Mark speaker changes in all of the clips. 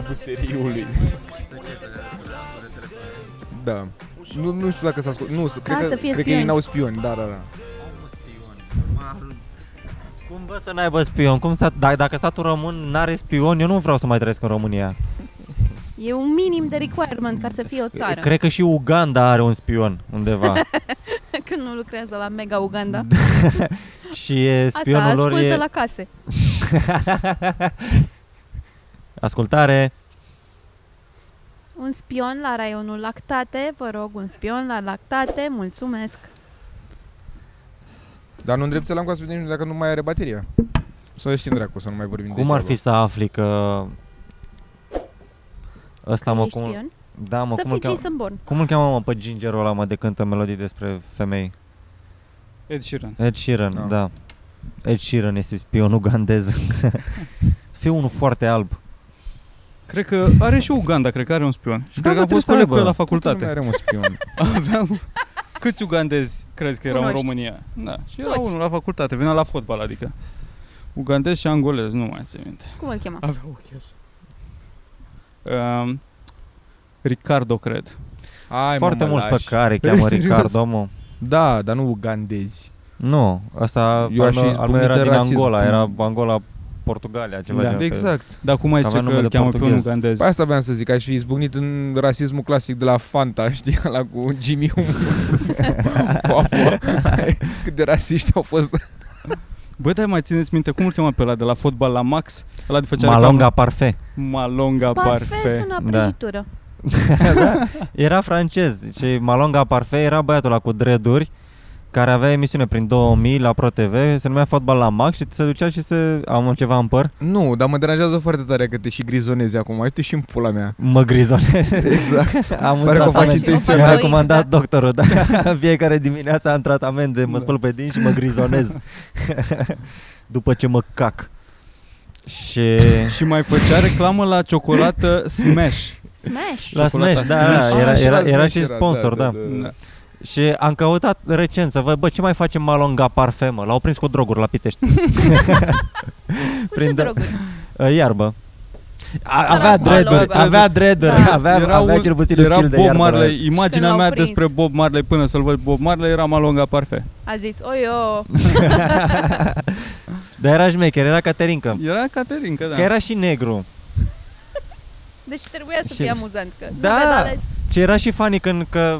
Speaker 1: cu buseriului. Da. Nu, nu știu dacă s-a ascult. Nu, s- cred,
Speaker 2: A,
Speaker 1: că,
Speaker 2: să fie
Speaker 1: cred că
Speaker 2: spioni.
Speaker 1: ei n-au spioni. Da, da, da.
Speaker 3: Cum vă să n-aibă spion? Cum sta, da, dacă statul român n-are spion, eu nu vreau să mai trăiesc în România.
Speaker 2: E un minim de requirement ca să fie o țară.
Speaker 3: Cred că și Uganda are un spion undeva.
Speaker 2: Când nu lucrează la Mega Uganda.
Speaker 3: și e,
Speaker 2: Asta,
Speaker 3: Mm. spionul lor
Speaker 2: ascultă
Speaker 3: e...
Speaker 2: la case.
Speaker 3: Ascultare.
Speaker 2: Un spion la raionul lactate, vă rog, un spion la lactate, mulțumesc.
Speaker 1: Dar nu îndrept l-am ca să vedem dacă nu mai are bateria. Să știm dracu, să nu mai vorbim
Speaker 3: Cum ar fi
Speaker 1: degeaba.
Speaker 3: să afli că... Ăsta mă,
Speaker 2: Ești
Speaker 3: cum...
Speaker 2: spion?
Speaker 3: Da, mă,
Speaker 2: să
Speaker 3: cum îl,
Speaker 2: fii
Speaker 3: cheam...
Speaker 2: Jason Bourne.
Speaker 3: cum îl cheamă, mă, pe gingerul ăla, mă, de cântă melodii despre femei?
Speaker 4: Ed Sheeran.
Speaker 3: Ed Sheeran,
Speaker 1: Da.
Speaker 3: da. da. Ed Sheeran este spion ugandez. Să fie unul foarte alb.
Speaker 4: Cred că are și Uganda, cred că are un spion. Și
Speaker 3: Da,
Speaker 4: cred că
Speaker 3: mă,
Speaker 4: am fost
Speaker 3: trebuie să
Speaker 4: coleg cu
Speaker 3: aibă.
Speaker 4: el la
Speaker 1: Toată lumea
Speaker 4: facultate.
Speaker 1: Are un spion.
Speaker 4: Aveam... Câți ugandezi crezi că erau în
Speaker 2: Cunoști.
Speaker 4: România? Da. Și era
Speaker 2: Toți.
Speaker 4: unul la facultate, venea la fotbal, adică. Ugandez și angolez, nu mai țin minte.
Speaker 2: Cum îl chema?
Speaker 4: Avea ochi așa. Um, Ricardo, cred.
Speaker 1: Ai,
Speaker 3: foarte
Speaker 1: mă,
Speaker 3: mulți pe
Speaker 1: lași.
Speaker 3: care cheamă
Speaker 1: Serios?
Speaker 3: Ricardo, mă.
Speaker 1: Da, dar nu ugandezi.
Speaker 3: Nu, asta
Speaker 1: Eu
Speaker 3: al
Speaker 1: aș fi
Speaker 3: meu- al meu
Speaker 1: izbucnit
Speaker 3: era
Speaker 1: de
Speaker 3: din
Speaker 1: rasism.
Speaker 3: Angola, era Angola, Portugalia, ceva
Speaker 4: Da,
Speaker 3: genul. că-
Speaker 1: exact.
Speaker 4: Dar cum ai zice
Speaker 3: Avea
Speaker 4: că
Speaker 3: nume
Speaker 4: îl
Speaker 3: de
Speaker 4: cheamă pe un
Speaker 3: portughez.
Speaker 4: ugandez?
Speaker 1: Păi asta vreau să zic, aș fi izbucnit în rasismul clasic de la Fanta, știi, la cu Jimmy Hum. Papua. Cât de rasiști au fost.
Speaker 4: Bă, dar mai țineți minte cum îl chema pe ăla de la fotbal la Max? Ăla de făcea
Speaker 3: Malonga Parfait.
Speaker 4: reclamă. Malonga
Speaker 2: Parfait
Speaker 4: Parfait.
Speaker 2: sună
Speaker 3: Da.
Speaker 2: prăjitură.
Speaker 3: da? Era francez și Malonga Parfait era băiatul ăla cu dreaduri care avea emisiune prin 2000 la Pro TV, se numea Fotbal la Max și se ducea și se am ceva în păr,
Speaker 1: Nu, dar mă deranjează foarte tare că te și grizonezi acum. Uite și în pula mea.
Speaker 3: mă grizone.
Speaker 1: Exact.
Speaker 3: am un
Speaker 1: Pare că o faci
Speaker 3: tratament.
Speaker 1: intenționat.
Speaker 3: Mi-a
Speaker 2: Făcut,
Speaker 3: recomandat
Speaker 2: da.
Speaker 3: doctorul, da. Fiecare dimineață am tratament de mă spăl pe dinți și mă grizonez. După ce mă cac. Și
Speaker 4: Și mai făcea reclamă la ciocolată Smash.
Speaker 2: Smash.
Speaker 3: la Smash,
Speaker 1: Ciocolata
Speaker 3: da,
Speaker 1: Smash.
Speaker 3: da, era,
Speaker 1: Ah, și la
Speaker 3: era, era
Speaker 1: Smash
Speaker 3: și
Speaker 1: era, da,
Speaker 3: sponsor,
Speaker 1: da,
Speaker 3: da.
Speaker 1: da.
Speaker 4: Da.
Speaker 3: Și am căutat recent să văd, bă, ce mai face Malonga Parfait, mă? L-au prins cu droguri la Pitești.
Speaker 2: Cu ce
Speaker 3: prin-
Speaker 2: droguri?
Speaker 3: Ă, Iarbă. A,
Speaker 2: Sărac
Speaker 3: avea dreaduri,
Speaker 2: Malonga.
Speaker 3: avea dreaduri,
Speaker 2: Da.
Speaker 3: avea,
Speaker 4: Era
Speaker 3: avea
Speaker 4: un-
Speaker 3: cel puțin un
Speaker 4: Era
Speaker 3: kil de
Speaker 4: Bob
Speaker 3: iarbă.
Speaker 4: Marley,
Speaker 2: când
Speaker 4: imaginea
Speaker 2: l-au
Speaker 4: mea
Speaker 2: prins.
Speaker 4: despre Bob Marley până să-l văd Bob Marley era Malonga Parfait.
Speaker 2: A zis, oio,
Speaker 3: Dar era șmecher, era Caterinca.
Speaker 4: Era Caterin, că da.
Speaker 3: Că era și negru.
Speaker 2: deci trebuia să
Speaker 3: Și-
Speaker 2: fie amuzant, că nu
Speaker 3: Da.
Speaker 2: avea de ales.
Speaker 3: Ce era și funny când că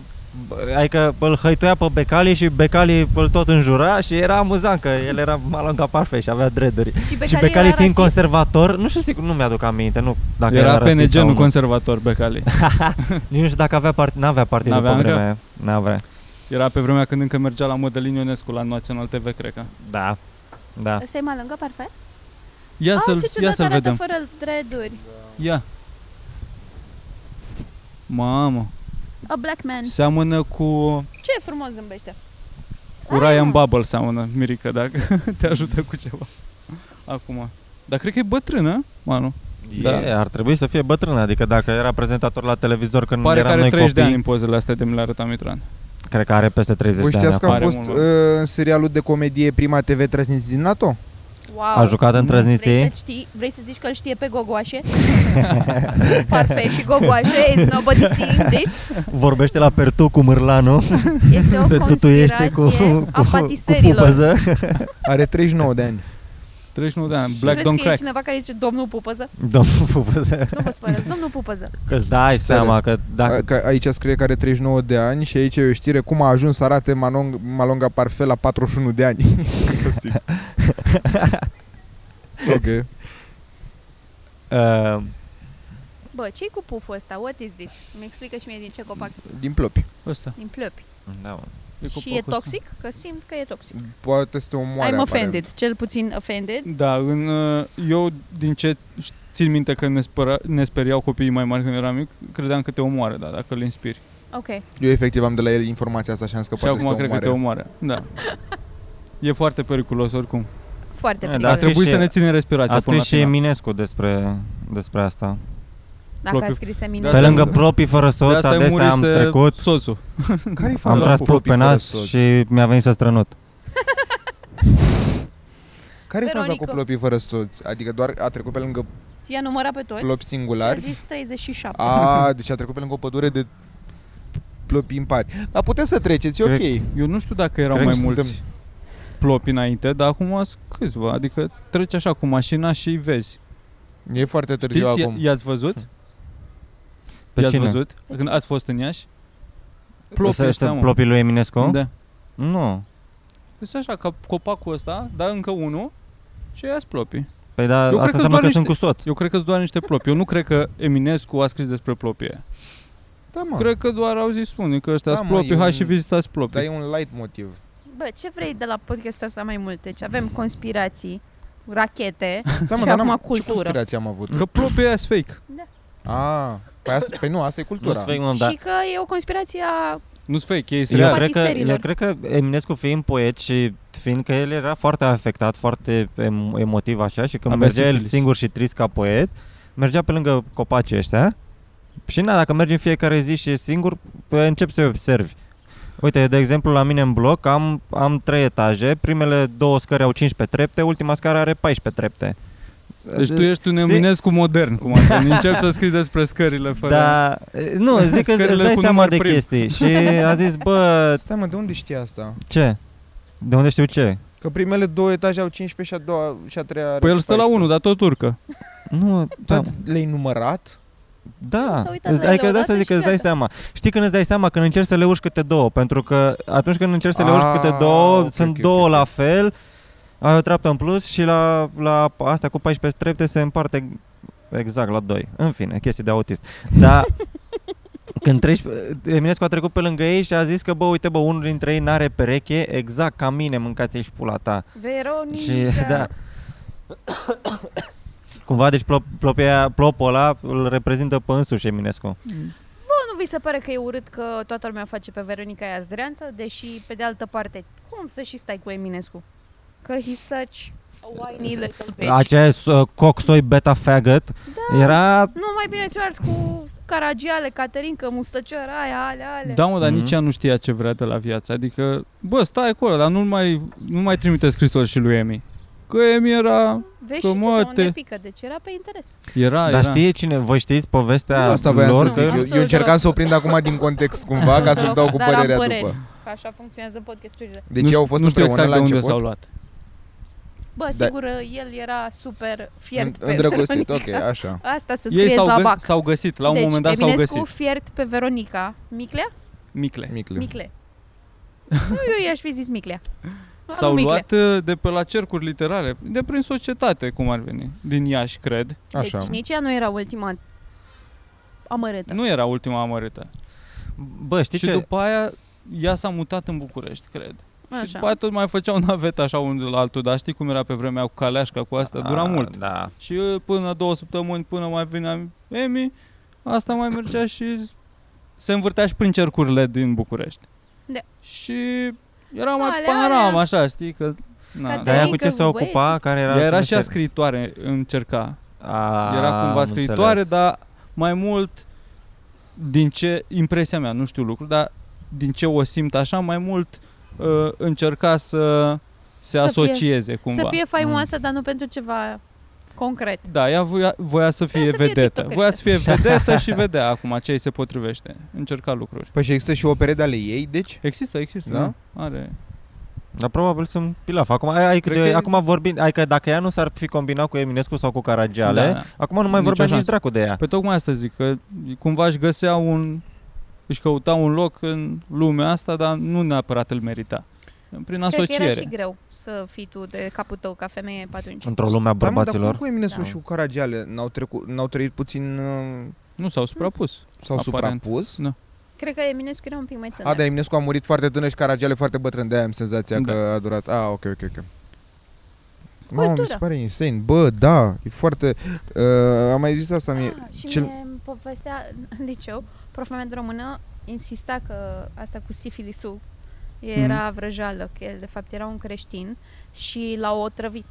Speaker 3: bă, Adică îl hăituia pe Becali și Becali îl tot înjura și era amuzant că el era Malonga Parfait și avea dreaduri.
Speaker 2: Și Becali,
Speaker 3: și Becali
Speaker 2: era
Speaker 3: fiind
Speaker 2: rasist.
Speaker 3: conservator, nu știu sigur, nu mi-aduc aminte, nu, dacă era,
Speaker 4: Era PNG,
Speaker 3: rasist sau
Speaker 4: nu conservator, Becali.
Speaker 3: Nici nu știu dacă avea part, n-avea partidul
Speaker 4: N-avea
Speaker 3: pe
Speaker 4: încă?
Speaker 3: vremea aia. N-avea.
Speaker 4: Era pe vremea când încă mergea la Mădălin Ionescu la Național TV, cred că.
Speaker 3: Da. Da.
Speaker 2: Ăsta e mai lângă, parfait?
Speaker 4: Ia să-l,
Speaker 2: ce ciudat
Speaker 4: ia să-l
Speaker 2: arată
Speaker 4: vedem.
Speaker 2: fără dreaduri.
Speaker 4: Ia. Mamă,
Speaker 2: A black man.
Speaker 4: seamănă cu,
Speaker 2: Ce frumos zâmbește.
Speaker 4: cu Ryan Bubble seamănă, Mirica, dacă te ajută cu ceva. Acum. Dar cred că e bătrână,
Speaker 3: Mm,
Speaker 4: Manu. Da.
Speaker 3: E, ar trebui să fie bătrână, adică dacă era prezentator la televizor când
Speaker 4: Pare că
Speaker 3: eram
Speaker 4: are
Speaker 3: noi
Speaker 4: 30
Speaker 3: copii,
Speaker 4: de ani în pozele astea de mi le arăta Mitran.
Speaker 3: cred că are peste 30
Speaker 1: Voi
Speaker 3: de
Speaker 1: știați
Speaker 3: ani.
Speaker 1: că a
Speaker 4: apare
Speaker 1: fost
Speaker 4: mult,
Speaker 1: uh,
Speaker 4: mă.
Speaker 1: în serialul de comedie Prima TV Trăsniți din NATO?
Speaker 2: Wow.
Speaker 3: A jucat în
Speaker 2: Vrei
Speaker 3: trăzniții?
Speaker 2: să, știi, vrei să zici că îl știe pe gogoașe? Parfait și gogoașe, is nobody seeing this.
Speaker 3: Vorbește la Pertu cu Mârlanu,
Speaker 2: Este o
Speaker 3: se tutuiește
Speaker 2: conspirație
Speaker 3: cu, cu,
Speaker 2: a
Speaker 3: cu
Speaker 2: patiserilor.
Speaker 3: pupăză.
Speaker 1: Are 39 de ani.
Speaker 4: 39 de ani,
Speaker 2: Crezi
Speaker 4: Black
Speaker 2: că
Speaker 4: Don't
Speaker 2: e
Speaker 4: Crack.
Speaker 2: cineva care zice domnul pupăză?
Speaker 3: Domnul pupăză.
Speaker 2: Nu vă spălați, domnul pupăză.
Speaker 3: Că îți dai
Speaker 1: Știre.
Speaker 3: seama că
Speaker 1: A,
Speaker 3: dacă...
Speaker 1: că aici scrie că are 39 de ani și aici e o știre cum a ajuns să arate Malong, Malonga Parfait la 41 de ani. ok.
Speaker 3: Uh,
Speaker 2: Bă, ce-i cu puful ăsta? What is this? Mi explică și mie din ce copac
Speaker 1: Din plopi.
Speaker 4: Ăsta.
Speaker 2: din plăpi.
Speaker 3: da, mă.
Speaker 4: E
Speaker 2: Și e
Speaker 4: copacul ăsta.
Speaker 2: toxic? Că simt că e toxic.
Speaker 1: Poate să te omoare.
Speaker 2: I'm
Speaker 1: aparent.
Speaker 2: offended, cel puțin offended.
Speaker 4: Da, în, uh, eu din ce ș- țin minte că ne, spera, ne speriau copiii mai mari când eram mic, credeam că te omoară, da, dacă le inspiri.
Speaker 2: Ok.
Speaker 1: Eu efectiv am de la el informația asta și am scăpat
Speaker 4: și acum
Speaker 1: să
Speaker 4: cred că te omoară. Da. E foarte periculos oricum.
Speaker 2: Foarte
Speaker 3: Da,
Speaker 4: Eh, Dar
Speaker 3: A
Speaker 2: periculos.
Speaker 3: scris
Speaker 4: trebuie
Speaker 3: și-
Speaker 4: să ne ținem respirația
Speaker 3: A
Speaker 4: până la
Speaker 3: scris și
Speaker 4: final.
Speaker 3: Eminescu despre, despre asta.
Speaker 2: Dacă a
Speaker 4: propriu.
Speaker 2: scris
Speaker 4: Da,
Speaker 3: Pe
Speaker 2: Eminescu.
Speaker 4: asta
Speaker 3: lângă
Speaker 4: nu-
Speaker 3: proprii fără
Speaker 4: De
Speaker 3: soț,
Speaker 4: asta ai
Speaker 3: adesea
Speaker 4: murit
Speaker 3: am
Speaker 4: să-
Speaker 3: trecut,
Speaker 4: Soțul.
Speaker 1: Care-i
Speaker 3: am tras puf pe nas și mi-a venit să strănut.
Speaker 1: Care e faza cu
Speaker 2: Veronica.
Speaker 1: plopii fără soț? Adică doar a trecut pe lângă
Speaker 2: Și i-a numărat pe toți.
Speaker 1: plopi
Speaker 2: și a
Speaker 1: singulari.
Speaker 2: zis 37.
Speaker 1: A, deci a trecut pe lângă o pădure de plopi impari. Dar puteți să treceți, e
Speaker 4: Cred-
Speaker 1: ok.
Speaker 4: Eu nu știu dacă erau
Speaker 1: Cred
Speaker 4: mai
Speaker 1: că
Speaker 4: mulți
Speaker 1: suntem-
Speaker 4: plopi înainte, dar acum sunt câțiva. Adică treci așa cu mașina și îi vezi.
Speaker 1: E foarte târziu
Speaker 4: Știți, i-
Speaker 1: acum.
Speaker 4: i-ați văzut?
Speaker 3: Pe
Speaker 4: i-ați
Speaker 3: cine?
Speaker 4: văzut? Când ați fost în Iași?
Speaker 3: Ăsta este
Speaker 4: ăștia, mă.
Speaker 3: plopii lui Eminescu?
Speaker 4: Da.
Speaker 3: Nu.
Speaker 4: Sunt așa, ca copacul ăsta, dar încă unul și aia plopi.
Speaker 3: Păi da, asta
Speaker 4: cred că
Speaker 3: înseamnă
Speaker 4: doar
Speaker 3: că sunt cu
Speaker 4: niște-
Speaker 3: soț.
Speaker 4: Eu cred că sunt doar niște plopi. Eu nu cred că Eminescu a scris despre plopie.
Speaker 1: Da, mă.
Speaker 4: Cred că doar au zis unii că ăștia
Speaker 1: Da,
Speaker 4: sunt
Speaker 1: mă,
Speaker 4: plopi,
Speaker 1: e
Speaker 4: hai
Speaker 1: un-
Speaker 4: și vizitați
Speaker 1: Dar e
Speaker 4: plopi.
Speaker 1: un light motiv.
Speaker 2: Bă, ce vrei de la podcastul ăsta mai multe? Deci avem conspirații, rachete.
Speaker 1: Da,
Speaker 2: Și
Speaker 1: dar
Speaker 2: acum
Speaker 1: n-am- Ce
Speaker 2: cultură.
Speaker 1: conspirație am avut?
Speaker 4: Că plopii ăia sunt fake.
Speaker 1: A, păi, asta, păi nu, asta e cultura.
Speaker 3: Nu-s fake, mă, da.
Speaker 2: Și că e o conspirație a...
Speaker 4: Nu sunt fake, ei sunt
Speaker 3: Eu
Speaker 4: reali.
Speaker 3: cred, că, eu
Speaker 2: patiserilor.
Speaker 3: cred că Eminescu fiind poet și fiind că el era foarte afectat, foarte em- emotiv așa și când
Speaker 4: Avea
Speaker 3: mergea el
Speaker 4: sifilis.
Speaker 3: singur și trist ca poet, mergea pe lângă copacii ăștia și na, dacă mergi în fiecare zi și ești singur, păi, încep să-i observi. Uite, eu, de exemplu, la mine în bloc am, am trei etaje, primele două scări au 15 trepte, ultima scară are 14 trepte.
Speaker 4: Deci tu ești un Eminescu modern, cum ar fi. Încep să scrii despre scările fără...
Speaker 3: Da, nu, zic că îți
Speaker 4: Scările
Speaker 3: dai
Speaker 4: cu
Speaker 3: seama
Speaker 4: număr
Speaker 3: de
Speaker 4: prim.
Speaker 3: chestii și a zis, bă,
Speaker 1: Stai mă, de unde știi asta?
Speaker 3: ce? De unde știu ce?
Speaker 1: Că primele două etaje au 15 și a doua și a treia are
Speaker 4: Păi el stă la
Speaker 1: 14.
Speaker 4: unul, dar tot urcă.
Speaker 3: Nu, da.
Speaker 1: Tot le-ai numărat?
Speaker 3: Da,
Speaker 2: S-a uitat la ele
Speaker 3: adică de
Speaker 2: odată
Speaker 3: asta zic
Speaker 2: și
Speaker 3: că îți dai
Speaker 2: gata.
Speaker 3: seama. Știi când îți dai seama? Când încerci să le urci câte două, pentru că atunci când încerci să le
Speaker 1: Ah,
Speaker 3: urci câte două,
Speaker 1: ok,
Speaker 3: sunt
Speaker 1: ok,
Speaker 3: două
Speaker 1: ok, ok.
Speaker 3: la fel, ai o treaptă în plus și la, la asta cu 14 trepte se împarte exact la doi. În fine, chestii de autist. Dar când treci, Eminescu a trecut pe lângă ei și a zis că, bă, uite, bă, unul dintre ei n-are pereche, exact ca mine, mâncați ei și pula ta.
Speaker 2: Veronica.
Speaker 3: Și da. Cumva, deci plop, plopia, plopul ăla îl reprezintă pe însuși Eminescu.
Speaker 2: Bă, nu vi se pare că e urât că toată lumea face pe Veronica aia zdreanță, deși, pe de altă parte, cum să și stai cu Eminescu? Că he such a whiny little bitch.
Speaker 3: Aceea uh, coxoi beta faggot
Speaker 2: Deci- Da.
Speaker 3: era...
Speaker 2: Nu, mai bine ți-o ars cu caragiale, Caterinca, mustăcior, aia, alea, alea.
Speaker 4: Da, mă, dar
Speaker 3: Mhm.
Speaker 4: nici ea nu știa ce vrea de la viață. Adică, bă, stai acolo, dar nu mai, nu mai trimite scrisori și lui Emi. Că Emi era...
Speaker 2: Vezi
Speaker 4: că
Speaker 2: și tu
Speaker 4: mă,
Speaker 2: pe unde
Speaker 4: te-
Speaker 2: pică, deci era pe interes.
Speaker 4: Era,
Speaker 3: Dar
Speaker 4: era.
Speaker 3: știe cine? Voi știți povestea
Speaker 4: Da,
Speaker 1: Nu, asta voiam
Speaker 3: lor?
Speaker 1: să zic. Eu,
Speaker 2: Absolut
Speaker 1: eu încercam
Speaker 2: deloc.
Speaker 1: să o prind acum din context cumva ca să-mi dau cu
Speaker 2: Dar am
Speaker 1: părerea
Speaker 2: păreri.
Speaker 1: după.
Speaker 2: Că așa funcționează podcasturile.
Speaker 1: Deci ei
Speaker 4: nu,
Speaker 1: au fost
Speaker 4: nu știu
Speaker 1: împreună
Speaker 4: exact
Speaker 1: la
Speaker 4: de unde
Speaker 1: început.
Speaker 4: s-au luat.
Speaker 2: Bă,
Speaker 1: Da.
Speaker 2: sigur, el era super fiert
Speaker 1: În-
Speaker 2: pe
Speaker 1: Îndrăgostit, ok, da.
Speaker 2: Veronica.
Speaker 1: așa.
Speaker 2: Asta se
Speaker 4: Ei
Speaker 2: scrie
Speaker 4: s-au,
Speaker 2: la
Speaker 4: gă-
Speaker 2: bac.
Speaker 4: s-au găsit, la un
Speaker 2: deci,
Speaker 4: moment dat s-au
Speaker 2: Eminescu
Speaker 4: găsit.
Speaker 2: fiert pe Veronica. Miclea?
Speaker 4: Micle.
Speaker 1: Micle.
Speaker 2: Micle. nu, eu i-aș fi zis Miclea. Anu
Speaker 4: S-au
Speaker 2: Miclea.
Speaker 4: luat uh, de pe la cercuri literare, de prin societate, cum ar veni, din Iași, cred.
Speaker 1: Așa.
Speaker 2: Deci nici ea nu era ultima amărâtă.
Speaker 4: Nu era ultima amărâtă.
Speaker 3: Bă, știi
Speaker 4: și
Speaker 3: ce?
Speaker 4: după aia, ea s-a mutat în București, cred. Și
Speaker 2: Așa.
Speaker 4: după aia tot mai făceau naveta așa unul la altul, dar știi cum era pe vremea cu caleașca, cu asta, dura
Speaker 1: Ah,
Speaker 3: A,
Speaker 4: mult.
Speaker 3: Da.
Speaker 4: Și uh, până două săptămâni, până mai vine Emi, asta mai mergea și s- se învârtea și prin cercurile din București.
Speaker 2: Da.
Speaker 4: Și era mai
Speaker 2: Alea,
Speaker 4: panorama
Speaker 2: alea.
Speaker 4: așa, știi, că... Na.
Speaker 2: Dar
Speaker 3: Dar ea cu
Speaker 2: încă
Speaker 3: ce se
Speaker 2: băieții.
Speaker 3: ocupa? Care era...
Speaker 4: Ea era și
Speaker 3: cine
Speaker 4: a
Speaker 3: știe?
Speaker 4: scriitoare, încerca.
Speaker 3: A,
Speaker 4: Era cumva
Speaker 3: Ah, am
Speaker 4: scriitoare,
Speaker 3: înțeles.
Speaker 4: dar mai mult din ce, impresia mea, nu știu lucru, dar din ce o simt așa, mai mult uh, încerca să se
Speaker 2: Să fie-
Speaker 4: asocieze cumva. Mm.
Speaker 2: Să fie faimoasă, dar nu pentru ceva concret.
Speaker 4: Da, ea voia, voia să fie
Speaker 2: Vrea să fie
Speaker 4: vedetă.
Speaker 2: tiktokeriță.
Speaker 4: voia să fie
Speaker 1: Da.
Speaker 4: vedetă și vedea acum ce îi se potrivește. Încerca lucruri.
Speaker 1: Păi și există și opere de ale ei, deci?
Speaker 4: Există, există,
Speaker 1: Da?
Speaker 4: da? Are.
Speaker 3: Dar probabil sunt pilaf. Acum, ai, ai,
Speaker 4: da. Cred
Speaker 3: de,
Speaker 4: că-
Speaker 3: acum vorbim, adică dacă ea nu s-ar fi combinat cu Eminescu sau cu Caragiale,
Speaker 4: Da, da.
Speaker 3: acum nu mai
Speaker 4: Nicio
Speaker 3: vorbea nici
Speaker 4: șansă.
Speaker 3: dracu de ea.
Speaker 4: Pe tocmai asta zic, că cumva își găsea un... își căuta un loc în lumea asta, dar nu neapărat îl merita. Prin
Speaker 2: Cred că era
Speaker 4: asociere.
Speaker 2: și greu să fii tu de capul tău ca femeie pe atunci.
Speaker 3: Într-o lume
Speaker 1: Dar,
Speaker 3: a
Speaker 1: mă, Dar
Speaker 3: bărbaților.
Speaker 1: cum cu Eminescu
Speaker 2: Da.
Speaker 1: și cu Caragiale n-au, trecut, n-au trăit puțin... uh,
Speaker 4: Nu s-au
Speaker 2: Hmm.
Speaker 4: suprapus.
Speaker 1: S-au
Speaker 4: Aparent.
Speaker 1: suprapus?
Speaker 2: Cred că Eminescu era un pic mai tânăr.
Speaker 1: A, da, Eminescu a murit foarte tânăr și Caragiale foarte bătrân, de-aia am senzația
Speaker 4: Da.
Speaker 1: că a durat. A, ok, ok, ok. Mamă,
Speaker 2: Cultură.
Speaker 1: mi se pare insane. Bă, da, e foarte... Uh, am mai zis asta mie.
Speaker 2: Ah, și
Speaker 1: cel-
Speaker 2: cel... mie îmi povestea în liceu, proful meu de română insista că asta cu sifilisul era
Speaker 4: Mhm.
Speaker 2: mm. vrăjală, că el de fapt era un creștin și l-au otrăvit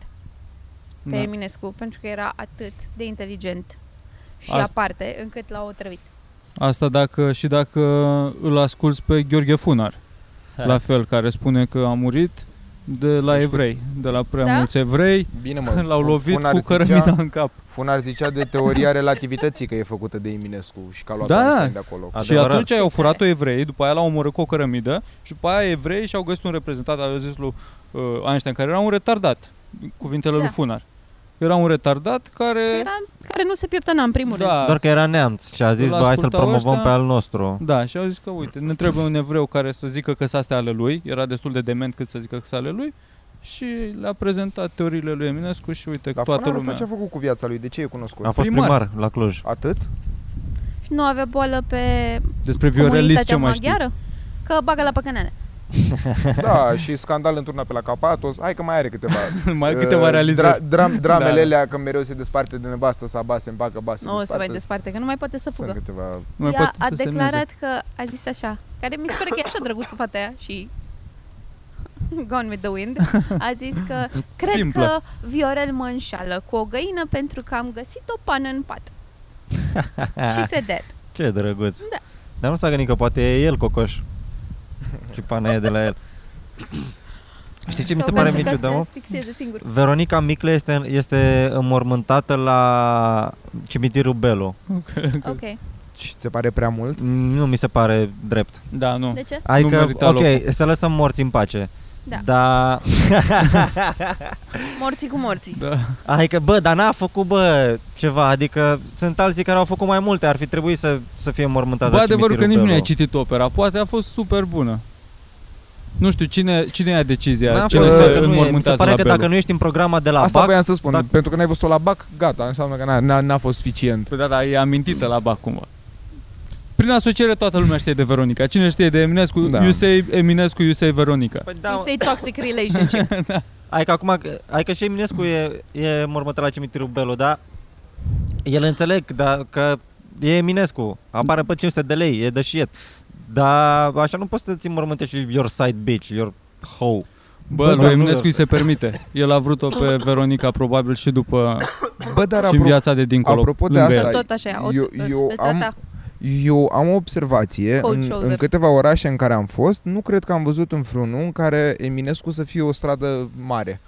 Speaker 2: pe
Speaker 4: Da.
Speaker 2: Eminescu pentru că era atât de inteligent și
Speaker 4: Asta-
Speaker 2: aparte încât l-au otrăvit.
Speaker 4: Asta dacă și dacă îl asculți pe Gheorghe Funar.
Speaker 3: Ha.
Speaker 4: La fel, care spune că a murit de la
Speaker 1: Deci cu-
Speaker 4: evrei, de la prea
Speaker 2: Da?
Speaker 4: mulți evrei,
Speaker 1: Bine, mă.
Speaker 4: l-au
Speaker 1: Fu-
Speaker 4: lovit
Speaker 1: Funar
Speaker 4: cu
Speaker 1: zicea-
Speaker 4: cărămida în cap.
Speaker 1: Funar zicea de teoria relativității că e făcută de Eminescu și că a luat
Speaker 4: Da, da.
Speaker 1: Einstein de acolo.
Speaker 4: Și
Speaker 3: Adevărat.
Speaker 4: atunci au furat-o evrei, după aia l-au omorât cu o cărămidă și după aia evrei și-au găsit un reprezentant al zis lui uh, Einstein, care era un retardat, cuvintele
Speaker 2: Da.
Speaker 4: lui Funar. Era un retardat care...
Speaker 2: Era care nu se pieptăna în primul rând.
Speaker 4: da,
Speaker 3: Doar că era neamț și a zis,
Speaker 4: Îl
Speaker 3: bă, hai să-l
Speaker 4: ascultau
Speaker 3: promovăm
Speaker 4: ăștia."
Speaker 3: pe al nostru.
Speaker 4: Da, și au zis că uite, ne trebuie un evreu care să zică că sunt astea ale lui, era destul de dement cât să zică că sunt ale lui și le-a prezentat teoriile lui Eminescu și uite că
Speaker 5: Dar
Speaker 4: toată
Speaker 5: Funar ăsta
Speaker 4: lumea.
Speaker 5: ce a făcut cu viața lui? De ce e cunoscut?
Speaker 3: A fost
Speaker 4: Primar.
Speaker 3: primar la Cluj.
Speaker 5: Atât?
Speaker 2: Și nu avea boală pe
Speaker 4: Despre viorelist ce
Speaker 2: comunitatea
Speaker 4: mai știi?
Speaker 2: maghiară? Că bagă la păcănele.
Speaker 5: Da, și scandal într-una pe la Capatos. Hai că mai are câteva.
Speaker 4: mai
Speaker 5: Uh,
Speaker 4: câteva realizări.
Speaker 5: Dra- dram-
Speaker 4: Da,
Speaker 5: dramele
Speaker 4: da.
Speaker 5: alea că mereu se desparte de nevastă să base în bacă, base
Speaker 2: Nu o să
Speaker 5: desparte.
Speaker 2: mai desparte, că nu mai poate să
Speaker 5: Sunt
Speaker 2: fugă.
Speaker 5: câteva...
Speaker 4: Nu mai
Speaker 2: Ea
Speaker 4: pot
Speaker 2: a
Speaker 4: să semneze.
Speaker 2: declarat că a zis așa, care mi se pare că e așa drăguță fata aia și Gone with the Wind, a zis că cred
Speaker 4: Simplă.
Speaker 2: că Viorel mă înșală cu o găină pentru că am găsit o pană în pat.
Speaker 3: Ah.
Speaker 2: și se dead.
Speaker 3: Ce drăguț.
Speaker 2: Da.
Speaker 3: Dar nu s-a gândit că poate e el cocoș. și pana e de la el. Știi ce mi se
Speaker 2: Sau
Speaker 3: pare
Speaker 2: pentru că
Speaker 3: miciu,
Speaker 2: se
Speaker 3: da, mă?
Speaker 2: asfixieze singur.
Speaker 3: Veronica Micle este, este înmormântată la cimitirul Belu.
Speaker 2: Ok.
Speaker 5: Și ți se pare prea mult?
Speaker 3: Nu mi se pare drept.
Speaker 4: Da, nu.
Speaker 2: De ce?
Speaker 3: Adică,
Speaker 4: merita
Speaker 3: ok,
Speaker 4: locul.
Speaker 3: să lăsăm morți în pace.
Speaker 2: Da.
Speaker 3: Dar,
Speaker 2: Morții cu morții.
Speaker 4: Da.
Speaker 3: adică, bă, dar n-a făcut, bă, ceva. Adică, sunt alții care au făcut mai multe. Ar fi trebuit să, să fie înmormântați
Speaker 4: Bă,
Speaker 3: la
Speaker 4: adevărul că
Speaker 3: Da, cimitirul
Speaker 4: nici nu
Speaker 3: Belu.
Speaker 4: ai citit opera, poate a fost super bună. Nu știu, cine, cine ia decizia?
Speaker 3: N-am
Speaker 4: Cine
Speaker 3: fost,
Speaker 4: se
Speaker 3: că nu e. Mi se
Speaker 4: înmormântează
Speaker 3: pare
Speaker 4: la
Speaker 3: că
Speaker 4: Belu?
Speaker 3: dacă nu ești în programa de la
Speaker 1: Asta
Speaker 3: BAC,
Speaker 1: voiam să spun,
Speaker 3: dacă-
Speaker 1: pentru că n-ai văzut-o la BAC, gata, înseamnă că n-a, n-a, n-a fost suficient.
Speaker 4: Păi da, da, e amintită la BAC cumva. Prin asociere toată lumea știe de Veronica. Cine știe de Eminescu,
Speaker 1: Da.
Speaker 4: da. Iusei Eminescu, Iusei Veronica.
Speaker 3: Păi
Speaker 2: You
Speaker 3: da,
Speaker 2: say toxic relationship.
Speaker 3: adică acum, adică și Eminescu e, e mormântat la cimitirul Belu, da? El înțeleg da, că e Eminescu, apare pe 500 de lei, e de shit. Dar așa nu poți să ți mormântești your side bitch, your hoe.
Speaker 4: Bă,
Speaker 1: Bă,
Speaker 4: lui
Speaker 1: da,
Speaker 4: Eminescu
Speaker 3: nu
Speaker 4: îi se permite. El a vrut-o pe Veronica probabil și după
Speaker 1: Bă, dar
Speaker 4: și în
Speaker 1: apropo,
Speaker 4: viața de dincolo.
Speaker 1: apropo de
Speaker 4: lângă
Speaker 1: asta,
Speaker 4: el.
Speaker 2: Tot așa, o,
Speaker 1: Eu- eu
Speaker 2: îl
Speaker 1: am-
Speaker 2: trata.
Speaker 1: Eu am o observație
Speaker 2: Cold
Speaker 1: în,
Speaker 2: shoulder.
Speaker 1: în câteva orașe în care am fost, nu cred că am văzut în vreunul în care Eminescu să fie o stradă mare.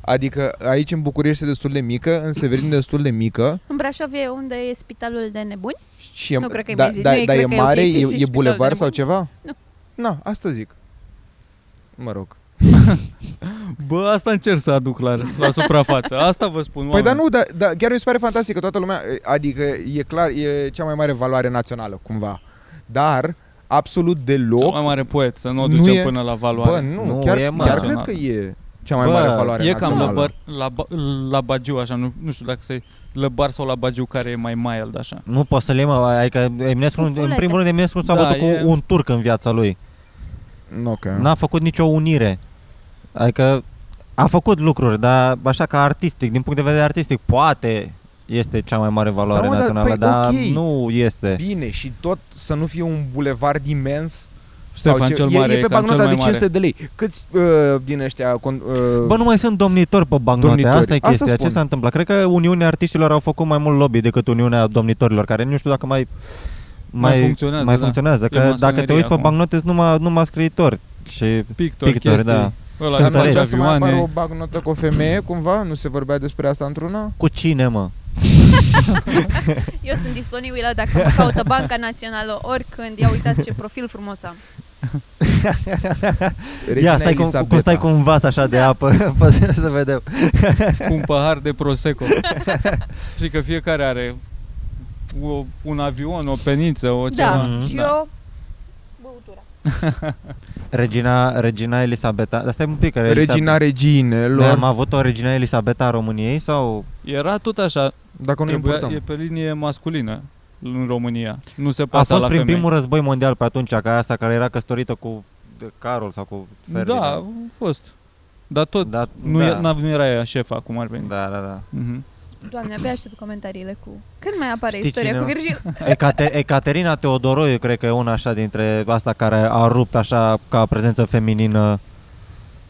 Speaker 1: Adică aici în București este destul de mică, în Severin destul de mică
Speaker 2: În Brașov e unde e spitalul de nebuni?
Speaker 1: și e,
Speaker 2: Nu cred că e
Speaker 1: da,
Speaker 2: mizi-
Speaker 1: da,
Speaker 2: nu e-
Speaker 1: da,
Speaker 2: cred
Speaker 1: e
Speaker 2: că e
Speaker 1: mare,
Speaker 2: ok să
Speaker 1: e,
Speaker 2: zici
Speaker 1: e
Speaker 2: spital de
Speaker 1: bulevard sau
Speaker 2: nebuni.
Speaker 1: ceva?
Speaker 2: Nu.
Speaker 1: Na, asta zic. Mă rog.
Speaker 4: Bă, asta încerc să aduc la, la suprafață. Asta vă spun.
Speaker 1: Păi
Speaker 4: oameni.
Speaker 1: dar nu, dar da, chiar mi se pare fantastic că toată lumea, adică e clar, e cea mai mare valoare națională cumva. Dar absolut
Speaker 4: Cel
Speaker 1: deloc,
Speaker 4: mai mare poet, să nu o
Speaker 1: Nu
Speaker 4: ducem
Speaker 1: e-
Speaker 4: până la valoare.
Speaker 1: bă, nu,
Speaker 3: Nu,
Speaker 1: chiar,
Speaker 3: e
Speaker 1: chiar
Speaker 4: mare.
Speaker 1: cred că e cea mai
Speaker 3: Bă,
Speaker 1: mare valoare
Speaker 4: E cam
Speaker 1: națională.
Speaker 4: lăbar, la, ba- la bagiu, așa, nu, nu știu dacă se lăbar sau la bagiu care e mai mild, așa.
Speaker 3: Nu poți să le iei, mă, adică Eminescu,
Speaker 2: Cu
Speaker 3: în
Speaker 2: fulete.
Speaker 3: primul rând Eminescu nu s-a
Speaker 4: Da,
Speaker 3: bătut cu
Speaker 4: e-
Speaker 3: un turc în viața lui.
Speaker 1: Ok.
Speaker 3: N-a făcut nicio unire. Adică a făcut lucruri, dar așa ca artistic, din punct de vedere artistic, poate este cea mai mare valoare
Speaker 1: Da, mă, dar-
Speaker 3: națională,
Speaker 1: păi,
Speaker 3: dar
Speaker 1: ok.
Speaker 3: nu este.
Speaker 1: Bine, și tot să nu fie un bulevard imens
Speaker 4: Ștefan
Speaker 1: sau ce-
Speaker 4: cel
Speaker 1: e-
Speaker 4: Mare
Speaker 1: e, pe
Speaker 4: cam cel
Speaker 1: bagnota
Speaker 4: mai
Speaker 1: de
Speaker 4: mare.
Speaker 1: 500 de lei. Câți uh, din ăștia con, uh,
Speaker 3: Bă, nu mai sunt domnitori pe bancnote,
Speaker 1: Domnitori.
Speaker 3: asta e
Speaker 1: Asta
Speaker 3: chestia, ce
Speaker 1: spun.
Speaker 3: s-a întâmplat? Cred că Uniunea Artiștilor au făcut mai mult lobby decât Uniunea Domnitorilor, care nu știu dacă mai...
Speaker 4: Mai funcționează,
Speaker 3: mai
Speaker 4: da.
Speaker 3: funcționează
Speaker 4: E
Speaker 3: că dacă te
Speaker 4: masonerie
Speaker 3: uiți pe
Speaker 4: acum.
Speaker 3: bancnote, sunt numai, numai scriitori. Și
Speaker 4: Pictor,
Speaker 3: Pictor,
Speaker 4: chestii.
Speaker 3: da.
Speaker 4: Ăla
Speaker 1: dar
Speaker 4: care
Speaker 1: nu ar
Speaker 3: Cântărești.
Speaker 1: putea
Speaker 4: face
Speaker 1: să mai apară o
Speaker 4: avioane.
Speaker 1: bagnotă cu o femeie cumva? Nu se vorbea despre asta într-una?
Speaker 3: cu cine, mă?
Speaker 2: Eu sunt disponibilă dacă mă caută Banca Națională oricând. Ia uitați ce profil frumos am.
Speaker 1: Regina
Speaker 3: Ia, stai cum, cum
Speaker 1: Elisabeta.
Speaker 3: stai cu un vas așa de
Speaker 2: Da.
Speaker 3: apă, poți să vedem.
Speaker 4: cu un pahar de prosecco. Știi că fiecare are o, un avion, o peniță, o ceva.
Speaker 3: Mhm.
Speaker 2: și
Speaker 4: Da.
Speaker 2: eu băutura.
Speaker 3: Regina, Regina Elisabeta, dar stai un pic, că
Speaker 1: Regina
Speaker 3: Noi
Speaker 1: reginelor.
Speaker 3: am avut o Regina Elisabeta a României sau...
Speaker 4: Era tot așa,
Speaker 1: Dacă nu
Speaker 4: trebuia,
Speaker 1: importăm.
Speaker 4: e pe linie masculină în România. Nu se
Speaker 3: A
Speaker 4: pasă
Speaker 3: fost
Speaker 4: la
Speaker 3: prin
Speaker 4: femei.
Speaker 3: primul război mondial pe atunci, ca asta care era căsătorită cu de, Carol sau cu Ferdinand.
Speaker 4: Da, a fost. Dar tot,
Speaker 3: Da,
Speaker 4: da, nu,
Speaker 3: da.
Speaker 4: da. E, n-a- nu era ea șefa, cum ar veni. Da.
Speaker 3: Da, da, da.
Speaker 4: Mhm.
Speaker 2: Doamne, abia aștept comentariile cu... Când mai apare
Speaker 3: Știi
Speaker 2: istoria
Speaker 3: cine-
Speaker 2: cu Virgil?
Speaker 3: Ecate- Ecaterina Teodoroiu, cred că e una așa dintre asta care a rupt așa ca prezență feminină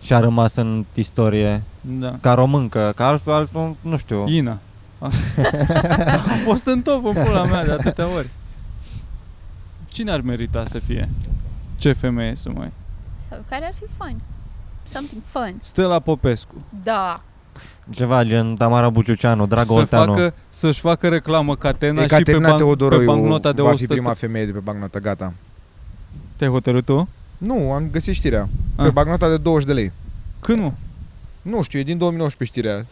Speaker 3: și a rămas în istorie,
Speaker 4: Da.
Speaker 3: ca româncă, ca altfel, altfel nu știu.
Speaker 4: Ina. A, a fost în top în pula mea de atâtea ori. Cine ar merita să fie? Ce femeie să mai...
Speaker 2: Sau care ar fi fain? Something fun.
Speaker 4: Stă la Popescu.
Speaker 2: Da.
Speaker 3: Ceva gen Tamara Buciuceanu, Dragă
Speaker 4: să
Speaker 3: Olteanu.
Speaker 4: facă, să-și facă reclamă Catena și pe,
Speaker 1: Ecaterina
Speaker 4: ban- pe
Speaker 1: Teodoroiu
Speaker 4: bancnota de
Speaker 1: va fi
Speaker 4: 100.
Speaker 1: prima femeie de pe bancnotă, gata.
Speaker 4: Te-ai hotărât tu?
Speaker 1: Nu, am găsit știrea. Pe
Speaker 4: Ah.
Speaker 1: bancnota de 20 de lei.
Speaker 4: Când nu?
Speaker 1: Nu știu, e din 2019 știrea.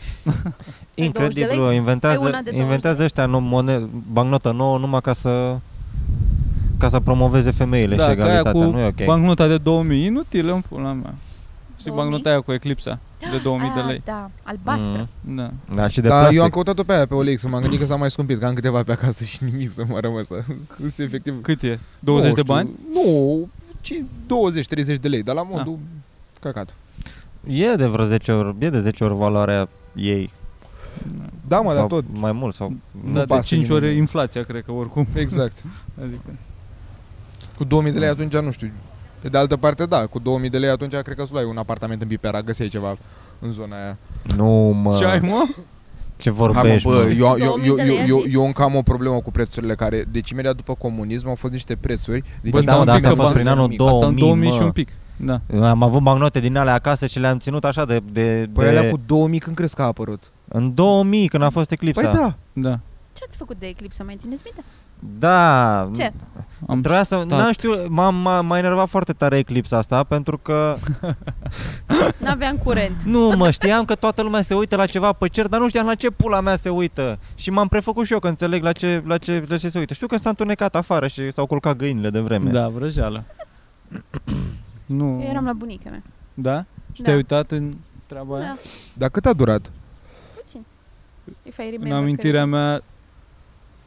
Speaker 2: Pe 20
Speaker 3: Incredibil,
Speaker 2: de
Speaker 3: o
Speaker 2: Pe
Speaker 3: inventează,
Speaker 2: una de 20
Speaker 3: inventează ăștia nou, mone, bancnotă nouă numai ca să ca să promoveze femeile
Speaker 4: Da,
Speaker 3: și
Speaker 4: că aia cu
Speaker 3: egalitatea, nu e ok.
Speaker 4: bancnota de 2000, inutilă în pula mea. Și
Speaker 2: 2000?
Speaker 4: bancnota aia cu eclipsa de 2000 de
Speaker 2: Ah,
Speaker 4: lei.
Speaker 2: Da, albastră. Mm.
Speaker 4: Da.
Speaker 3: Da, și de
Speaker 1: Dar
Speaker 3: plastic.
Speaker 1: eu am căutat-o pe aia, pe OLX, m-am gândit că s-a mai scumpit, că am câteva pe acasă și nimic să mă rămân să... să- să efectiv...
Speaker 4: Cât e? 20
Speaker 1: Nu
Speaker 4: de
Speaker 1: știu,
Speaker 4: bani? Ah.
Speaker 1: Nu, ci 20-30 de lei, dar la modul căcat.
Speaker 3: E de vreo 10 ori, e de 10 ori valoarea ei.
Speaker 1: Da, mă, dar
Speaker 3: sau
Speaker 1: tot.
Speaker 3: Mai mult sau...
Speaker 4: Da, de
Speaker 1: pasă
Speaker 4: 5
Speaker 1: nimeni.
Speaker 4: ori inflația, cred că oricum.
Speaker 1: Exact.
Speaker 4: Adică.
Speaker 1: Cu 2000 de lei atunci nu știu. Pe de altă parte, da, cu 2000 de lei atunci cred că îți luai un apartament în Pipera, găseai ceva în zona aia.
Speaker 3: Nu, mă.
Speaker 4: Ce ai, mă?
Speaker 3: Ce
Speaker 1: Hai,
Speaker 3: vorbești,
Speaker 1: mă, bă,
Speaker 3: mă?
Speaker 1: eu, eu,
Speaker 2: 2000
Speaker 1: eu,
Speaker 2: de
Speaker 1: eu,
Speaker 2: lei,
Speaker 1: eu,
Speaker 2: a zis.
Speaker 1: eu încă am o problemă cu prețurile care, deci imediat după comunism au fost niște prețuri. Deci
Speaker 4: Bă,
Speaker 3: da, mă, dar
Speaker 4: asta a fost
Speaker 3: prin anul
Speaker 1: nimic.
Speaker 3: 2000.
Speaker 4: Asta în 2000 și
Speaker 3: mă.
Speaker 4: un pic. Da.
Speaker 3: Am avut magnote din alea acasă și le-am ținut așa de... de,
Speaker 1: Păi
Speaker 3: de...
Speaker 1: alea cu 2000 când crezi că a apărut?
Speaker 3: În 2000, când a fost eclipsa.
Speaker 1: Păi da.
Speaker 4: Da.
Speaker 2: Ce ați făcut de eclipsă, mai țineți minte?
Speaker 3: Da.
Speaker 2: Ce?
Speaker 4: Am
Speaker 3: Trebuia să...
Speaker 1: Da.
Speaker 4: stat.
Speaker 3: N-am știu, m-a, m-a, m-a enervat foarte tare eclipsa asta, pentru că...
Speaker 2: N-aveam curent.
Speaker 3: Nu, mă, știam că toată lumea se uită la ceva pe cer, dar nu știam la ce pula mea se uită. Și m-am prefăcut și eu că înțeleg la ce, la ce, la ce se uită. Știu că s-a întunecat afară și s-au culcat găinile de vreme.
Speaker 4: Da, vrăjeală. nu.
Speaker 2: Eu eram la bunica mea.
Speaker 4: Da? Și
Speaker 2: Da.
Speaker 4: te-ai uitat în treaba aia?
Speaker 2: Da.
Speaker 1: Dar cât a durat?
Speaker 2: Puțin. If I remember
Speaker 4: În amintirea mea,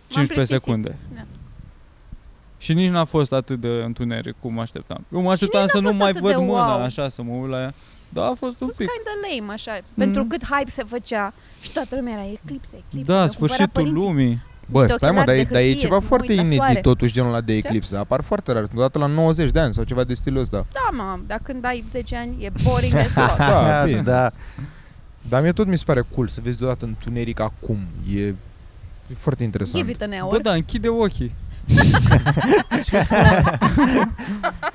Speaker 4: 15
Speaker 2: plictisit.
Speaker 4: secunde.
Speaker 2: Da.
Speaker 4: Și nici n-a fost atât de întuneric cum mă așteptam. Eu mă așteptam
Speaker 2: nici
Speaker 4: să
Speaker 2: n-a
Speaker 4: nu
Speaker 2: fost
Speaker 4: mai
Speaker 2: atât
Speaker 4: văd
Speaker 2: de
Speaker 4: mâna,
Speaker 2: wow.
Speaker 4: așa, să mă uit la ea. Da, a fost
Speaker 2: că...
Speaker 4: un
Speaker 2: Fost
Speaker 4: pic.
Speaker 2: kind of lame, așa. Pentru
Speaker 4: Mm.
Speaker 2: cât hype se făcea și toată lumea era eclipse, eclipse.
Speaker 4: Da,
Speaker 2: mi-au cumpărat
Speaker 4: sfârșitul
Speaker 2: părinții.
Speaker 4: lumii.
Speaker 1: Bă,
Speaker 2: Niște
Speaker 1: stai mă,
Speaker 2: ochelari
Speaker 1: dar e,
Speaker 2: de
Speaker 1: dar e
Speaker 2: hârtie,
Speaker 1: ceva
Speaker 2: să mă
Speaker 1: foarte
Speaker 2: uit la
Speaker 1: inedit
Speaker 2: soare.
Speaker 1: totuși genul ăla de eclipse. Apar foarte rar, dată la 90 de ani sau ceva de stilul ăsta.
Speaker 2: Da, mă, dar când ai 10 ani e boring as fuck.
Speaker 1: Da, bine.
Speaker 3: da.
Speaker 1: Dar mie tot mi se pare cool să vezi deodată întuneric acum. E, e foarte interesant.
Speaker 2: Give it an
Speaker 4: Bă,
Speaker 2: hour.
Speaker 4: da, închide ochii.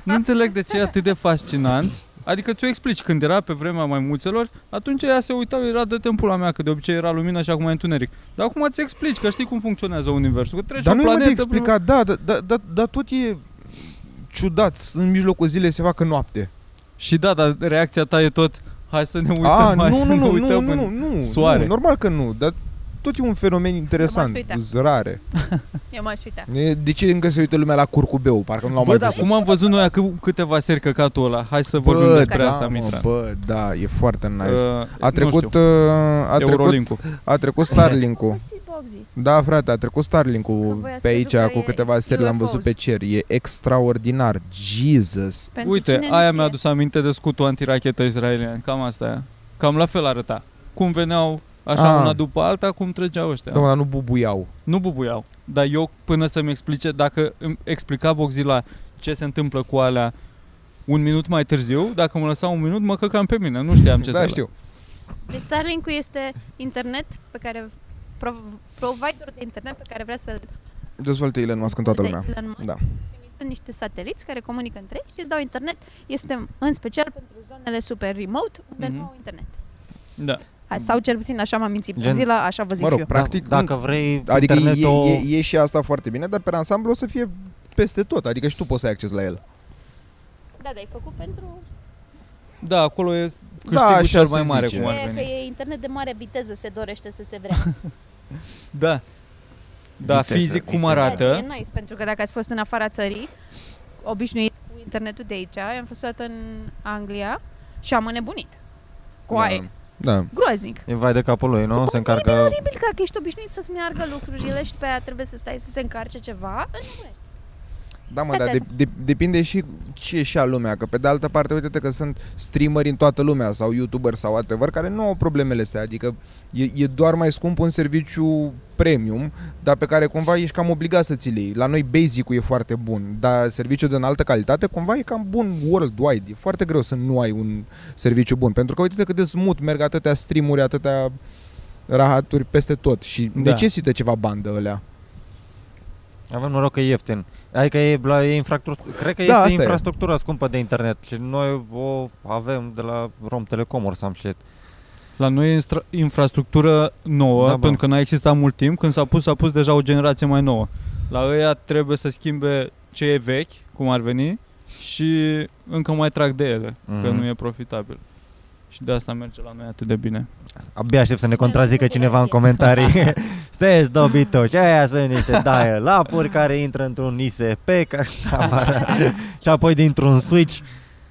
Speaker 4: nu înțeleg de ce e atât de fascinant. Adică ți-o explici, când era pe vremea maimuțelor, atunci ea se uitau, era de timpul la mea, că de obicei era lumină și acum e întuneric. Dar acum ți explici, că știi cum funcționează universul, că treci
Speaker 1: Dar
Speaker 4: o
Speaker 1: nu e mă
Speaker 4: planetă...
Speaker 1: de explicat, da, da, da, da, da, tot e ciudat, să în mijlocul zilei se facă noapte.
Speaker 4: Și da, dar reacția ta e tot Hai să ne uităm,
Speaker 1: A,
Speaker 4: hai
Speaker 1: nu,
Speaker 4: să
Speaker 1: nu,
Speaker 4: ne
Speaker 1: nu, nu,
Speaker 4: uităm
Speaker 1: nu,
Speaker 4: în...
Speaker 1: nu, nu,
Speaker 4: soare.
Speaker 1: nu, normal că nu, dar tot e un fenomen interesant,
Speaker 2: uita.
Speaker 1: zărare.
Speaker 2: Eu m-aș uita.
Speaker 1: E- De ce încă se uită lumea la curcubeu? Parcă nu l-au
Speaker 4: Bă,
Speaker 1: mai
Speaker 4: dar
Speaker 1: văzut.
Speaker 4: cum am văzut noi acum câteva seri căcatul ăla Hai să vorbim
Speaker 1: Bă,
Speaker 4: despre
Speaker 1: da,
Speaker 4: asta,
Speaker 1: mă,
Speaker 4: Mitra
Speaker 1: Bă, da, e foarte nice.
Speaker 4: Uh,
Speaker 1: a
Speaker 4: nu
Speaker 1: trecut,
Speaker 4: știu,
Speaker 1: uh, a trecut,
Speaker 4: Eurolink-ul.
Speaker 1: a trecut Starlink-ul.
Speaker 2: Păi, Bogzi.
Speaker 1: Da, frate, a trecut
Speaker 2: Că
Speaker 1: Starlink-ul
Speaker 2: voi ați
Speaker 1: pe
Speaker 2: crezut
Speaker 1: aici
Speaker 2: că
Speaker 1: cu
Speaker 2: e
Speaker 1: câteva seri, l-am
Speaker 2: UFOs.
Speaker 1: văzut pe cer. E extraordinar. Jesus.
Speaker 2: Pentru
Speaker 4: Uite,
Speaker 2: cine nu
Speaker 4: aia
Speaker 2: știe.
Speaker 4: mi-a adus aminte de scutul antirachetă israelian Cam asta e Cam la fel arăta Cum veneau așa
Speaker 1: Ah. Da.
Speaker 4: una după alta, cum trăgeau ăștia
Speaker 1: Doamna, nu bubuiau.
Speaker 4: Nu bubuiau Dar eu până să-mi explice Dacă îmi explica Boxila ce se întâmplă cu alea un minut mai târziu, dacă mă lăsa un minut, mă căcam pe mine, nu știam ce să
Speaker 1: da,
Speaker 4: le-
Speaker 1: știu.
Speaker 2: Deci Starlink-ul este internet pe care prov- provider de internet pe care vrea să-l
Speaker 1: Dezvoltă Elon Musk în toată lumea.
Speaker 2: Elon Musk.
Speaker 1: Da.
Speaker 2: Sunt niște sateliți care comunică între ei și îți dau internet. Este în special pentru zonele super remote unde
Speaker 4: Mhm.
Speaker 2: nu au internet.
Speaker 4: Da.
Speaker 2: A, Sau cel puțin așa m-am mințit.
Speaker 3: Gen-
Speaker 2: Zila, așa vă zic
Speaker 1: Mă
Speaker 2: și
Speaker 1: rog,
Speaker 2: eu.
Speaker 1: practic,
Speaker 3: dacă vrei
Speaker 2: păi,
Speaker 1: Adică e,
Speaker 3: internetul...
Speaker 1: e, e, și asta foarte bine, dar pe ansamblu o să fie peste tot. Adică și tu poți să ai acces la el.
Speaker 2: Da, dar ai făcut pentru
Speaker 4: Da, acolo e câștigul
Speaker 1: așa
Speaker 4: da, cel
Speaker 1: se
Speaker 4: mai mare
Speaker 1: zice.
Speaker 4: cum ar
Speaker 2: e, că
Speaker 4: veni.
Speaker 2: e internet de mare viteză, se dorește să se vrea.
Speaker 4: Da. Da,
Speaker 3: Viteză,
Speaker 4: fizic cum
Speaker 3: viteză.
Speaker 2: Ceea ce
Speaker 4: arată.
Speaker 2: Da, E nice, pentru că dacă ați fost în afara țării, obișnuit cu internetul de aici, eu am fost toată în Anglia și am înnebunit. Coaie. Da.
Speaker 1: Da. da.
Speaker 2: Groaznic.
Speaker 3: E vai de capul lui, nu?
Speaker 2: Bă,
Speaker 3: Se încarcă...
Speaker 2: Oribil că, că ești obișnuit să-ți meargă lucrurile și pe aia trebuie să stai să se încarce ceva.
Speaker 1: Da, mă, dar
Speaker 2: Tata.
Speaker 1: de, de, depinde și ce și a lumea, că pe de altă parte, uite-te că sunt streameri în toată lumea sau youtuber sau whatever, care nu au problemele astea, adică e, e doar mai scump un serviciu premium, dar pe care cumva ești cam obligat să ți-l iei. La noi basic-ul e foarte bun, dar serviciul de înaltă calitate cumva e cam bun worldwide. E foarte greu să nu ai un serviciu bun, pentru că uite-te cât de smut merg atâtea streamuri, atâtea rahaturi peste tot și
Speaker 4: Da.
Speaker 1: necesită ceva bandă ălea.
Speaker 3: Avem noroc că e ieftin. Adică e, la- e infrastructura, cred că
Speaker 1: Da,
Speaker 3: da,
Speaker 1: asta
Speaker 3: este
Speaker 1: e.
Speaker 3: infrastructura e. scumpă de internet și noi o avem de la Rom Telecom or some shit.
Speaker 4: La noi e instra- infrastructură nouă,
Speaker 3: Da,
Speaker 4: da,
Speaker 3: bă.
Speaker 4: pentru că n-a existat mult timp. Când s-a pus, s-a pus deja o generație mai nouă. La ăia trebuie să schimbe ce e vechi, cum ar veni, și încă mai trag de ele, mm-hmm. că
Speaker 3: Mhm.
Speaker 4: nu e profitabil. Și de asta merge la noi atât de bine.
Speaker 3: Abia aștept să ne
Speaker 2: Suntem
Speaker 3: contrazică
Speaker 2: în
Speaker 3: cineva în comentarii. Sunteți dobitoci, aia sunt niște daie lapuri care intră într-un ISP ca... și apoi dintr-un switch.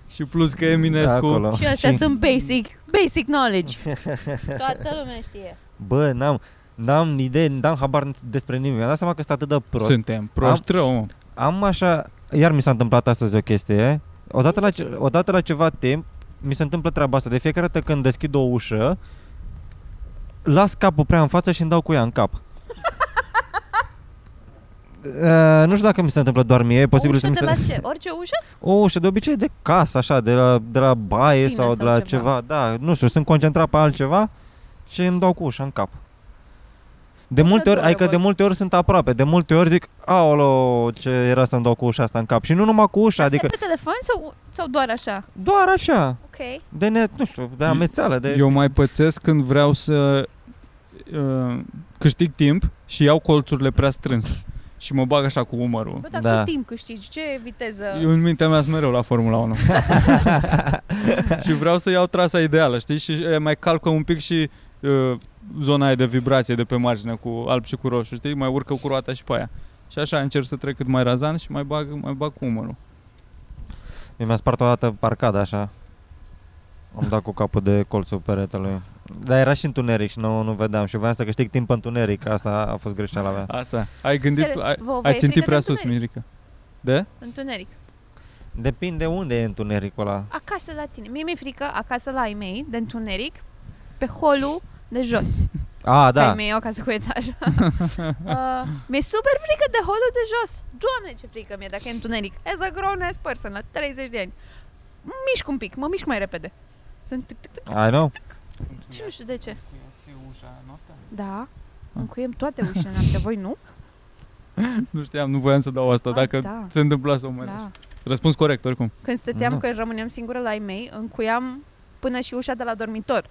Speaker 4: Și plus că Eminescu...
Speaker 3: Da, acolo.
Speaker 2: Și astea
Speaker 3: Și-
Speaker 2: sunt basic, basic knowledge. Toată lumea știe.
Speaker 3: Bă, n-am, n-am idee, n-am habar despre nimic. Mi-am dat seama că sunt atât de prost.
Speaker 4: Suntem proști rău, mă.
Speaker 3: Am așa, iar mi s-a întâmplat astăzi o chestie. Odată la, ce, odată la ceva timp, mi se întâmplă treaba asta. De fiecare dată când deschid o ușă, las capul prea în față și îmi dau cu ea în cap. Uh, nu știu dacă mi se întâmplă doar mie, e posibil
Speaker 2: o
Speaker 3: să
Speaker 2: ușă
Speaker 3: mi
Speaker 2: de
Speaker 3: se...
Speaker 2: la ce? Orice ușă?
Speaker 3: O ușă, Oh, de obicei de casă, așa, de la, de la baie
Speaker 2: Tine
Speaker 3: sau, de
Speaker 2: sau
Speaker 3: la
Speaker 2: ceva.
Speaker 3: ceva. Da, nu știu, sunt concentrat pe altceva și îmi dau cu ușa în cap. De
Speaker 2: Cum
Speaker 3: multe
Speaker 2: se
Speaker 3: ori,
Speaker 2: duce,
Speaker 3: adică
Speaker 2: bă?
Speaker 3: de multe ori sunt aproape, de multe ori zic, aolo, ce era să-mi dau cu ușa asta în cap. Și nu numai cu ușa,
Speaker 2: Adică...
Speaker 3: adică
Speaker 2: pe telefon sau, sau doar așa?
Speaker 3: doar așa,
Speaker 2: Ok.
Speaker 3: de ne, nu știu, de
Speaker 4: Eu-
Speaker 3: amețeală, de...
Speaker 4: Eu mai pățesc când vreau să uh, câștig timp și iau colțurile prea strâns. Și mă bag așa cu umărul.
Speaker 2: Bă, dar
Speaker 3: Da.
Speaker 2: da. cu timp câștigi, ce viteză?
Speaker 4: Eu în mintea mea sunt mereu la Formula 1 Și vreau să iau trasa ideală, știi? Și e, mai calcă un pic și uh, zona aia de vibrație de pe margine cu alb și cu roșu, știi? Mai urcă cu roata și pe aia Și așa încerc să trec cât mai razant și mai bag, mai bag cu umărul
Speaker 3: Eu mi-a spart o dată parcada așa. Am dat cu capul de colțul peretelui. Dar era și întuneric și nu, nu vedeam și voiam să câștig timp în întuneric. Asta a fost greșeala mea.
Speaker 4: Asta, ai gândit,
Speaker 2: Înțeleg.
Speaker 4: ai,
Speaker 2: Vă- vă e
Speaker 4: ai țintit
Speaker 2: frică de
Speaker 4: prea sus,
Speaker 2: întuneric?
Speaker 4: Mirica De?
Speaker 2: Întuneric.
Speaker 3: Depinde unde e întunericul ăla.
Speaker 2: Acasă la tine. Mie mi-e frică acasă la ai mei, de întuneric, pe holul de jos.
Speaker 3: A,
Speaker 2: Da. Ai
Speaker 3: da.
Speaker 2: mei e o casă cu etaj. uh, mi-e super frică de holul de jos. Doamne, ce frică mi-e dacă e întuneric. As a grown ass person, la 30 de ani. Mișc un pic, mă mișc mai repede. Sunt tic, tic, tic,
Speaker 3: I know.
Speaker 2: și nu știu de ce.
Speaker 4: ușa noaptea?
Speaker 2: Da, încuiem toate ușile noaptea, voi nu?
Speaker 4: Nu știam, nu voiam să dau asta,
Speaker 2: Ai,
Speaker 4: dacă
Speaker 2: da.
Speaker 4: se întâmpla să o mai
Speaker 2: Da.
Speaker 4: Răspuns corect, oricum
Speaker 2: Când stăteam,
Speaker 3: Da.
Speaker 2: da. când rămâneam singură la ai mei, încuiam până și ușa de la dormitor.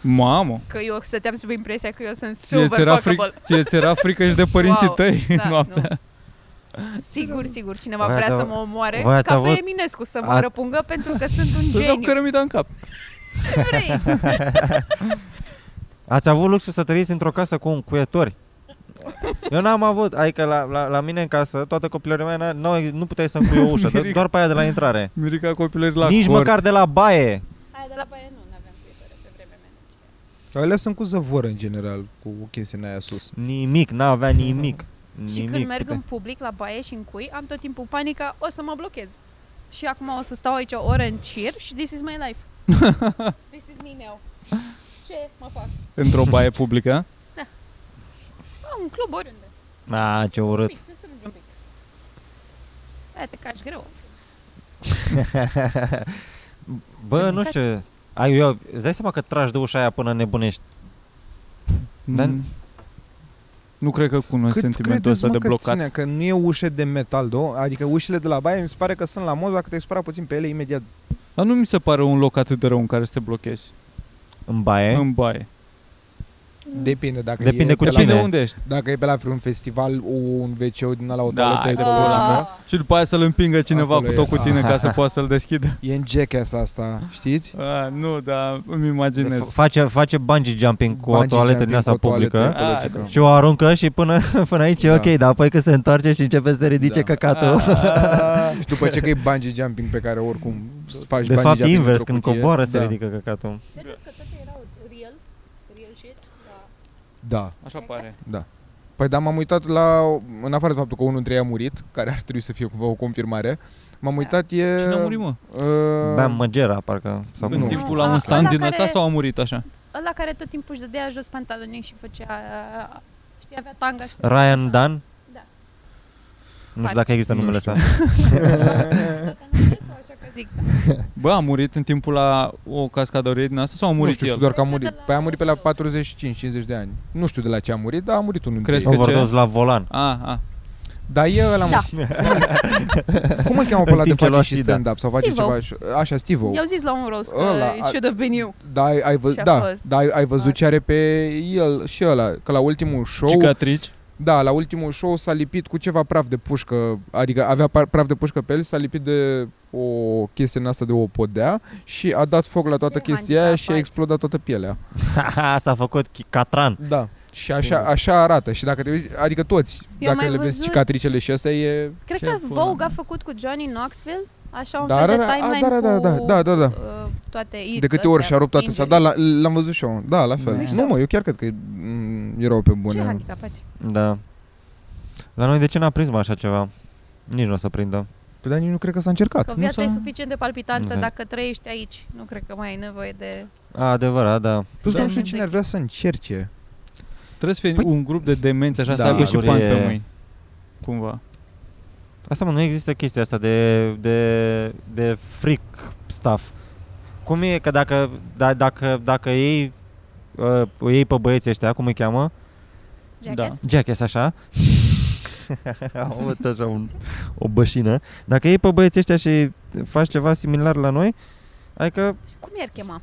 Speaker 4: Mamă,
Speaker 2: Că eu stăteam sub impresia că eu sunt
Speaker 4: ție
Speaker 2: super
Speaker 4: ți-era,
Speaker 2: fuckable.
Speaker 4: fric, ție ți-era frică și de părinții
Speaker 2: Wow,
Speaker 4: tăi
Speaker 2: Da,
Speaker 4: noaptea
Speaker 2: Nu. Sigur, sigur, cineva
Speaker 3: Voi
Speaker 2: vrea
Speaker 3: ați
Speaker 2: să
Speaker 3: av-
Speaker 2: mă omoare
Speaker 3: voi ați
Speaker 2: ca pe
Speaker 3: avut-
Speaker 2: Eminescu să mă
Speaker 3: a-
Speaker 2: răpungă pentru că sunt un
Speaker 4: Să-ți dau
Speaker 2: geniu.
Speaker 4: cărămida în cap
Speaker 2: Vrei?
Speaker 3: Ați avut luxul să trăiți într-o casă cu încuietori. Eu n-am avut, adică la, la, la mine în casă, toată copilăria mea, n- n-au- nu puteai să încui o ușă, do-
Speaker 4: Miric.
Speaker 3: doar pe aia de la intrare.
Speaker 4: Mirica copilării la
Speaker 3: Nici
Speaker 4: cort.
Speaker 3: măcar de la baie.
Speaker 2: Hai, de la baie nu, n-aveam cuietoare pe vremea mea.
Speaker 1: Alea sunt cu zăvoră în general, cu chestia în aia sus.
Speaker 3: Nimic, n-avea nimic. nimic.
Speaker 2: Și când merg
Speaker 3: Uite.
Speaker 2: în public la baie și în cui, am tot timpul panica, o să mă blochez. Și acum o să stau aici o oră în cir și this is my life. this is me now. Ce mă fac?
Speaker 4: Într-o baie publică
Speaker 2: Am un club oriunde.
Speaker 3: A, ce
Speaker 2: Un
Speaker 3: urât.
Speaker 2: pic, să strângi un pic. Aia te caci greu.
Speaker 3: Bă, nu știu. ce- Ai, eu, îți dai seama că tragi de ușa aia până nebunești.
Speaker 1: Da.
Speaker 3: Dar-
Speaker 4: Mm. Nu cred că cunosc sentimentul ăsta de
Speaker 1: că
Speaker 4: blocat
Speaker 1: ține, că nu e ușe de metal, do? adică ușile de la baie mi se pare că sunt la mod, dacă te expara puțin pe ele, imediat
Speaker 4: Dar nu mi se pare un loc atât de rău în care să te blochezi
Speaker 3: În baie.
Speaker 4: În baie
Speaker 1: depinde dacă
Speaker 3: Depinde
Speaker 1: e
Speaker 3: cu
Speaker 1: pe
Speaker 3: cine.
Speaker 1: la,
Speaker 4: Depinde unde ești
Speaker 1: Dacă e pe la vreun festival, o, un WC din ala, o
Speaker 4: Da,
Speaker 1: toaletă
Speaker 4: e
Speaker 1: e de
Speaker 4: de
Speaker 1: pula
Speaker 4: pula
Speaker 2: Ah.
Speaker 1: mea.
Speaker 4: mea. Și după aia să-l împingă cineva
Speaker 1: Acolo
Speaker 4: cu
Speaker 1: e.
Speaker 4: tot cu tine Ca să poată să-l deschidă
Speaker 1: E în jackass asta, știți?
Speaker 4: A, Nu, dar îmi
Speaker 3: F-
Speaker 4: imaginez
Speaker 3: Face, face bungee jumping cu o
Speaker 1: Bungee
Speaker 3: toaletă din
Speaker 1: jumping
Speaker 3: asta
Speaker 1: cu o toaletă
Speaker 3: publică. Da,
Speaker 1: ecologică.
Speaker 4: Ah,
Speaker 3: Și o aruncă și până, până aici e
Speaker 1: Da.
Speaker 3: ok, dar apoi când se întoarce și începe să ridice
Speaker 1: Da.
Speaker 3: căcatul.
Speaker 4: A,
Speaker 1: Și după ce că e bungee jumping pe care oricum îți faci
Speaker 3: De
Speaker 1: bungee
Speaker 3: fapt,
Speaker 1: jumping
Speaker 3: invers,
Speaker 1: într-o
Speaker 3: când
Speaker 1: cutie.
Speaker 3: coboară se
Speaker 1: da.
Speaker 3: ridică căcatul.
Speaker 2: Credeți că toate erau real? Real shit? Da.
Speaker 1: Da.
Speaker 4: Așa pare
Speaker 1: Păi da, m-am uitat la, în afară de faptul că unul dintre ei a murit, care ar trebui să fie cumva o confirmare, m-am uitat, e...
Speaker 4: Cine a Da. murit, mă?
Speaker 1: Uh,
Speaker 3: Bea măgera, parcă. Sau
Speaker 1: Nu.
Speaker 4: În
Speaker 3: cum.
Speaker 4: timpul
Speaker 2: Ah,
Speaker 4: la un stand
Speaker 2: ăla
Speaker 4: din
Speaker 2: care-
Speaker 4: ăsta sau a murit așa?
Speaker 2: Ăla care tot timpul își dădea jos pantalonii și făcea... Știi, avea tanga și...
Speaker 3: Ryan Dan?
Speaker 2: Da.
Speaker 3: Nu știu dacă există
Speaker 1: Nu
Speaker 3: numele
Speaker 1: știu.
Speaker 3: ăsta.
Speaker 2: Așa că zic,
Speaker 4: Bă, a murit în timpul la o cascadorie din asta sau a
Speaker 1: nu
Speaker 4: murit
Speaker 1: știu,
Speaker 4: el?
Speaker 1: știu doar că a
Speaker 2: Cred că
Speaker 1: murit.
Speaker 2: de la
Speaker 1: Păi a murit pe la 45-50 de ani. Nu știu de la ce a murit, dar a murit unul dintre
Speaker 4: Crezi
Speaker 1: ei.
Speaker 4: că ce? ah.
Speaker 3: Overdose la volan.
Speaker 4: A, a,
Speaker 1: Dar e ăla, mă.
Speaker 2: Da.
Speaker 1: Cum îl cheamă pe
Speaker 3: În
Speaker 1: ăla de
Speaker 3: timp ce
Speaker 1: face
Speaker 3: lua
Speaker 1: și
Speaker 3: sida.
Speaker 1: stand-up sau face
Speaker 2: Steve-o.
Speaker 1: ceva? așa- Așa, Steve-o.
Speaker 2: I-au zis la un roast că
Speaker 1: Ăla,
Speaker 2: it
Speaker 1: a-
Speaker 2: should have been you.
Speaker 1: Da, ai, ai vă,
Speaker 2: Și-a
Speaker 1: da,
Speaker 2: fost.
Speaker 1: da, ai, ai văzut ce are pe el și ăla, că la ultimul show,
Speaker 4: Cicatrici.
Speaker 1: da, la ultimul show s-a lipit cu ceva praf de pușcă, adică avea par- praf de pușcă pe el, s-a lipit de o chestie în asta de o podea și a dat foc la toată
Speaker 2: De
Speaker 1: chestia aia și a
Speaker 2: handicapați.
Speaker 1: explodat toată pielea.
Speaker 3: S-a făcut chi- catran.
Speaker 1: Da. Și așa, așa arată. Și dacă te uiți, adică toți,
Speaker 2: Eu am
Speaker 1: dacă
Speaker 2: mai
Speaker 1: le vezi
Speaker 2: văzut-
Speaker 1: cicatricele și astea e...
Speaker 2: Cred
Speaker 4: Ce
Speaker 2: că
Speaker 4: pula
Speaker 2: Vogue a
Speaker 4: mea.
Speaker 2: făcut cu Johnny Knoxville așa un
Speaker 1: Dar
Speaker 2: fel
Speaker 1: are-
Speaker 2: de
Speaker 1: a,
Speaker 2: timeline
Speaker 1: da, da,
Speaker 2: cu
Speaker 1: da, da, da, da.
Speaker 2: uh, toate
Speaker 1: De câte ori și-a rupt toate, s-a dat, la, l-am văzut și eu. Da, la fel.
Speaker 4: Mișto.
Speaker 1: Nu mă, eu chiar cred că mm, erau pe
Speaker 2: Ce
Speaker 1: bune.
Speaker 2: handicapați?
Speaker 3: Da. La noi de ce n-a prins mă așa ceva? Nici nu o să prindă.
Speaker 1: Păi, dar nici nu cred că s-a încercat.
Speaker 2: Că
Speaker 3: nu
Speaker 2: viața e
Speaker 3: s-a-
Speaker 2: suficient de palpitantă
Speaker 3: Exact.
Speaker 2: dacă trăiești aici. Nu cred că mai ai nevoie de...
Speaker 3: A, adevărat, da.
Speaker 1: Plus că Păi, nu
Speaker 2: Să-
Speaker 1: știu cine ar vrea să încerce.
Speaker 4: Trebuie să fie un grup de demenți așa,
Speaker 1: Da,
Speaker 4: să aibă și
Speaker 3: sigur,
Speaker 4: panți
Speaker 3: e-
Speaker 4: pe mâini. Cumva.
Speaker 3: Asta mă, nu există chestia asta de, de, de fric stuff. Cum e că dacă, da, dacă, dacă ei uh, îi iei pe băieții ăștia, cum îi cheamă?
Speaker 2: Jackass?
Speaker 3: Jackass, așa? Am avut așa un, o bășină. Dacă iei pe băieții ăștia și faci ceva similar la noi, adică
Speaker 1: Da.
Speaker 2: Cum i-ar chema?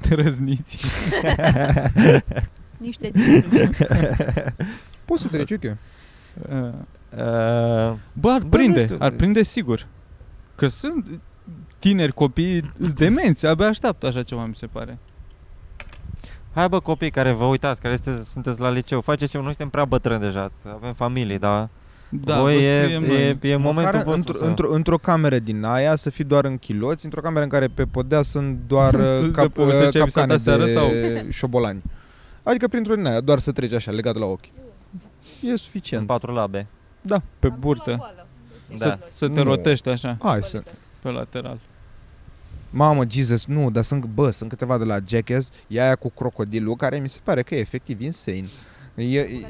Speaker 4: Te răzniți.
Speaker 2: Niște titluri.
Speaker 1: Poți să treci, ok.
Speaker 4: Uh,
Speaker 3: uh,
Speaker 4: Bă,
Speaker 3: Bă,
Speaker 4: ar
Speaker 3: nu
Speaker 4: prinde,
Speaker 3: știu.
Speaker 4: ar prinde sigur. Că sunt tineri copii, sunt demenți, abia așteaptă așa ceva, mi se pare.
Speaker 3: Hai bă copii care vă uitați, care sunteți, sunteți la liceu, faceți ceva, noi suntem prea bătrâni deja, avem familii, da?
Speaker 4: Da,
Speaker 3: Voi
Speaker 4: vă
Speaker 3: e,
Speaker 4: scriem noi.
Speaker 3: e, e momentul
Speaker 1: Măcar
Speaker 3: vostru
Speaker 1: într-
Speaker 3: să-
Speaker 1: într-o, într-o cameră din aia să fii doar în chiloți, într-o cameră în care pe podea sunt doar
Speaker 4: Tu
Speaker 1: uh,
Speaker 4: de
Speaker 1: cap,
Speaker 4: povesteai
Speaker 1: uh,
Speaker 4: ce ai visat
Speaker 1: capcane
Speaker 4: aseară
Speaker 1: de
Speaker 4: sau?
Speaker 1: șobolani. Adică printr-o din aia, doar să treci așa, legat la ochi. E
Speaker 3: în
Speaker 1: suficient.
Speaker 3: patru labe.
Speaker 4: pe
Speaker 2: Am la Deci,
Speaker 4: burtă.
Speaker 2: goală. De ce
Speaker 3: Da.
Speaker 4: Să, să te
Speaker 1: Nu.
Speaker 4: rotești așa,
Speaker 1: Hai
Speaker 2: Burtă.
Speaker 1: să...
Speaker 4: pe lateral.
Speaker 1: Mamă, Jesus, nu, dar sunt, bă, sunt câteva de la Jackass, e aia cu crocodilul, care mi se pare că e efectiv insane. E, e,
Speaker 2: Carne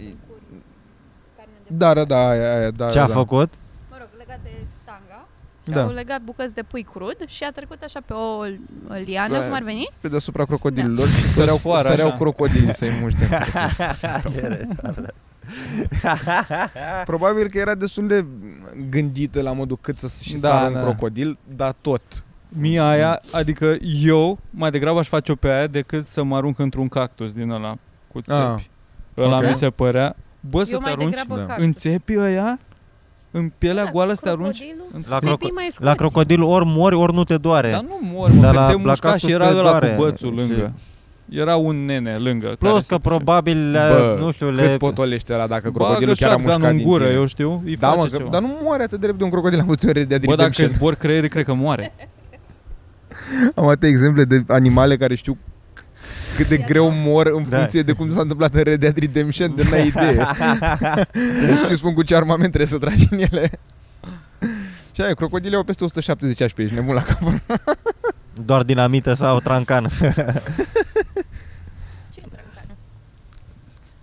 Speaker 2: de
Speaker 1: da, da, da, aia, aia, da,
Speaker 3: Ce
Speaker 1: da,
Speaker 3: a
Speaker 1: da.
Speaker 3: făcut?
Speaker 2: Mă rog, legat de tanga. Și
Speaker 1: Da.
Speaker 2: au legat bucăți de pui crud și a trecut așa pe o o liană,
Speaker 1: Da.
Speaker 2: cum ar veni?
Speaker 1: Pe deasupra crocodililor și săreau,
Speaker 4: sfoară,
Speaker 1: săreau
Speaker 4: așa.
Speaker 1: crocodilii să-i muște. Probabil că era destul de gândită la modul cât să și
Speaker 4: Da,
Speaker 1: da, sară
Speaker 4: da.
Speaker 1: un crocodil, dar tot.
Speaker 4: Mie aia, adică eu mai degrabă aș face-o pe aia decât să mă arunc într-un cactus din ăla cu țepi.
Speaker 1: Ah,
Speaker 4: ăla
Speaker 1: ok.
Speaker 4: mi se părea. Bă, să
Speaker 2: Eu
Speaker 4: te
Speaker 2: mai
Speaker 4: arunci
Speaker 2: degrabă
Speaker 1: Da.
Speaker 2: cactus.
Speaker 4: în țepii ăia, în pielea
Speaker 2: Da,
Speaker 4: goală să te arunci.
Speaker 2: crocodilul,
Speaker 4: în-
Speaker 3: La,
Speaker 2: țepii
Speaker 3: croco-
Speaker 2: mai
Speaker 3: la
Speaker 2: scurți.
Speaker 3: crocodil ori mori, ori nu te doare.
Speaker 4: Dar nu mor, mă,
Speaker 3: Dar
Speaker 4: că
Speaker 3: la-
Speaker 4: te
Speaker 3: la
Speaker 4: mușca
Speaker 3: cactus
Speaker 4: și era
Speaker 3: te
Speaker 4: ăla
Speaker 3: doare.
Speaker 4: cu bățul
Speaker 3: Și-
Speaker 4: lângă. Era un nene lângă. care
Speaker 3: Plus
Speaker 4: se
Speaker 3: că
Speaker 4: duce.
Speaker 3: probabil, le-
Speaker 1: Bă,
Speaker 3: nu știu,
Speaker 1: Le...
Speaker 3: le...
Speaker 1: Cât potolește ăla dacă
Speaker 4: Bagă
Speaker 1: crocodilul chiar a
Speaker 4: shotgun
Speaker 1: mușcat
Speaker 4: în gură,
Speaker 1: din tine.
Speaker 4: eu știu, îi
Speaker 1: Da,
Speaker 4: face
Speaker 1: mă, că,
Speaker 4: ceva.
Speaker 1: dar nu moare atât de repede un crocodil, am văzut eu de
Speaker 4: Bă, dacă zbor creierii, cred că moare.
Speaker 1: Am atâtea exemple de animale care știu cât de greu mor în
Speaker 3: Da.
Speaker 1: funcție de cum s-a întâmplat în Red Dead Redemption, de n-ai idee. și spun cu ce armament trebuie să tragi în ele. Și aia, crocodile au peste 170 HP, ești nebun la cap.
Speaker 3: Doar dinamită sau trancan.
Speaker 2: Ce trancan?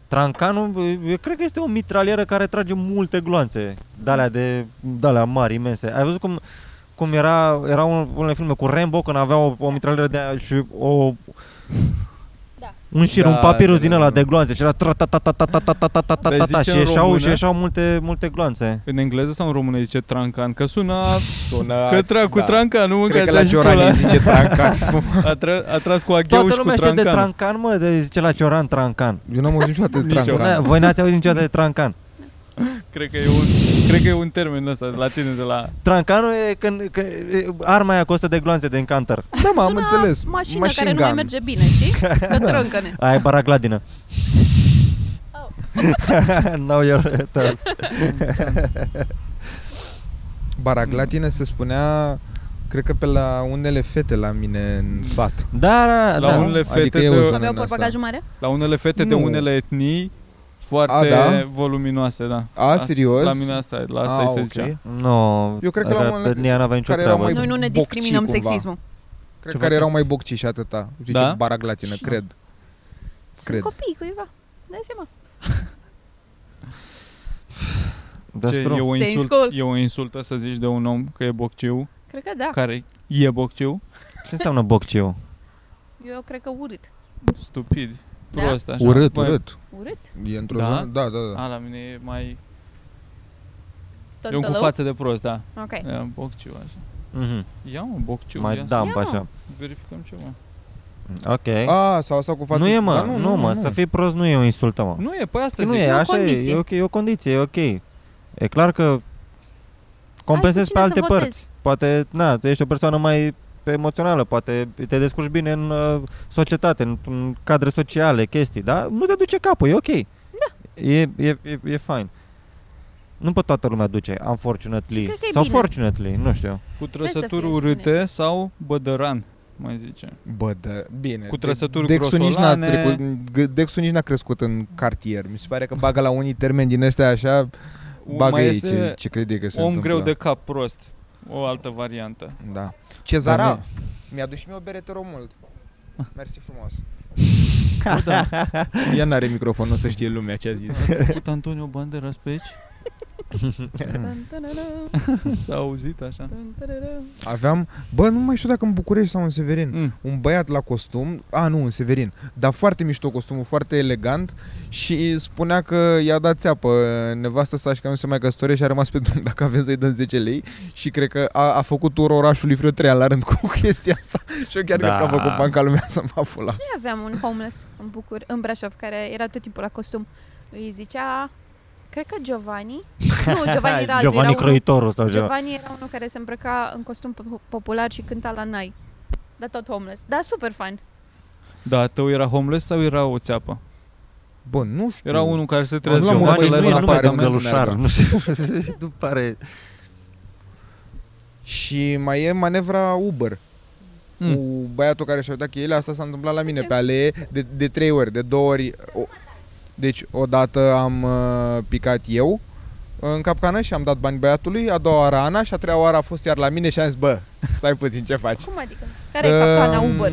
Speaker 3: Trancanul, eu cred că este o mitralieră care trage multe gloanțe. Dalea de dalea mari, imense. Ai văzut cum cum era, era un, unele filme cu Rambo când avea o, o mitralieră de aia și o
Speaker 2: Da.
Speaker 3: un șir,
Speaker 1: Da,
Speaker 3: un papirus
Speaker 1: da,
Speaker 3: din
Speaker 1: da,
Speaker 3: ăla
Speaker 1: da.
Speaker 3: de gloanțe și era tra ta ta ta ta ta ta ta ta ta ta
Speaker 4: Le
Speaker 3: ta
Speaker 4: zice
Speaker 3: ta și
Speaker 4: în
Speaker 3: ieșeau
Speaker 4: română?
Speaker 3: și ieșeau multe multe gloanțe.
Speaker 4: În engleză sau în română zice trancan, că sună
Speaker 1: Sună...
Speaker 4: că tra cu
Speaker 1: da.
Speaker 4: trancan, nu
Speaker 1: Cred că
Speaker 4: mâncați
Speaker 1: la Cioran îi
Speaker 4: așa
Speaker 1: zice trancan.
Speaker 4: a, tra- a tras cu agheu
Speaker 3: Toată
Speaker 4: și cu
Speaker 3: lumea știe de
Speaker 4: trancan.
Speaker 3: Trancan, mă, de zice la Cioran Trancan.
Speaker 1: Eu n-am auzit niciodată de
Speaker 3: Da,
Speaker 1: trancan.
Speaker 3: Voi n-ați auzit niciodată de Trancan.
Speaker 4: Cred că e un cred că e un termen ăsta de la tine de la
Speaker 3: Trancanul e când, când e arma aia costă de gloanțe din canter.
Speaker 1: Da, mă, am
Speaker 2: Sună
Speaker 1: înțeles.
Speaker 2: mașină
Speaker 1: Machine
Speaker 2: care nu mai
Speaker 1: gun.
Speaker 2: merge bine, știi? Că trâncăne.
Speaker 3: Aia e baragladină. no, your terms.
Speaker 1: Baraglatină se spunea, cred că pe la unele fete la mine în sat.
Speaker 3: Da, da,
Speaker 4: la
Speaker 3: da.
Speaker 4: unele
Speaker 1: Adică
Speaker 4: fete
Speaker 1: eu
Speaker 4: de,
Speaker 1: sunt-
Speaker 2: Aveau
Speaker 1: asta.
Speaker 2: porbagajul mare?
Speaker 4: la unele fete de
Speaker 1: Nu.
Speaker 4: unele etnii foarte
Speaker 1: A, da?
Speaker 4: voluminoase, da.
Speaker 1: A, serios?
Speaker 4: La mine asta, e, la asta
Speaker 1: Ah,
Speaker 4: îi se
Speaker 1: ok.
Speaker 4: zicea.
Speaker 3: No,
Speaker 1: Eu cred că la
Speaker 3: era-
Speaker 1: un moment dat-
Speaker 3: etnia n-avea nicio
Speaker 1: care erau
Speaker 3: treabă.
Speaker 1: mai-
Speaker 2: Noi nu ne
Speaker 1: bocci
Speaker 2: discriminăm
Speaker 1: cumva.
Speaker 2: sexismul.
Speaker 1: Cred
Speaker 4: Ce
Speaker 1: că care
Speaker 4: facem?
Speaker 1: erau mai bocci și atâta. Zice
Speaker 4: Da?
Speaker 1: baraglatină, cred.
Speaker 2: Sunt
Speaker 1: Cred.
Speaker 2: copii cuiva. Dai seama.
Speaker 3: Da,
Speaker 4: Ce, e,
Speaker 3: stru-
Speaker 4: o
Speaker 2: Stay in
Speaker 4: insult,
Speaker 2: school.
Speaker 4: e o insultă să zici de un om că e bocciu,
Speaker 2: Cred că da.
Speaker 4: care e bocciu,
Speaker 3: Ce înseamnă bocciu?
Speaker 2: Eu cred că urât.
Speaker 4: stupid.
Speaker 2: Da?
Speaker 4: prost, așa.
Speaker 1: Urât,
Speaker 4: Băi,
Speaker 1: urât.
Speaker 2: Urât?
Speaker 1: E într-o
Speaker 4: Da?
Speaker 1: zonă... Da, da, da.
Speaker 4: A, la mine e mai...
Speaker 2: Tot
Speaker 4: Eu cu
Speaker 2: tălău?
Speaker 4: față de prost, da.
Speaker 2: Ok.
Speaker 4: Ia, Bocciu, așa.
Speaker 3: Mhm.
Speaker 4: Ia mă, Bocciu,
Speaker 3: Mai
Speaker 4: ia
Speaker 1: da.
Speaker 4: să
Speaker 3: dump
Speaker 2: Ia,
Speaker 3: așa.
Speaker 4: verificăm ceva.
Speaker 3: Ok.
Speaker 1: A, sau asta cu față...
Speaker 3: nu e, mă,
Speaker 1: Da,
Speaker 3: nu, nu, mă, să fii prost nu e o insultă, mă.
Speaker 4: Nu e, păi asta
Speaker 3: nu
Speaker 4: zic.
Speaker 3: e,
Speaker 2: E o
Speaker 3: așa e,
Speaker 2: condiție.
Speaker 3: e, ok, e o condiție, e ok. E clar că compensezi pe
Speaker 2: cine să
Speaker 3: alte
Speaker 2: votezi.
Speaker 3: părți. Poate, na, tu ești o persoană mai emoțională, poate te descurci bine în uh, societate, în, în cadre sociale, chestii, da? Nu te duce capul, e ok. Da. E, e, e, e fine. Nu pe toată lumea duce, unfortunately.
Speaker 2: cred că e
Speaker 3: Sau
Speaker 2: bine.
Speaker 3: fortunately, nu știu.
Speaker 4: Cu
Speaker 2: să
Speaker 4: trăsături
Speaker 2: fie și
Speaker 4: urâte sau bădăran, mai zice.
Speaker 1: Bă, da, bine.
Speaker 4: Cu trăsături
Speaker 1: Dexul nici n-a
Speaker 4: grosolane.
Speaker 1: trecut, g- Dexul nici n-a crescut în cartier. Mi se pare că bagă la unii termeni din ăștia așa, bagă
Speaker 4: mai
Speaker 1: ei
Speaker 4: este
Speaker 1: ce, ce crede că se
Speaker 4: om
Speaker 1: întâmplă.
Speaker 4: greu de cap prost. O altă variantă.
Speaker 1: Da. Cezara,
Speaker 3: Dar
Speaker 1: da, mi-a dus și mie o berete romult. Mersi frumos.
Speaker 4: Da.
Speaker 1: Ea n-are microfon, nu să știe lumea ce a zis.
Speaker 4: Cu Antonio Banderas pe aici?
Speaker 2: Tan, tarara,
Speaker 4: S-a auzit așa?
Speaker 2: tan, tarara.
Speaker 1: Aveam, bă, nu mai știu dacă în București sau în Severin.
Speaker 2: Da.
Speaker 4: Mm.
Speaker 1: un băiat la costum, a nu, în Severin, dar foarte mișto costumul, foarte elegant și spunea că i-a dat țeapă nevastă sa și că nu se mai căsătorește și a rămas pe drum dacă avem să-i dăm 10 lei și cred că a, a făcut tur orașului vreo 3 ani la rând cu chestia asta și eu chiar
Speaker 3: Da.
Speaker 1: da. cred că a făcut banca lumea să mă fula.
Speaker 2: Și noi aveam un homeless în Bucur, în Brașov, care era tot timpul la costum. Îi zicea, cred că Giovanni. Nu, Giovanni era altul.
Speaker 3: Giovanni
Speaker 2: era unul-
Speaker 3: Croitorul sau ceva.
Speaker 2: Giovanni era unul care se îmbrăca în costum po- popular și cânta la nai. Dar tot homeless. Dar super fan.
Speaker 4: Da, tău era homeless sau era o țeapă?
Speaker 1: Bă, nu știu.
Speaker 4: Era unul care se trezea
Speaker 1: Nu l-am
Speaker 4: Giovanni
Speaker 1: urmărit,
Speaker 4: la
Speaker 1: nu
Speaker 4: era
Speaker 1: l-am
Speaker 4: la
Speaker 1: urmărit, am gălușar,
Speaker 4: apartament.
Speaker 3: nu știu. nu pare...
Speaker 1: Și mai e manevra Uber.
Speaker 4: Mm.
Speaker 1: Mm. Cu băiatul care și-a uitat cheile, asta s-a întâmplat la mine
Speaker 2: Ce?
Speaker 1: pe alee de, de trei ori, de două ori. O, deci odată am uh, picat eu în capcană și am dat bani băiatului, a doua oară Ana și a treia oară a fost iar la mine și am zis, bă, stai puțin, ce faci?
Speaker 2: Cum adică? Care e capcana
Speaker 1: Um,
Speaker 2: Uber?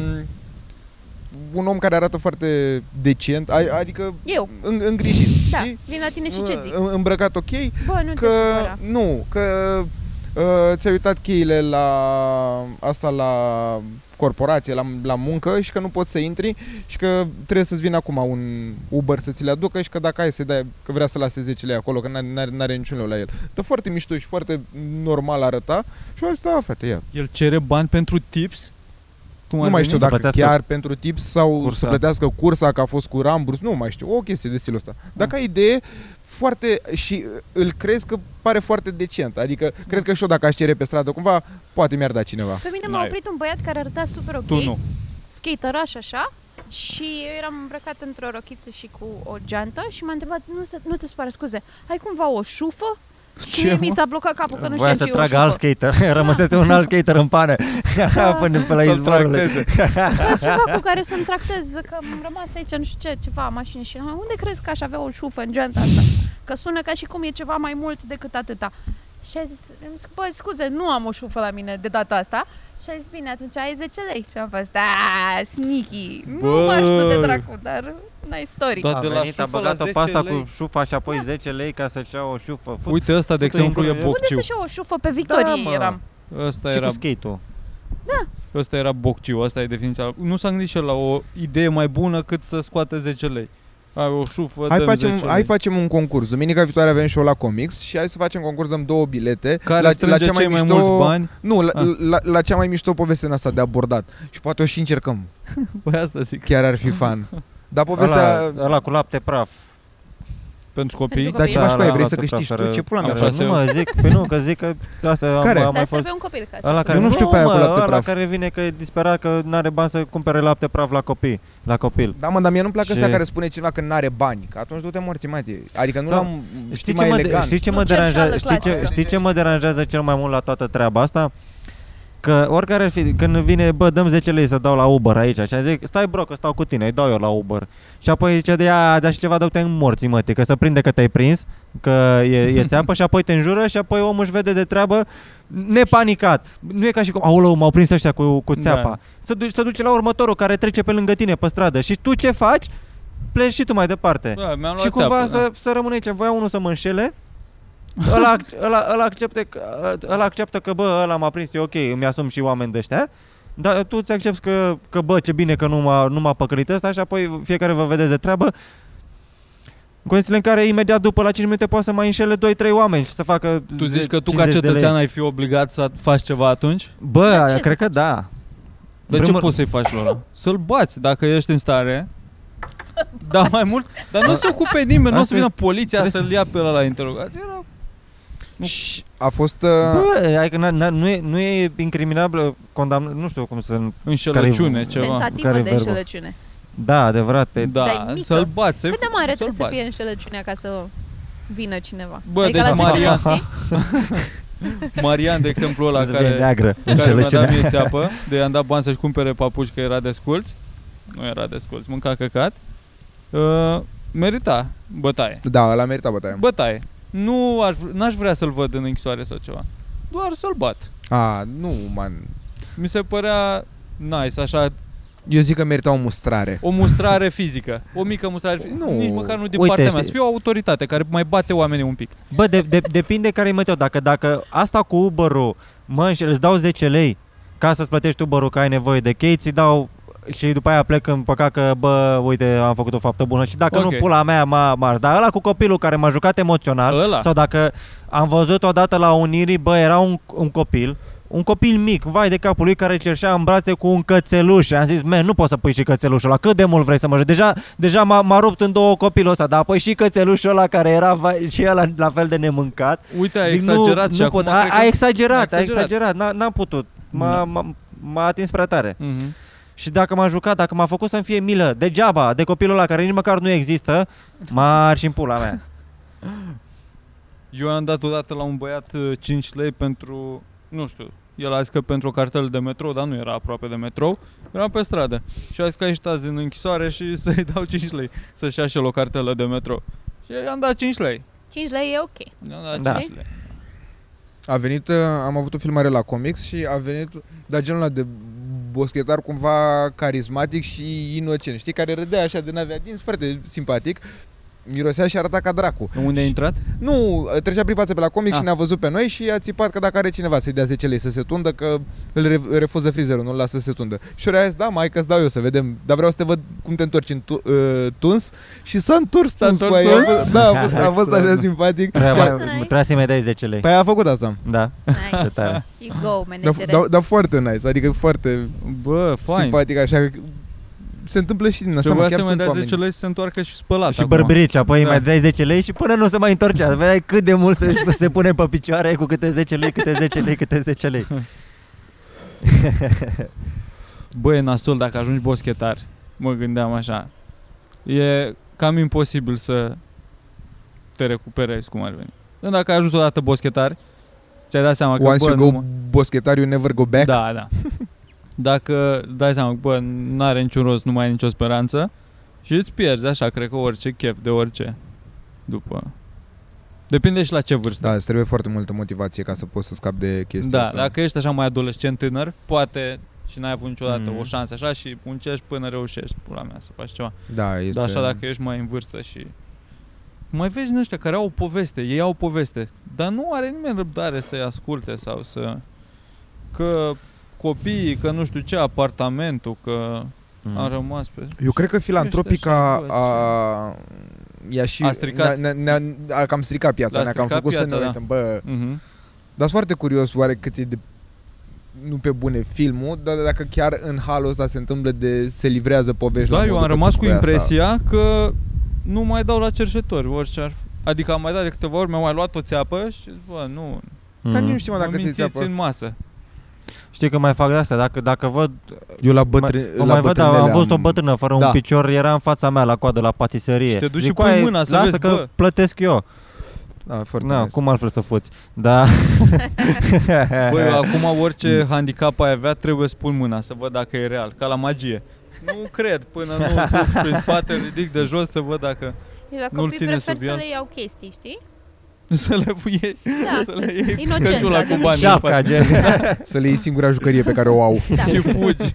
Speaker 1: Un om care arată foarte decent, a- adică
Speaker 2: Eu.
Speaker 1: în, îngrijit,
Speaker 2: Da,
Speaker 1: știi?
Speaker 2: vin la tine și ce zic?
Speaker 1: Î- Îmbrăcat ok,
Speaker 2: Bă, nu te
Speaker 1: că
Speaker 2: supăra.
Speaker 1: nu, că uh, ți-ai uitat cheile la asta la corporație, la, la muncă și că nu poți să intri și că trebuie să-ți vină acum un Uber să ți le aducă și că dacă ai să dai, că vrea să lase 10 lei acolo, că n-are, n-are, n-are niciun leu la el. Dar foarte mișto și foarte normal arăta și asta, da, frate, ia.
Speaker 4: El cere bani pentru tips? Cum ar
Speaker 1: nu mai
Speaker 4: veni?
Speaker 1: știu
Speaker 3: să
Speaker 1: dacă
Speaker 3: plătească
Speaker 1: chiar pentru tips sau
Speaker 3: cursa.
Speaker 1: cursa. să plătească cursa că a fost cu Ramburs, nu mai știu, o chestie de stilul ăsta.
Speaker 4: Da.
Speaker 1: Dacă ai idee, foarte și uh, îl crezi că pare foarte decent. Adică cred că și eu dacă aș cere pe stradă cumva, poate mi-ar da cineva.
Speaker 2: Pe mine m-a
Speaker 4: N-ai.
Speaker 2: oprit un băiat care arăta super ok.
Speaker 4: Tu nu.
Speaker 2: skateraș așa și eu eram îmbrăcat într-o rochiță și cu o geantă și m-a întrebat, nu, să, nu te spara, scuze, ai cumva o șufă? Și mie mi s-a blocat capul că nu
Speaker 3: Voia
Speaker 2: știam
Speaker 3: să
Speaker 2: ce e o
Speaker 3: tragă alt
Speaker 2: șufă.
Speaker 3: skater, rămăsese un alt skater în pană până pe la
Speaker 4: Să-l
Speaker 3: izvorul.
Speaker 4: tracteze.
Speaker 2: Era Da, ceva cu care să-mi tractez, că am rămas aici, nu știu ce, ceva, mașină și am, unde crezi că aș avea o șufă în geanta asta? Că sună ca și cum e ceva mai mult decât atâta. Și a zis, am zis, băi, scuze, nu am o șufă la mine de data asta. Și a zis, bine, atunci ai 10 lei. Și am fost, da, sneaky, nu
Speaker 4: Bă.
Speaker 2: m-aș du-te dracu, dar n-ai story.
Speaker 4: Da,
Speaker 3: A
Speaker 4: de la
Speaker 3: venit, a
Speaker 4: șufă la
Speaker 3: băgat o
Speaker 4: 10
Speaker 3: pasta
Speaker 4: lei.
Speaker 3: cu șufa și
Speaker 2: Da.
Speaker 3: apoi 10 lei ca să-și ia o șufă. Fut-
Speaker 4: Uite ăsta, de
Speaker 3: Fute-i în
Speaker 4: exemplu,
Speaker 3: gură,
Speaker 4: e
Speaker 2: Unde
Speaker 3: ia.
Speaker 4: Bocciu.
Speaker 2: să-și iau o șufă pe
Speaker 4: Da,
Speaker 2: Victorie
Speaker 3: mă.
Speaker 2: eram?
Speaker 4: Ăsta
Speaker 3: și
Speaker 4: era,
Speaker 3: cu skate-ul.
Speaker 4: ăsta era Bocciu, asta e definiția. Nu s-a gândit și el la o idee mai bună cât să scoată 10 lei. Ai o șufă,
Speaker 1: Hai
Speaker 4: dăm
Speaker 1: facem,
Speaker 4: 10 lei.
Speaker 1: hai facem un concurs. Duminica viitoare avem show la Comics și hai să facem concurs, dăm două bilete
Speaker 4: care
Speaker 1: la,
Speaker 4: strânge
Speaker 1: la cea
Speaker 4: cei
Speaker 1: mai mișto,
Speaker 4: mulți bani.
Speaker 1: Nu, la,
Speaker 4: Ah.
Speaker 1: la, la, cea mai mișto poveste în asta de abordat. Și poate o și încercăm.
Speaker 4: Păi asta zic.
Speaker 1: Chiar ar fi fan. Dar povestea
Speaker 3: Ăla, ăla cu lapte praf.
Speaker 4: Pentru copii.
Speaker 2: Pentru
Speaker 1: Dar ce
Speaker 2: Da,
Speaker 1: faci cu aia?
Speaker 3: ăla
Speaker 1: Vrei să
Speaker 3: lapte
Speaker 1: câștigi
Speaker 3: praf,
Speaker 1: tu? Ce pula
Speaker 4: am
Speaker 1: mea?
Speaker 3: Care-
Speaker 4: șase
Speaker 3: Nu mă zic, pe nu, că zic că asta
Speaker 1: Care?
Speaker 3: am,
Speaker 2: Dar
Speaker 3: am mai
Speaker 2: asta
Speaker 3: fost.
Speaker 2: pe un copil ca să
Speaker 3: Ăla
Speaker 2: fie.
Speaker 3: care,
Speaker 1: Eu nu știu pe aia cu
Speaker 3: mă,
Speaker 1: lapte
Speaker 3: ăla
Speaker 1: praf.
Speaker 3: care vine că e disperat că n-are bani să cumpere lapte praf la copii, la copil.
Speaker 1: Da, mă, dar mie nu-mi place
Speaker 3: Și-
Speaker 1: asta care spune cineva că n-are bani, că atunci du-te morții, mate. Adică nu
Speaker 3: Sau-
Speaker 1: l-am, știi,
Speaker 3: Știi ce,
Speaker 1: mai
Speaker 3: mă, de-
Speaker 1: elegant.
Speaker 3: știi ce mă
Speaker 2: Nu, cerșeală
Speaker 3: deranjează? Știi ce,
Speaker 2: clasică.
Speaker 3: știi ce mă deranjează cel mai mult la toată treaba asta? Că oricare ar fi, când vine, bă, dăm 10 lei să dau la Uber aici și zic, stai bro, că stau cu tine, îi dau eu la Uber. Și apoi zice, de ea, dar și ceva dau te în morții, mă, că să prinde că te-ai prins, că e, e țeapă și apoi te înjură și apoi omul își vede de treabă nepanicat. Nu e ca și cum, aoleu, m-au prins ăștia cu, cu țeapa.
Speaker 4: Da.
Speaker 3: Da. Să, duci, să duce la următorul care trece pe lângă tine pe stradă și tu ce faci? Pleci și tu mai departe.
Speaker 4: Da, mi-am luat
Speaker 3: Și cumva
Speaker 4: țeapă,
Speaker 3: să, să rămâne aici. Voia unul să mă înșele, ăla, ac- ăla, ăla, accepte, că- ăla acceptă că, bă, ăla m-a prins, e ok, îmi asum și oameni de ăștia. Dar tu îți accepti că, că bă, ce bine că nu m-a, nu m-a păcălit ăsta și apoi fiecare vă vedeți de treabă. În condițiile în care imediat după la 5 minute poate să mai înșele 2-3 oameni și să facă
Speaker 4: Tu zici
Speaker 3: ze-
Speaker 4: că tu ca
Speaker 3: 50 de lei.
Speaker 4: cetățean ai fi obligat să faci ceva atunci?
Speaker 3: Bă,
Speaker 2: Dar ce-
Speaker 3: cred că da.
Speaker 4: Dar
Speaker 3: În
Speaker 4: ce
Speaker 3: primul-
Speaker 4: poți să-i faci lor? Să-l bați dacă ești în stare. Da, mai mult, dar nu se ocupe nimeni, nu o să
Speaker 3: Asta e-
Speaker 4: vină poliția
Speaker 3: trebuie
Speaker 4: să-l ia pe ăla la interogație. Era...
Speaker 1: Și a fost... Uh,
Speaker 3: Bă, adică na, na, nu, e, nu e incriminabilă, condamn, nu știu cum să...
Speaker 4: Înșelăciune, ceva.
Speaker 2: Tentativă
Speaker 3: Care-i
Speaker 2: de
Speaker 3: verbul?
Speaker 2: înșelăciune.
Speaker 3: Da, adevărat, pe,
Speaker 2: Dar e
Speaker 4: Da,
Speaker 2: mică.
Speaker 4: să-l bați. să-i
Speaker 2: Cât de
Speaker 4: fu-
Speaker 2: mare
Speaker 4: să-l
Speaker 2: trebuie să
Speaker 4: bați.
Speaker 2: fie înșelăciunea ca să vină cineva?
Speaker 4: Bă,
Speaker 2: adică
Speaker 4: deci
Speaker 2: la 10
Speaker 4: Maria-
Speaker 2: noapte,
Speaker 4: Marian, de exemplu, ăla
Speaker 3: să fie
Speaker 4: care,
Speaker 3: neagră,
Speaker 4: care mi-a dat
Speaker 3: înșelăciunea.
Speaker 4: mie țeapă, de i-am dat bani să-și cumpere papuci că era desculț. Nu era desculț, mânca căcat. Uh, merita bătaie.
Speaker 1: da, ăla merita bătaia.
Speaker 4: Bătaie. Nu aș, vr- n-aș vrea să-l văd în închisoare sau ceva. Doar să-l bat.
Speaker 1: A, nu, man.
Speaker 4: Mi se părea nice, așa,
Speaker 1: Eu zic că merita o mustrare.
Speaker 4: o mustrare fizică. O mică mustrare fizică.
Speaker 1: Nu.
Speaker 4: Nici măcar nu din
Speaker 3: Uite,
Speaker 4: partea mea.
Speaker 3: știi-
Speaker 4: Să fie o autoritate care mai bate oamenii un pic.
Speaker 3: Bă, de, de, depinde care e metoda. Dacă, dacă asta cu Uber-ul, mă, înșel, îți dau 10 lei ca să-ți plătești Uber-ul că ai nevoie de chei, ți dau și după aia plec în păcat că, bă, uite, am făcut o faptă bună și dacă okay.
Speaker 4: Ok.
Speaker 3: nu, pula mea m-a, m-aș. Dar ăla cu copilul care m-a jucat emoțional
Speaker 4: Ăla.
Speaker 3: sau dacă am văzut odată la Unirii, bă, era un, un copil un copil mic, vai de capul lui, care cerșea în brațe cu un cățeluș. Și am zis, man, nu poți să pui și cățelușul ăla, cât de mult vrei să mă joci? Deja, deja m-a, m-a rupt în două copilul ăsta, dar apoi și cățelușul ăla care era vai, și ăla la fel de nemâncat.
Speaker 4: Uite, a
Speaker 3: Zic,
Speaker 4: exagerat
Speaker 3: nu,
Speaker 4: și
Speaker 3: nu
Speaker 4: acum
Speaker 3: pot, a,
Speaker 4: cred că... Da.
Speaker 3: a, exagerat,
Speaker 4: a
Speaker 3: a exagerat, n-a- n-am putut. M-a, m-a, m-a atins prea tare.
Speaker 4: Mhm.
Speaker 3: Și dacă m-a jucat, dacă m-a făcut să-mi fie milă, degeaba, de copilul ăla care nici măcar nu există, m-ar și în pula mea.
Speaker 4: Eu am dat odată la un băiat uh, 5 lei pentru, nu știu, el a zis că pentru o cartelă de metrou, dar nu era aproape de metrou, eram pe stradă. Și a zis că a ieșit azi din închisoare și să-i dau 5 lei să-și ia și el o cartelă de metrou. Și i-am dat 5 lei.
Speaker 2: 5 lei e ok.
Speaker 4: I-am dat
Speaker 3: Da.
Speaker 4: 5 lei.
Speaker 1: A venit, uh, am avut o filmare la comics și a venit, dar genul ăla de boschetar cumva carismatic și inocent, știi, care râdea așa de n-avea dinți, foarte simpatic, mirosea și arăta ca dracu.
Speaker 4: Unde ai intrat?
Speaker 1: Nu, trecea prin față pe la comic
Speaker 4: Ah.
Speaker 1: și ne-a văzut pe noi și a țipat că dacă are cineva să-i dea 10 lei să se tundă, că îl re- refuză frizerul, nu-l lasă să se tundă. Și ori a zis, da, mai că dau eu să vedem, dar vreau să te văd cum te întorci în tu- uh, tuns și s-a întors
Speaker 4: S-a
Speaker 1: tuns,
Speaker 4: întors
Speaker 1: băi, a
Speaker 4: tuns?
Speaker 1: fost- Da, a fost, a fost așa
Speaker 3: Extraordinar.
Speaker 1: simpatic.
Speaker 4: Păi,
Speaker 1: Și a-
Speaker 3: Trebuia,
Speaker 2: Nice.
Speaker 3: trebuia să-i mai dai 10 lei.
Speaker 1: Păi a făcut asta.
Speaker 3: Da, ce
Speaker 2: Nice.
Speaker 3: tare.
Speaker 2: You go,
Speaker 1: Dar
Speaker 2: managere.
Speaker 1: da, da, foarte nice, adică foarte
Speaker 4: Bă, fain.
Speaker 1: simpatic așa că se întâmplă și din asta, mă,
Speaker 4: Trebuia
Speaker 1: chiar
Speaker 4: să mai
Speaker 1: sunt
Speaker 4: dea 10
Speaker 1: oameni.
Speaker 4: lei să se întoarcă și spălat
Speaker 3: Și
Speaker 4: acum.
Speaker 3: bărbirici, apoi
Speaker 4: Da.
Speaker 3: da. mai dai 10 lei și până nu se mai întorcea. Vedeai cât de mult se, se pune pe picioare cu câte 10 lei, câte 10 lei, câte 10 lei.
Speaker 4: Bă, e nasol dacă ajungi boschetar. Mă gândeam așa. E cam imposibil să te recuperezi cum ar veni. Dar dacă ai ajuns odată boschetar, ți-ai dat seama că
Speaker 1: Once
Speaker 4: bă,
Speaker 1: you
Speaker 4: nu
Speaker 1: go
Speaker 4: mă...
Speaker 1: boschetar, you never go back.
Speaker 4: Da, da. Dacă dai seama că bă, n-are niciun rost, nu mai ai nicio speranță și îți pierzi așa, cred că orice chef de orice după. Depinde și la ce vârstă.
Speaker 1: Da, îți trebuie foarte multă motivație ca să poți să scapi de chestia
Speaker 4: Da,
Speaker 1: asta.
Speaker 4: dacă ești așa mai adolescent tânăr, poate și n-ai avut niciodată
Speaker 1: Mm.
Speaker 3: Mhm.
Speaker 4: o șansă așa și muncești până reușești, pula mea, să faci ceva.
Speaker 1: da, este...
Speaker 4: Este... Dar așa dacă ești mai în vârstă și... Mai vezi din ăștia care au o poveste, ei au o poveste, dar nu are nimeni răbdare să-i asculte sau să... Că copiii, că nu știu ce, apartamentul, că mm. am rămas pe...
Speaker 1: Eu cred că filantropica
Speaker 4: așa, bă,
Speaker 1: a... I-a și
Speaker 4: A stricat.
Speaker 1: Ne, ne, a cam stricat piața,
Speaker 4: L-a
Speaker 1: ne-a cam
Speaker 4: stricat
Speaker 1: făcut să
Speaker 4: piața,
Speaker 1: ne
Speaker 4: da.
Speaker 1: uităm. Bă,
Speaker 4: Mm-hmm.
Speaker 1: dar sunt foarte curios oare cât e de nu pe bune filmul, dar dacă chiar în halul ăsta se întâmplă de se livrează povești la
Speaker 4: Da, eu
Speaker 1: modul
Speaker 4: am
Speaker 1: că
Speaker 4: rămas
Speaker 1: tu
Speaker 4: cu
Speaker 1: spui asta.
Speaker 4: impresia asta. că nu mai dau la cerșetori, orice ar fi. Adică am mai dat de câteva ori, mi-au mai luat o țeapă și, bă, nu,
Speaker 1: Dar nici nu
Speaker 3: Mm.
Speaker 1: știu mă,
Speaker 4: mă
Speaker 1: dacă ți-ți
Speaker 4: mințiți
Speaker 1: apă.
Speaker 4: în masă.
Speaker 3: Știi că mai fac de asta, dacă, dacă văd,
Speaker 1: Eu la
Speaker 3: bătrân,
Speaker 1: bătrâni...
Speaker 3: mai, mai văd, am, am văzut o bătrână fără da.
Speaker 1: Da.
Speaker 3: un picior, era în fața mea la coadă la patiserie.
Speaker 4: Și te duci
Speaker 3: Zic,
Speaker 4: și pui
Speaker 3: "Băi,
Speaker 4: mâna să
Speaker 3: lasă
Speaker 4: vezi,
Speaker 3: că
Speaker 4: bă."
Speaker 3: plătesc eu.
Speaker 1: Da, foarte
Speaker 3: Na,
Speaker 1: nice.
Speaker 3: cum altfel să fuți? Da.
Speaker 4: Băi, eu acum orice handicap ai avea, trebuie să pun mâna să văd dacă e real, ca la magie. Nu cred până nu duc prin spate, ridic de jos să văd dacă
Speaker 2: Eu la
Speaker 4: nu-l
Speaker 2: copii
Speaker 4: ține
Speaker 2: prefer
Speaker 4: sub
Speaker 2: să
Speaker 4: el.
Speaker 2: le iau chestii, știi?
Speaker 4: să le fie,
Speaker 2: Da.
Speaker 4: să le iei
Speaker 2: Inocența da.
Speaker 4: căciula
Speaker 2: de
Speaker 4: cu bani.
Speaker 3: Șapca, gen.
Speaker 1: Să le iei singura jucărie pe care o au.
Speaker 2: Da.
Speaker 4: Și fugi.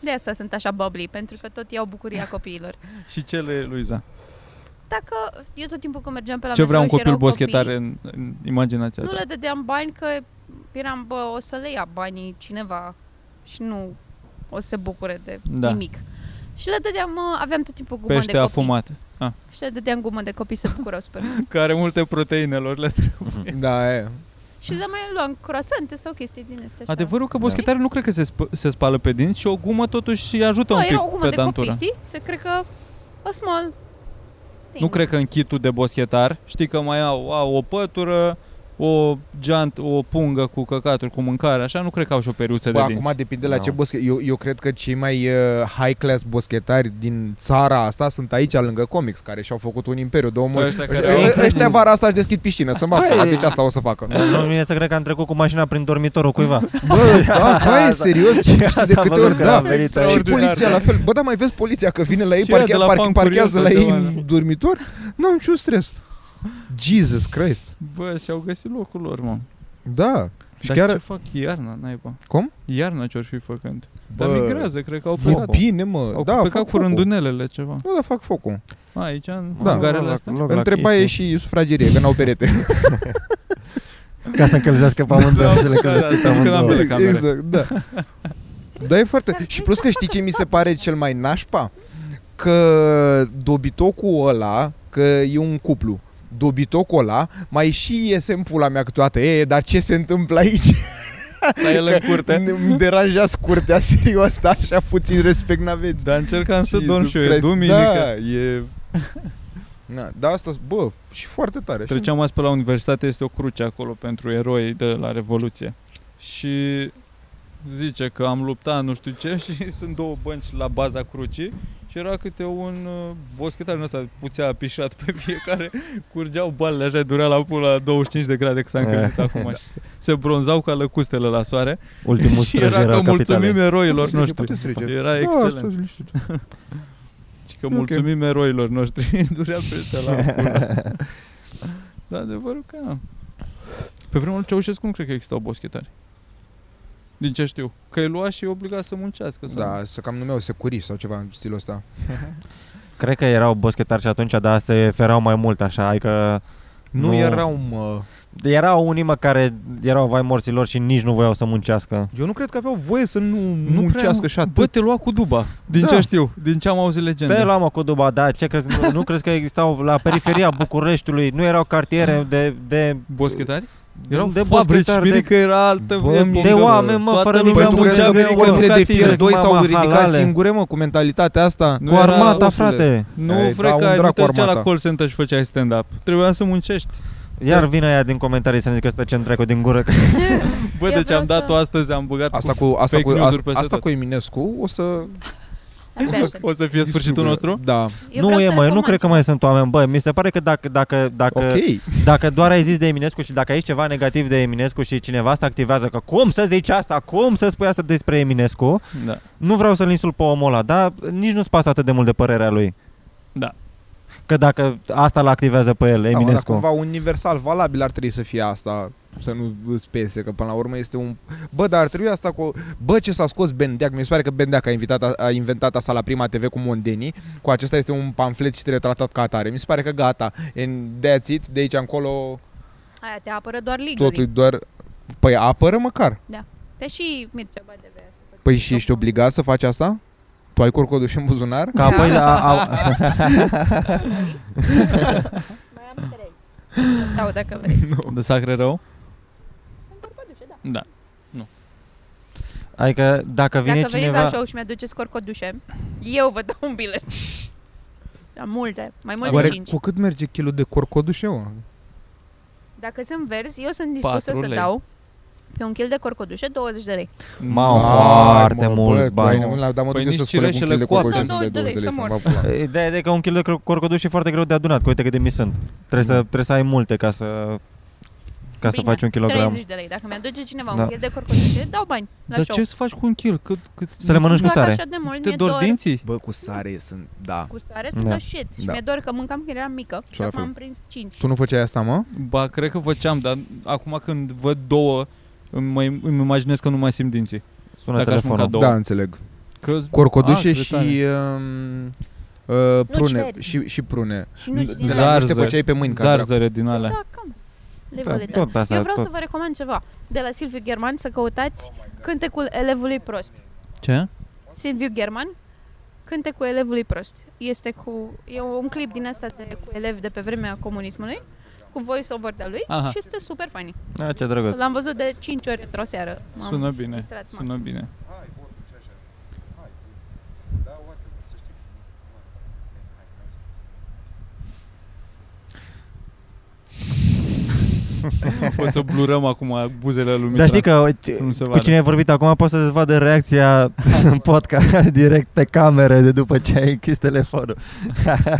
Speaker 2: De asta sunt așa bubbly, pentru că tot iau bucuria copiilor.
Speaker 4: Și cele, Luiza.
Speaker 2: Dacă eu tot timpul când mergeam pe la
Speaker 4: Ce
Speaker 2: metrou
Speaker 4: vrea un
Speaker 2: și
Speaker 4: copil
Speaker 2: erau
Speaker 4: boschetar
Speaker 2: copii,
Speaker 4: în, în imaginația
Speaker 2: Nu
Speaker 4: ta?
Speaker 2: le dădeam bani că eram, bă, o să le ia banii cineva și nu o să se bucure de
Speaker 4: Da.
Speaker 2: nimic. Și le dădeam, uh, aveam tot timpul gumă de
Speaker 4: Pește
Speaker 2: copii.
Speaker 4: afumat.
Speaker 2: Și le dădeam gumă de copii să bucurau super mult.
Speaker 4: Care multe proteine lor le
Speaker 1: Da, e.
Speaker 2: Și le mai luam croissante sau chestii din astea. așa.
Speaker 4: Adevărul că boschetarul nu cred că se, sp- se spală pe dinți și o gumă totuși îi ajută
Speaker 2: Nu,
Speaker 4: un pic
Speaker 2: era o gumă
Speaker 4: pe
Speaker 2: de copii,
Speaker 4: dantura.
Speaker 2: știi? Se cred că a small thing.
Speaker 4: Nu cred că în kitul de boschetar, știi că mai au, au o pătură, o geant, o pungă cu căcaturi, cu mâncare, așa, nu cred că au și o periuță
Speaker 1: Bă,
Speaker 4: de dinți.
Speaker 1: acum depinde la
Speaker 3: Da.
Speaker 1: ce boschet. Eu, eu cred că cei mai uh, high class boschetari din țara asta sunt aici lângă comics, care și-au făcut un imperiu. Două mă...
Speaker 4: Ăștia care au-
Speaker 1: Ăștia, ăștia vara asta își deschid piscină, să mă
Speaker 3: Băi.
Speaker 1: deci asta o să facă.
Speaker 3: Nu mi să cred că am trecut cu mașina prin dormitorul cuiva.
Speaker 1: Bă, da, bă, e serios, ce știi de
Speaker 3: Asta
Speaker 1: câte
Speaker 3: văd
Speaker 1: ori,
Speaker 3: că a
Speaker 1: da.
Speaker 3: venit
Speaker 1: Și
Speaker 3: aici.
Speaker 1: poliția la fel. Bă, da, mai vezi poliția că vine la ei,
Speaker 4: Și ea
Speaker 1: parche,
Speaker 4: de la
Speaker 1: parche,
Speaker 4: Pancurio
Speaker 1: parchează
Speaker 4: sau
Speaker 1: la ei
Speaker 4: ceva,
Speaker 1: în dormitor. N-am niciun stres. Jesus Christ.
Speaker 4: Bă, și-au găsit locul lor, mă.
Speaker 1: Da. Și
Speaker 4: Dar
Speaker 1: chiar
Speaker 4: ce fac iarna, naiba?
Speaker 1: Cum?
Speaker 4: Iarna ce-or fi făcând. Dar
Speaker 1: Bă,
Speaker 4: migrează, cred că au
Speaker 1: e
Speaker 4: plecat.
Speaker 1: bine, mă.
Speaker 4: Au
Speaker 1: da, fac
Speaker 4: plecat cu
Speaker 1: focul.
Speaker 4: rândunelele ceva.
Speaker 1: Nu, da, fac focul.
Speaker 4: Aici, în
Speaker 1: Da.
Speaker 4: da, garele
Speaker 3: Loc-
Speaker 4: astea.
Speaker 3: loc la
Speaker 1: Întreba e
Speaker 3: chestii.
Speaker 1: și sufragerie, că n-au perete.
Speaker 3: Ca să încălzească pe amândouă
Speaker 4: Da,
Speaker 3: și să le
Speaker 4: da,
Speaker 3: încălzească
Speaker 4: da,
Speaker 3: pe
Speaker 4: da, când
Speaker 3: amândouă.
Speaker 4: ambele. camere.
Speaker 1: Exact, da. da, e foarte...
Speaker 2: S-ar
Speaker 1: Și
Speaker 2: trebui
Speaker 1: plus
Speaker 2: să
Speaker 1: că știi
Speaker 2: facă
Speaker 1: ce mi se
Speaker 2: sport.
Speaker 1: pare cel mai nașpa? Că dobitocul ăla, că e un cuplu, dobitocul ăla, mai și iese în pula mea câteodată. E, dar ce se întâmplă aici?
Speaker 4: La ele în curte.
Speaker 1: Ne- Îmi deranjează curtea, serios, da, așa puțin respect n-aveți.
Speaker 4: Dar încercam Da, să
Speaker 1: Jesus
Speaker 4: dorm și eu, e
Speaker 1: Christ,
Speaker 4: duminică.
Speaker 1: Da, e... Na, da, asta, bă, și foarte tare. așa.
Speaker 4: Treceam azi pe la universitate, este o cruce acolo pentru eroi de la Revoluție. Și zice că am luptat nu știu ce și sunt două bănci la baza crucii și era câte un uh, boschetar din ăsta puțea apișat pe fiecare, curgeau balele așa, durea la pula la 25 de grade că s-a încălzit acum și se, se bronzau ca lăcustele la soare
Speaker 3: Ultimul
Speaker 4: și era
Speaker 3: străjer
Speaker 4: că
Speaker 3: al
Speaker 4: mulțumim
Speaker 3: capitalei.
Speaker 4: eroilor
Speaker 1: Deci Puteți trece, puteți
Speaker 4: noștri.
Speaker 1: trece.
Speaker 4: Era
Speaker 1: Da,
Speaker 4: excelent.
Speaker 1: stați liniștit.
Speaker 4: Și că mulțumim eroilor noștri. Durea peste la pula. Da, adevărul că da. Pe vremea lui Ceaușescu nu cred că existau boschetari. Din ce știu. Că îi lua și e obligat să muncească. Să
Speaker 1: Da, să cam numeau securiști sau ceva în stilul ăsta.
Speaker 3: Cred că erau boschetari și atunci, dar se ferau mai mult așa, adică
Speaker 1: Nu,
Speaker 3: Nu.
Speaker 1: erau, mă...
Speaker 3: erau unii mă care erau vai morților și nici nu voiau să muncească.
Speaker 1: Eu nu cred că aveau voie să nu,
Speaker 4: prea,
Speaker 1: muncească și atât.
Speaker 4: Bă, te lua cu duba. Din
Speaker 1: Da.
Speaker 4: ce știu. Din ce am auzit legende.
Speaker 3: Te luam cu duba, da, ce crezi, nu, nu crezi că existau la periferia Bucureștiului, nu erau cartiere de, de
Speaker 4: Boschetari? Erau
Speaker 3: de
Speaker 4: de fabrici.
Speaker 3: boschetari,
Speaker 4: Bine
Speaker 3: de-
Speaker 4: că era altă
Speaker 1: Bă,
Speaker 4: epocă.
Speaker 3: de oameni, mă,
Speaker 4: Toată
Speaker 3: fără
Speaker 4: lumea
Speaker 1: Păi
Speaker 3: nicio
Speaker 1: tu
Speaker 3: Aveam
Speaker 1: crezi
Speaker 4: muncea
Speaker 1: că
Speaker 3: muncează
Speaker 4: greu,
Speaker 3: economie.
Speaker 1: cățile de fier
Speaker 3: Căcatile,
Speaker 1: 2
Speaker 3: cum
Speaker 1: s-au
Speaker 3: am
Speaker 1: ridicat
Speaker 3: halale.
Speaker 1: singure, mă, cu mentalitatea asta?
Speaker 4: Nu
Speaker 3: cu
Speaker 4: era
Speaker 3: armata,
Speaker 4: osule.
Speaker 3: frate.
Speaker 4: Nu,
Speaker 1: Ei,
Speaker 4: vrei
Speaker 1: da, un
Speaker 4: că nu
Speaker 1: dracu
Speaker 4: te ducea la
Speaker 1: armata.
Speaker 4: call center și făceai stand-up. Trebuia să muncești.
Speaker 3: Iar vine aia din comentarii să ne zică stă ce dracu din gură. că-
Speaker 4: Bă,
Speaker 2: Eu
Speaker 4: deci
Speaker 2: vreau
Speaker 4: am
Speaker 2: să-
Speaker 4: dat-o astăzi, am băgat
Speaker 1: Asta cu, asta
Speaker 4: Fake
Speaker 1: cu, asta,
Speaker 4: news-uri peste
Speaker 1: asta
Speaker 4: tot.
Speaker 1: cu Eminescu o să...
Speaker 2: Abia aștept.
Speaker 4: O să fie sfârșitul nostru?
Speaker 1: Da.
Speaker 2: Eu
Speaker 3: nu
Speaker 2: vreau
Speaker 3: e,
Speaker 2: să
Speaker 3: mă, eu nu
Speaker 2: recomand
Speaker 3: cred că mai sunt oameni. Bă, mi se pare că dacă, dacă, dacă,
Speaker 1: Ok.
Speaker 3: dacă doar ai zis de Eminescu și dacă ai zis ceva negativ de Eminescu și cineva se activează că cum să zici asta, cum să spui asta despre Eminescu,
Speaker 4: Da.
Speaker 3: nu vreau să-l insult pe omul ăla, dar nici nu-ți pasă atât de mult de părerea lui.
Speaker 4: Da.
Speaker 3: Că dacă asta îl activează pe el,
Speaker 1: Da, mă, dar
Speaker 3: Eminescu.
Speaker 1: cumva universal valabil ar trebui să fie asta să nu îți pese, că până la urmă este un... Bă, dar ar trebui asta cu... Bă, ce s-a scos Bendeac, mi se pare că Bendeac a, invitat, a inventat asta la Prima TV cu Mondenii, cu acesta este un pamflet și trebuie tratat ca atare. Mi se pare că gata, and that's it, de aici încolo
Speaker 2: Aia te apără doar legal.
Speaker 1: totul e doar... Păi apără măcar.
Speaker 2: Te și Mircea Badevea să faci
Speaker 1: Păi
Speaker 2: un
Speaker 1: și ești
Speaker 2: joc.
Speaker 1: obligat să faci asta? Tu ai corcodul și în buzunar?
Speaker 3: Că apoi la, a,
Speaker 2: Mai am trei. Sau dacă vreți.
Speaker 4: De sacre rău?
Speaker 2: Sunt corcodușe, da.
Speaker 4: Da.
Speaker 3: adică dacă vine
Speaker 2: Dacă veniți
Speaker 3: cineva...
Speaker 2: la show și mi-aduceți corcodușe, eu vă dau un bilet. Da, multe, mai mult
Speaker 1: Oare
Speaker 2: de 5.
Speaker 1: cu cât merge kilo de corcodul și eu?
Speaker 2: Dacă sunt verzi, eu sunt dispusă
Speaker 4: Patru
Speaker 2: să
Speaker 4: lei.
Speaker 2: dau pe un kil de corcodușe 20 de lei.
Speaker 3: Au
Speaker 4: Da.
Speaker 1: Vai,
Speaker 3: foarte
Speaker 1: mă,
Speaker 3: mulți
Speaker 1: bă, tu
Speaker 3: bani.
Speaker 1: ai nebun la- Dar mă
Speaker 4: Păi
Speaker 1: duc eu
Speaker 4: nici
Speaker 1: să spălăc un kil de
Speaker 4: cireșele
Speaker 1: corcodul și
Speaker 2: coapte.
Speaker 1: de
Speaker 2: Da,
Speaker 1: două
Speaker 2: dă-le,
Speaker 1: de lei
Speaker 2: să
Speaker 1: să
Speaker 2: mor.
Speaker 1: mă fac pula.
Speaker 3: Ideea e că un kilo de cro- corcoduș e foarte greu de adunat, că uite cât de mici sunt. Trebuie să, trebuie să ai multe ca să, ca să
Speaker 2: Bine,
Speaker 3: faci un kilogram.
Speaker 2: 30 de lei. Dacă mi-aduce cineva
Speaker 3: Da.
Speaker 2: un kil de corcodușe, dau bani la
Speaker 4: Dar
Speaker 2: show.
Speaker 4: ce să faci cu un kil? Cât, cât...
Speaker 3: Să le mănânci cu
Speaker 2: Fac
Speaker 3: sare.
Speaker 2: așa de mult,
Speaker 4: Te
Speaker 2: mi-e
Speaker 4: dor
Speaker 2: dor
Speaker 4: dinții?
Speaker 1: Bă, cu sare sunt, da.
Speaker 2: cu sare, sunt
Speaker 3: Da.
Speaker 2: da. shit. Și
Speaker 1: Da.
Speaker 2: mi-e dor că mâncam când eram mică și
Speaker 1: la
Speaker 2: acum
Speaker 1: fel.
Speaker 2: am prins 5.
Speaker 1: Tu nu făceai asta, mă?
Speaker 4: Ba, cred că făceam, dar acum când văd două, îmi, mai- îmi imaginez că nu mai simt dinții.
Speaker 3: Sună
Speaker 4: Dacă aș
Speaker 3: telefonul.
Speaker 4: mânca două.
Speaker 1: Da, înțeleg.
Speaker 4: Că...
Speaker 1: Corcodușe
Speaker 4: Ah, cât
Speaker 1: și
Speaker 4: tare.
Speaker 1: um, uh, prune
Speaker 2: verzi.
Speaker 1: și, și prune.
Speaker 2: Și nu
Speaker 1: De
Speaker 4: Zar-
Speaker 1: la
Speaker 2: Zar.
Speaker 1: niște
Speaker 4: Zarză.
Speaker 1: făceai pe mâini ca
Speaker 4: Zarzăre din alea.
Speaker 2: Da, cam.
Speaker 3: Da,
Speaker 2: Elevule tău.
Speaker 3: tot asta,
Speaker 2: Eu vreau
Speaker 3: tot.
Speaker 2: să vă recomand ceva. De la Silviu German să căutați
Speaker 4: Oh
Speaker 2: Cântecul elevului prost.
Speaker 4: Ce?
Speaker 2: Silviu German, Cântecul elevului prost. Este cu, e un clip din asta de, cu elevi de pe vremea comunismului, cu voice-over de lui
Speaker 4: Aha.
Speaker 2: și este super funny.
Speaker 3: Ah, ce drăguț.
Speaker 2: L-am văzut de 5 ori într-o seară. M-am
Speaker 4: Sună bine,
Speaker 2: distrat
Speaker 4: sună
Speaker 2: maxim.
Speaker 4: bine. O să blurăm acum buzele lui Mitra.
Speaker 3: Dar știi că uite,
Speaker 4: să nu se
Speaker 3: cu
Speaker 4: vadă.
Speaker 3: cine ai vorbit acum poți să-ți vadă reacția în podcast direct pe cameră de după ce ai închis telefonul.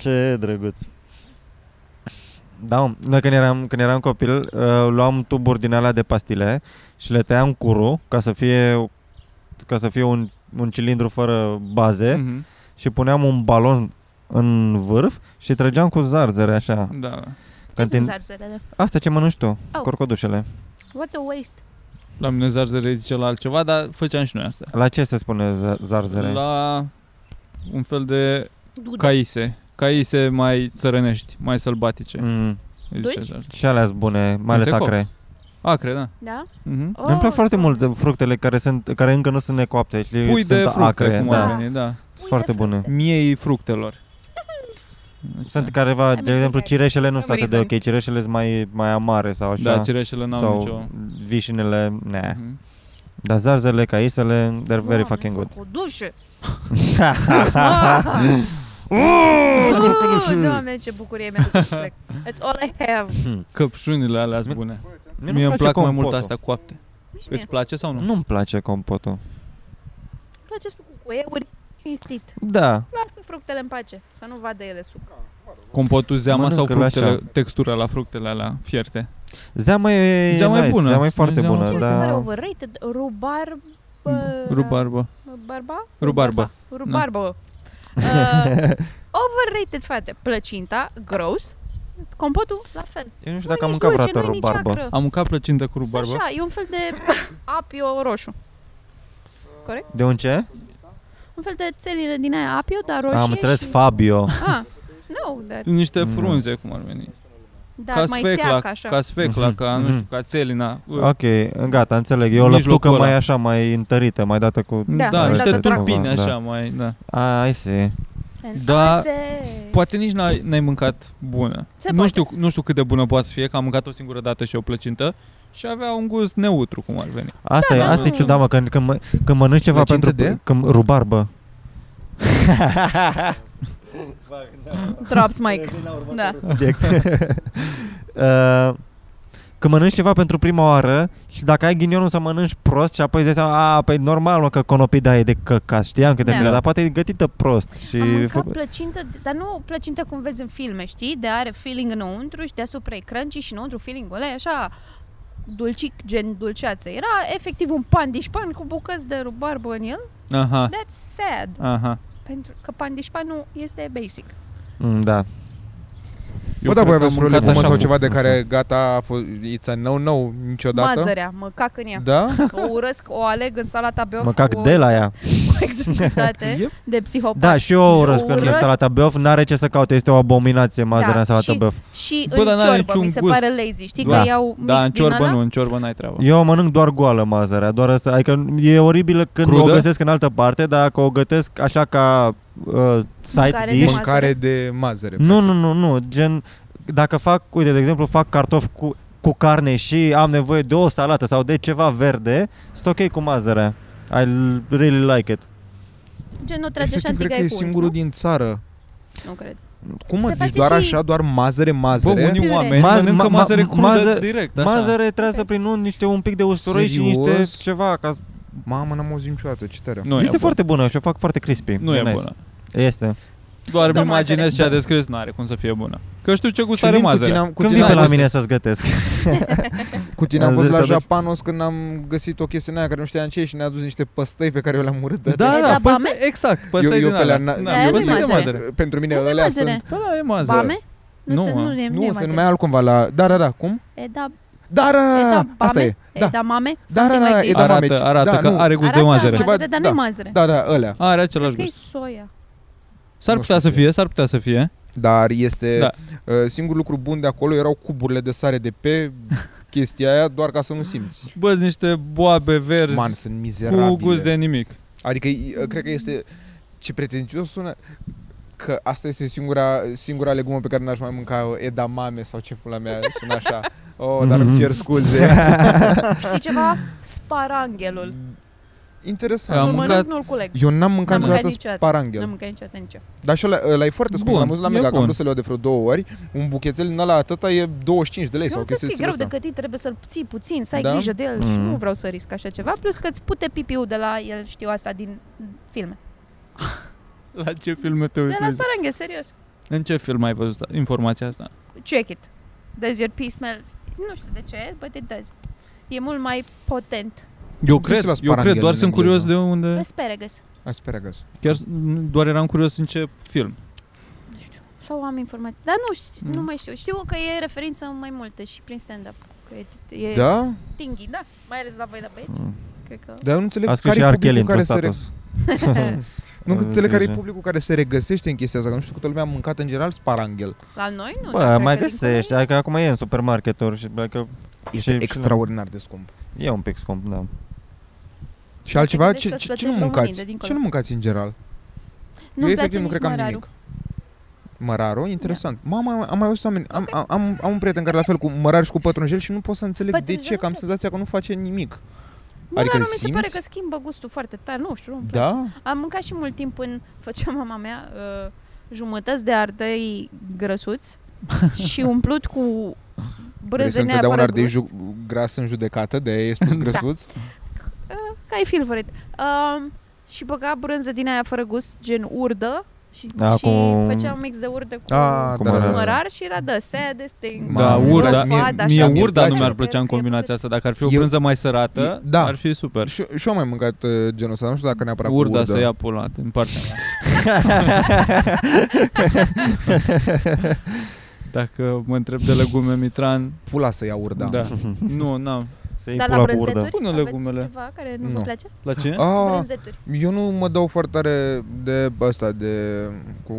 Speaker 3: ce drăguț. Da, mă, noi când eram, când eram copil, uh, luam tuburi din alea de pastile și le tăiam cu ru ca să fie, ca să fie un, un cilindru fără baze
Speaker 4: Mhm,
Speaker 3: și puneam un balon în vârf și trăgeam cu zarzere așa.
Speaker 4: Da.
Speaker 2: Ce
Speaker 3: Când te-
Speaker 2: sunt zarzele?
Speaker 3: Asta ce mănânci tu,
Speaker 2: Au.
Speaker 3: corcodușele.
Speaker 2: What a waste.
Speaker 4: La mine zarzele zice la altceva, dar făceam și noi asta.
Speaker 3: La ce se spune za- zarzele?
Speaker 4: La un fel de
Speaker 2: Dude.
Speaker 4: caise. Caise mai țărănești, mai sălbatice.
Speaker 3: Mm,
Speaker 4: îi zice
Speaker 2: Dulci?
Speaker 4: zarzele.
Speaker 3: și alea bune, mai ales
Speaker 4: Secou.
Speaker 3: acre.
Speaker 4: Acre, da.
Speaker 2: Da?
Speaker 4: Mhm.
Speaker 2: Oh,
Speaker 3: Îmi plac foarte mult de fructele care, sunt, care încă nu sunt necoapte. Și
Speaker 4: Pui
Speaker 3: sunt
Speaker 4: de fructe,
Speaker 3: acre,
Speaker 4: cum
Speaker 3: da.
Speaker 4: ar veni, da.
Speaker 3: Sunt foarte bune.
Speaker 4: Miei fructelor.
Speaker 3: Sunt careva,
Speaker 2: Am
Speaker 3: de exemplu,
Speaker 2: înțeles.
Speaker 3: cireșele nu
Speaker 2: Sunt
Speaker 3: sunt atât de
Speaker 2: orizont.
Speaker 3: ok, cireșele sunt mai, mai amare sau așa.
Speaker 4: Da, cireșele n-au
Speaker 3: sau Eh.
Speaker 4: nicio...
Speaker 3: vișinele, ne.
Speaker 4: Mhm.
Speaker 3: Dar zarzele, caisele, they're very fucking good.
Speaker 2: Cu dușe. Doamne, ce bucurie mi-a făcut să plec. That's all I have.
Speaker 4: Căpșunile alea sunt bune.
Speaker 3: Mie
Speaker 4: Mie îmi plac mai mult
Speaker 3: compotul.
Speaker 4: astea coapte.
Speaker 2: Nici mie.
Speaker 4: Îți place sau nu?
Speaker 3: Nu-mi place compotul.
Speaker 2: Îmi place sucul cu euri cinstit.
Speaker 3: Da,
Speaker 2: Lasă fructele în pace, să nu vadă ele suc.
Speaker 4: Compotul zeama sau
Speaker 3: Mănâncă-l
Speaker 4: fructele,
Speaker 3: așa.
Speaker 4: textura la fructele alea fierte.
Speaker 3: zeama e,
Speaker 4: Zeama e
Speaker 3: nice,
Speaker 4: bună.
Speaker 3: zeama e foarte
Speaker 4: Zeama-
Speaker 3: bună,
Speaker 2: Ce mi se pare
Speaker 3: da.
Speaker 2: overrated? Rubar...
Speaker 4: Rubarbă.
Speaker 2: Barba?
Speaker 4: Rubarbă.
Speaker 3: Da.
Speaker 2: Rubarbă. Uh, overrated, frate. Plăcinta, gross. Compotul, la fel.
Speaker 3: Eu nu știu
Speaker 2: Nu
Speaker 3: dacă am
Speaker 2: nici
Speaker 3: mâncat
Speaker 2: dulce,
Speaker 3: vreodată
Speaker 2: nu-i nici
Speaker 3: rubarbă.
Speaker 2: acră.
Speaker 4: Am mâncat plăcintă cu
Speaker 2: Sunt
Speaker 4: rubarbă.
Speaker 2: Așa, e un fel de apio roșu. Corect?
Speaker 3: De un ce?
Speaker 2: Un fel de țelină din aia apio, dar roșie
Speaker 3: Am înțeles
Speaker 2: și...
Speaker 3: Fabio.
Speaker 2: Ah, nu, dar,
Speaker 4: Niște
Speaker 3: Mm.
Speaker 4: frunze, cum ar veni.
Speaker 2: dar mai
Speaker 4: sfecla,
Speaker 2: teac așa.
Speaker 4: ca sfecla,
Speaker 3: Mhm,
Speaker 4: ca, nu
Speaker 3: mhm.
Speaker 4: știu, ca țelina.
Speaker 3: Ok, gata, înțeleg. E o
Speaker 4: Mijlocul
Speaker 3: lăptucă
Speaker 4: ăla.
Speaker 3: mai așa, mai întărită, mai dată cu...
Speaker 4: Da,
Speaker 2: Da,
Speaker 4: da
Speaker 2: mai
Speaker 4: niște
Speaker 2: dată cu
Speaker 4: tulpini
Speaker 3: ceva, da.
Speaker 4: așa mai, da.
Speaker 3: Ah, I see.
Speaker 2: And
Speaker 4: Da,
Speaker 2: I say-
Speaker 4: Poate nici n-ai, n-ai mâncat bună.
Speaker 2: Se
Speaker 4: nu,
Speaker 2: poate.
Speaker 4: știu, nu știu cât de bună poate să fie, că am mâncat o singură dată și o plăcintă și avea un gust neutru, cum ar veni.
Speaker 3: Asta,
Speaker 2: Da,
Speaker 3: e,
Speaker 2: da,
Speaker 3: asta e
Speaker 2: nu.
Speaker 3: ciudat, mă, când, când, mă- când mănânci ceva
Speaker 1: Plăcintă
Speaker 3: pentru...
Speaker 1: de?
Speaker 3: Când, rubarbă.
Speaker 2: Drops mic. Da.
Speaker 3: Subiect. uh, când mănânci ceva pentru prima oară și dacă ai ghinionul să mănânci prost și apoi îți dai seama, a, păi normal mă, că conopida e de căcat, știam că de
Speaker 2: Da.
Speaker 3: mine, dar poate e gătită prost. Și
Speaker 2: Am mâncat
Speaker 3: fă-
Speaker 2: plăcintă, de- dar nu plăcintă cum vezi în filme, știi? De are feeling înăuntru și deasupra e crunchy și înăuntru feeling ăla e așa dulcic, gen dulceață. Era efectiv un pandișpan cu bucăți de rubarbă în el.
Speaker 4: Aha,
Speaker 2: That's sad.
Speaker 4: aha.
Speaker 2: Pentru că pandișpanul este basic.
Speaker 3: Mm, da.
Speaker 1: Bă, da,
Speaker 4: cred
Speaker 1: voi
Speaker 4: că am
Speaker 1: aveți vreo
Speaker 4: mâncat
Speaker 1: legumă
Speaker 4: așa
Speaker 1: sau
Speaker 4: cu-
Speaker 1: ceva de care gata a fost, it's a no-no niciodată?
Speaker 2: Mazărea, mă cac în ea.
Speaker 1: Da?
Speaker 2: Că o urăsc, o aleg în salata beof.
Speaker 3: Mă
Speaker 2: o
Speaker 3: cac de la ea.
Speaker 2: Cu exactitate de psihopat.
Speaker 3: Da, și eu o urăsc
Speaker 2: Eu
Speaker 3: când e
Speaker 2: urăsc-
Speaker 3: salata băf, n-are ce să caute, este o abominație mazărea
Speaker 2: Da,
Speaker 3: în salata
Speaker 2: și-
Speaker 3: băf.
Speaker 2: Și
Speaker 4: Bă, dar
Speaker 2: în
Speaker 4: n-are
Speaker 2: ciorbă, mi
Speaker 4: niciun
Speaker 2: se
Speaker 4: gust.
Speaker 2: pare lazy. Știi
Speaker 3: Da.
Speaker 2: că iau mix
Speaker 4: Da, în
Speaker 2: din
Speaker 4: ciorbă
Speaker 2: ăla?
Speaker 4: nu, în ciorbă n-ai treabă.
Speaker 3: Eu o mănânc doar goală mazărea, doar asta, adică e oribilă când
Speaker 4: Crudă?
Speaker 3: o găsesc în altă parte, dar dacă o gătesc așa ca uh, side
Speaker 2: Mâncare de
Speaker 3: dish,
Speaker 2: mazăre.
Speaker 1: Mâncare de mazăre.
Speaker 3: nu, nu, nu, nu, gen, dacă fac, uite, de exemplu, fac cartofi cu, cu carne și am nevoie de o salată sau de ceva verde, sunt ok cu mazărea. I l- really like it.
Speaker 2: Gen, nu trage și
Speaker 1: Efectiv, cred că
Speaker 2: antiga
Speaker 1: e
Speaker 2: cu unt,
Speaker 1: singurul
Speaker 2: nu?
Speaker 1: din țară.
Speaker 2: Nu cred.
Speaker 1: Cum mă,
Speaker 2: Se
Speaker 1: deci
Speaker 2: face
Speaker 1: doar
Speaker 2: și-
Speaker 1: așa, doar mazăre,
Speaker 4: Bă,
Speaker 1: mazăre?
Speaker 4: unii
Speaker 2: Piure.
Speaker 4: oameni
Speaker 3: Maz-
Speaker 4: mănâncă
Speaker 3: ma- ma-
Speaker 4: mazăre crudă
Speaker 3: mază-
Speaker 4: direct, Da, așa.
Speaker 3: Mazăre trasă prin unt, niște un pic de usturoi și niște
Speaker 1: Serios?
Speaker 3: ceva ca
Speaker 1: Mamă, n-am auzit niciodată, ce tare.
Speaker 4: Nu
Speaker 3: este
Speaker 4: e
Speaker 3: foarte bună și o fac foarte crispy.
Speaker 4: bună. Nu e
Speaker 3: nice.
Speaker 4: bună.
Speaker 3: Este.
Speaker 4: Doar îmi
Speaker 2: Doar mazăre.
Speaker 4: imaginez ce a descris, n-are cum să fie bună. Că știu ce gust are
Speaker 1: Ciulin, cu tine
Speaker 4: mazărea.
Speaker 1: am, cu
Speaker 3: Când
Speaker 1: tine
Speaker 3: vii
Speaker 1: am
Speaker 3: pe la
Speaker 1: fost-
Speaker 3: mine să-ți gătesc?
Speaker 1: Cu tine
Speaker 3: Am
Speaker 1: am fost
Speaker 3: zis
Speaker 1: la
Speaker 3: să aduc-
Speaker 1: Japanos când am găsit o chestie în aia care nu știam ce e și ne-a dus niște păstăi pe care eu le-am urât. de
Speaker 4: Da,
Speaker 2: E
Speaker 4: da,
Speaker 2: la
Speaker 4: păstă-
Speaker 2: Bame?
Speaker 4: exact, păstă
Speaker 1: Eu- eu
Speaker 4: din
Speaker 1: pe la
Speaker 4: alea.
Speaker 1: na-
Speaker 4: Da,
Speaker 2: eu-
Speaker 4: păstă
Speaker 2: nu e
Speaker 4: de mazăre.
Speaker 1: atât. Pentru mine
Speaker 2: Nu e
Speaker 1: ălea
Speaker 2: mazăre.
Speaker 1: sunt...
Speaker 4: Bă, da, e mazăre.
Speaker 2: Bame? Nu,
Speaker 4: Nu,
Speaker 2: se,
Speaker 4: mă.
Speaker 2: nu, e- nu,
Speaker 1: Nu,
Speaker 2: e
Speaker 1: se
Speaker 2: mazăre.
Speaker 1: numea altcumva la... Da, da, da, cum?
Speaker 2: E da,
Speaker 1: Da, da, da,
Speaker 2: e da,
Speaker 1: da,
Speaker 2: bame,
Speaker 1: asta e.
Speaker 2: e
Speaker 1: Da.
Speaker 2: da, mame,
Speaker 1: Da, da,
Speaker 2: something
Speaker 1: da,
Speaker 2: like
Speaker 1: e
Speaker 2: this.
Speaker 1: da, mame,
Speaker 4: Arată,
Speaker 1: ci-
Speaker 4: arată
Speaker 1: da,
Speaker 4: că
Speaker 1: nu.
Speaker 4: are gust de
Speaker 2: Arată
Speaker 4: mazăre.
Speaker 1: Ceva-
Speaker 2: dar nu e
Speaker 1: da.
Speaker 2: mazăre.
Speaker 1: Da, da, ălea.
Speaker 4: Are același
Speaker 2: Că e
Speaker 4: gust.
Speaker 2: soia.
Speaker 4: S-ar
Speaker 1: Nu
Speaker 4: putea să
Speaker 1: știu ce
Speaker 4: fie, s-ar putea să fie.
Speaker 1: Dar este
Speaker 4: Da.
Speaker 1: uh, singurul lucru bun de acolo erau cuburile de sare de pe chestia aia doar ca să nu simți.
Speaker 4: Bă, sunt niște boabe verzi
Speaker 1: Man, sunt mizerabile.
Speaker 4: cu gust de nimic.
Speaker 1: Adică i- cred că este ce pretențios sună că asta este singura, singura legumă pe care n-aș mai mânca o edamame sau ce fula mea sună așa. Oh, dar
Speaker 3: Mhm.
Speaker 1: îmi cer scuze.
Speaker 2: Știi ceva? Sparanghelul.
Speaker 1: Interesant.
Speaker 4: Am
Speaker 2: nu
Speaker 4: mâncat-
Speaker 2: mănânc, nu-l culeg.
Speaker 1: Da, Eu n-am mâncat
Speaker 2: N-am mâncat
Speaker 1: niciodată
Speaker 2: niciodată. N-am
Speaker 1: sparanghel.
Speaker 2: mâncat niciodată nicio.
Speaker 1: Dar și ăla, ăla e foarte scump.
Speaker 4: Bun,
Speaker 1: Am văzut la
Speaker 4: e
Speaker 1: Mega, că am
Speaker 4: bun.
Speaker 1: vrut să le iau de vreo două ori. Un buchețel din ăla atâta e 25 de lei
Speaker 2: Nu
Speaker 1: sau
Speaker 2: să
Speaker 1: chestii
Speaker 2: fie greu
Speaker 1: ăsta.
Speaker 2: de cătit, trebuie să-l ții puțin, să ai
Speaker 1: Da?
Speaker 2: grijă de el și
Speaker 3: Mhm.
Speaker 2: nu vreau să risc așa ceva. Plus că îți pute pipiu de la el, știu asta, din filme.
Speaker 4: La ce filme te
Speaker 2: De
Speaker 4: uiți?
Speaker 2: la
Speaker 4: Luiza?
Speaker 2: sparanghel, serios.
Speaker 4: În ce film ai văzut a- informația asta?
Speaker 2: Check it. Does your pee smell? Nu știu de ce, but it does. E mult mai potent.
Speaker 4: Eu
Speaker 1: Există
Speaker 4: cred,
Speaker 1: la
Speaker 4: eu
Speaker 1: Sparanghel
Speaker 4: cred, doar
Speaker 1: în
Speaker 4: sunt
Speaker 1: engleză.
Speaker 4: curios de
Speaker 1: Da.
Speaker 4: unde...
Speaker 2: Asparagus.
Speaker 1: Asparagus.
Speaker 4: Chiar s- doar eram curios în ce film.
Speaker 2: Nu știu. Sau am informat. Dar nu știu, nu
Speaker 4: Mm.
Speaker 2: mai știu. Știu că e referință în mai multe și prin stand-up. Că e, e
Speaker 1: Da? Mm.
Speaker 2: stinghi, da. Mai ales la voi la băieți. Cred că...
Speaker 1: Dar eu nu înțeleg
Speaker 3: A scris
Speaker 1: care
Speaker 3: și
Speaker 1: e
Speaker 3: R. Kelly
Speaker 1: publicul
Speaker 3: într-un
Speaker 1: care se re...
Speaker 3: status.
Speaker 1: Nu
Speaker 3: Avem
Speaker 1: înțeleg care e
Speaker 3: grijă.
Speaker 1: publicul care se regăsește în chestia asta, că nu știu câtă lume a mâncat în general sparanghel.
Speaker 2: La noi nu. dar
Speaker 3: Bă,
Speaker 2: cred
Speaker 3: mai
Speaker 2: că din
Speaker 3: găsești,
Speaker 2: România-
Speaker 3: adică acum e în supermarketuri și adică
Speaker 1: Este
Speaker 3: Și- și
Speaker 1: extraordinar de scump.
Speaker 3: e un pic scump, da.
Speaker 1: Și altceva,
Speaker 2: gândești
Speaker 1: ce,
Speaker 2: că
Speaker 1: ce,
Speaker 2: îți
Speaker 1: ce nu
Speaker 2: plătești românii
Speaker 1: mâncați?
Speaker 2: de dincolo.
Speaker 1: Ce nu mâncați în general?
Speaker 2: Nu-mi
Speaker 1: eu
Speaker 2: place
Speaker 1: efectiv nu
Speaker 2: nici Da.
Speaker 1: cred că am
Speaker 2: mărarul.
Speaker 1: nimic. Mărarul? Interesant. Mama, am mai auzit oameni. Am, am, am, am un prieten care la fel cu mărar și cu pătrunjel și nu pot să înțeleg de
Speaker 2: Pătrunjelul
Speaker 1: ce, că am
Speaker 2: nu-mi
Speaker 1: senzația că nu face nimic.
Speaker 2: Mărarul
Speaker 1: Adică îl
Speaker 2: mi se pare
Speaker 1: simți?
Speaker 2: că schimbă gustul foarte tare. Nu știu, nu-mi place.
Speaker 1: Da?
Speaker 2: Am mâncat și mult timp în... Făcea mama mea uh, jumătăți de ardei grăsuți și umplut cu
Speaker 1: Vrei să
Speaker 2: brânză
Speaker 1: întotdeauna
Speaker 2: neapărat
Speaker 1: ardei
Speaker 2: gust.
Speaker 1: ju- gras în judecată, de aia e
Speaker 4: Da.
Speaker 1: spus grăsuț?
Speaker 2: Ca ai favorite. Um, și băga brânză din aia fără gust, gen urdă. Și,
Speaker 3: Da,
Speaker 2: și
Speaker 3: cu-
Speaker 2: făcea un mix de urdă cu
Speaker 1: Ah,
Speaker 3: Cu
Speaker 1: da, da, da.
Speaker 2: mărar și era de sad, sting.
Speaker 1: Ma-
Speaker 4: Da,
Speaker 1: Mamă,
Speaker 4: urda,
Speaker 1: dar
Speaker 4: mie,
Speaker 1: mie-
Speaker 4: mie
Speaker 1: așa mi-e
Speaker 4: urda nu
Speaker 1: place.
Speaker 4: mi-ar plăcea în combinația asta. Dacă ar fi o
Speaker 1: Eu-
Speaker 4: brânză mai sărată,
Speaker 1: E- da.
Speaker 4: ar fi super.
Speaker 1: Și, și eu am mai mâncat uh, genul ăsta, nu știu dacă neapărat
Speaker 4: Urda,
Speaker 1: cu urda.
Speaker 4: să ia pula din partea mea. Dacă mă întreb de legume, Mitran,
Speaker 1: Pula să ia urda.
Speaker 4: da. da. Nu, n-am.
Speaker 3: Se iei
Speaker 2: Dar
Speaker 3: pula
Speaker 2: Da, la
Speaker 3: cu urdă.
Speaker 2: brânzeturi
Speaker 4: Pune
Speaker 2: aveți
Speaker 4: legumele.
Speaker 2: ceva care nu,
Speaker 1: Nu.
Speaker 2: vă place?
Speaker 4: La ce?
Speaker 1: Ah,
Speaker 2: Brânzeturi.
Speaker 1: eu nu mă dau foarte tare de asta, de cu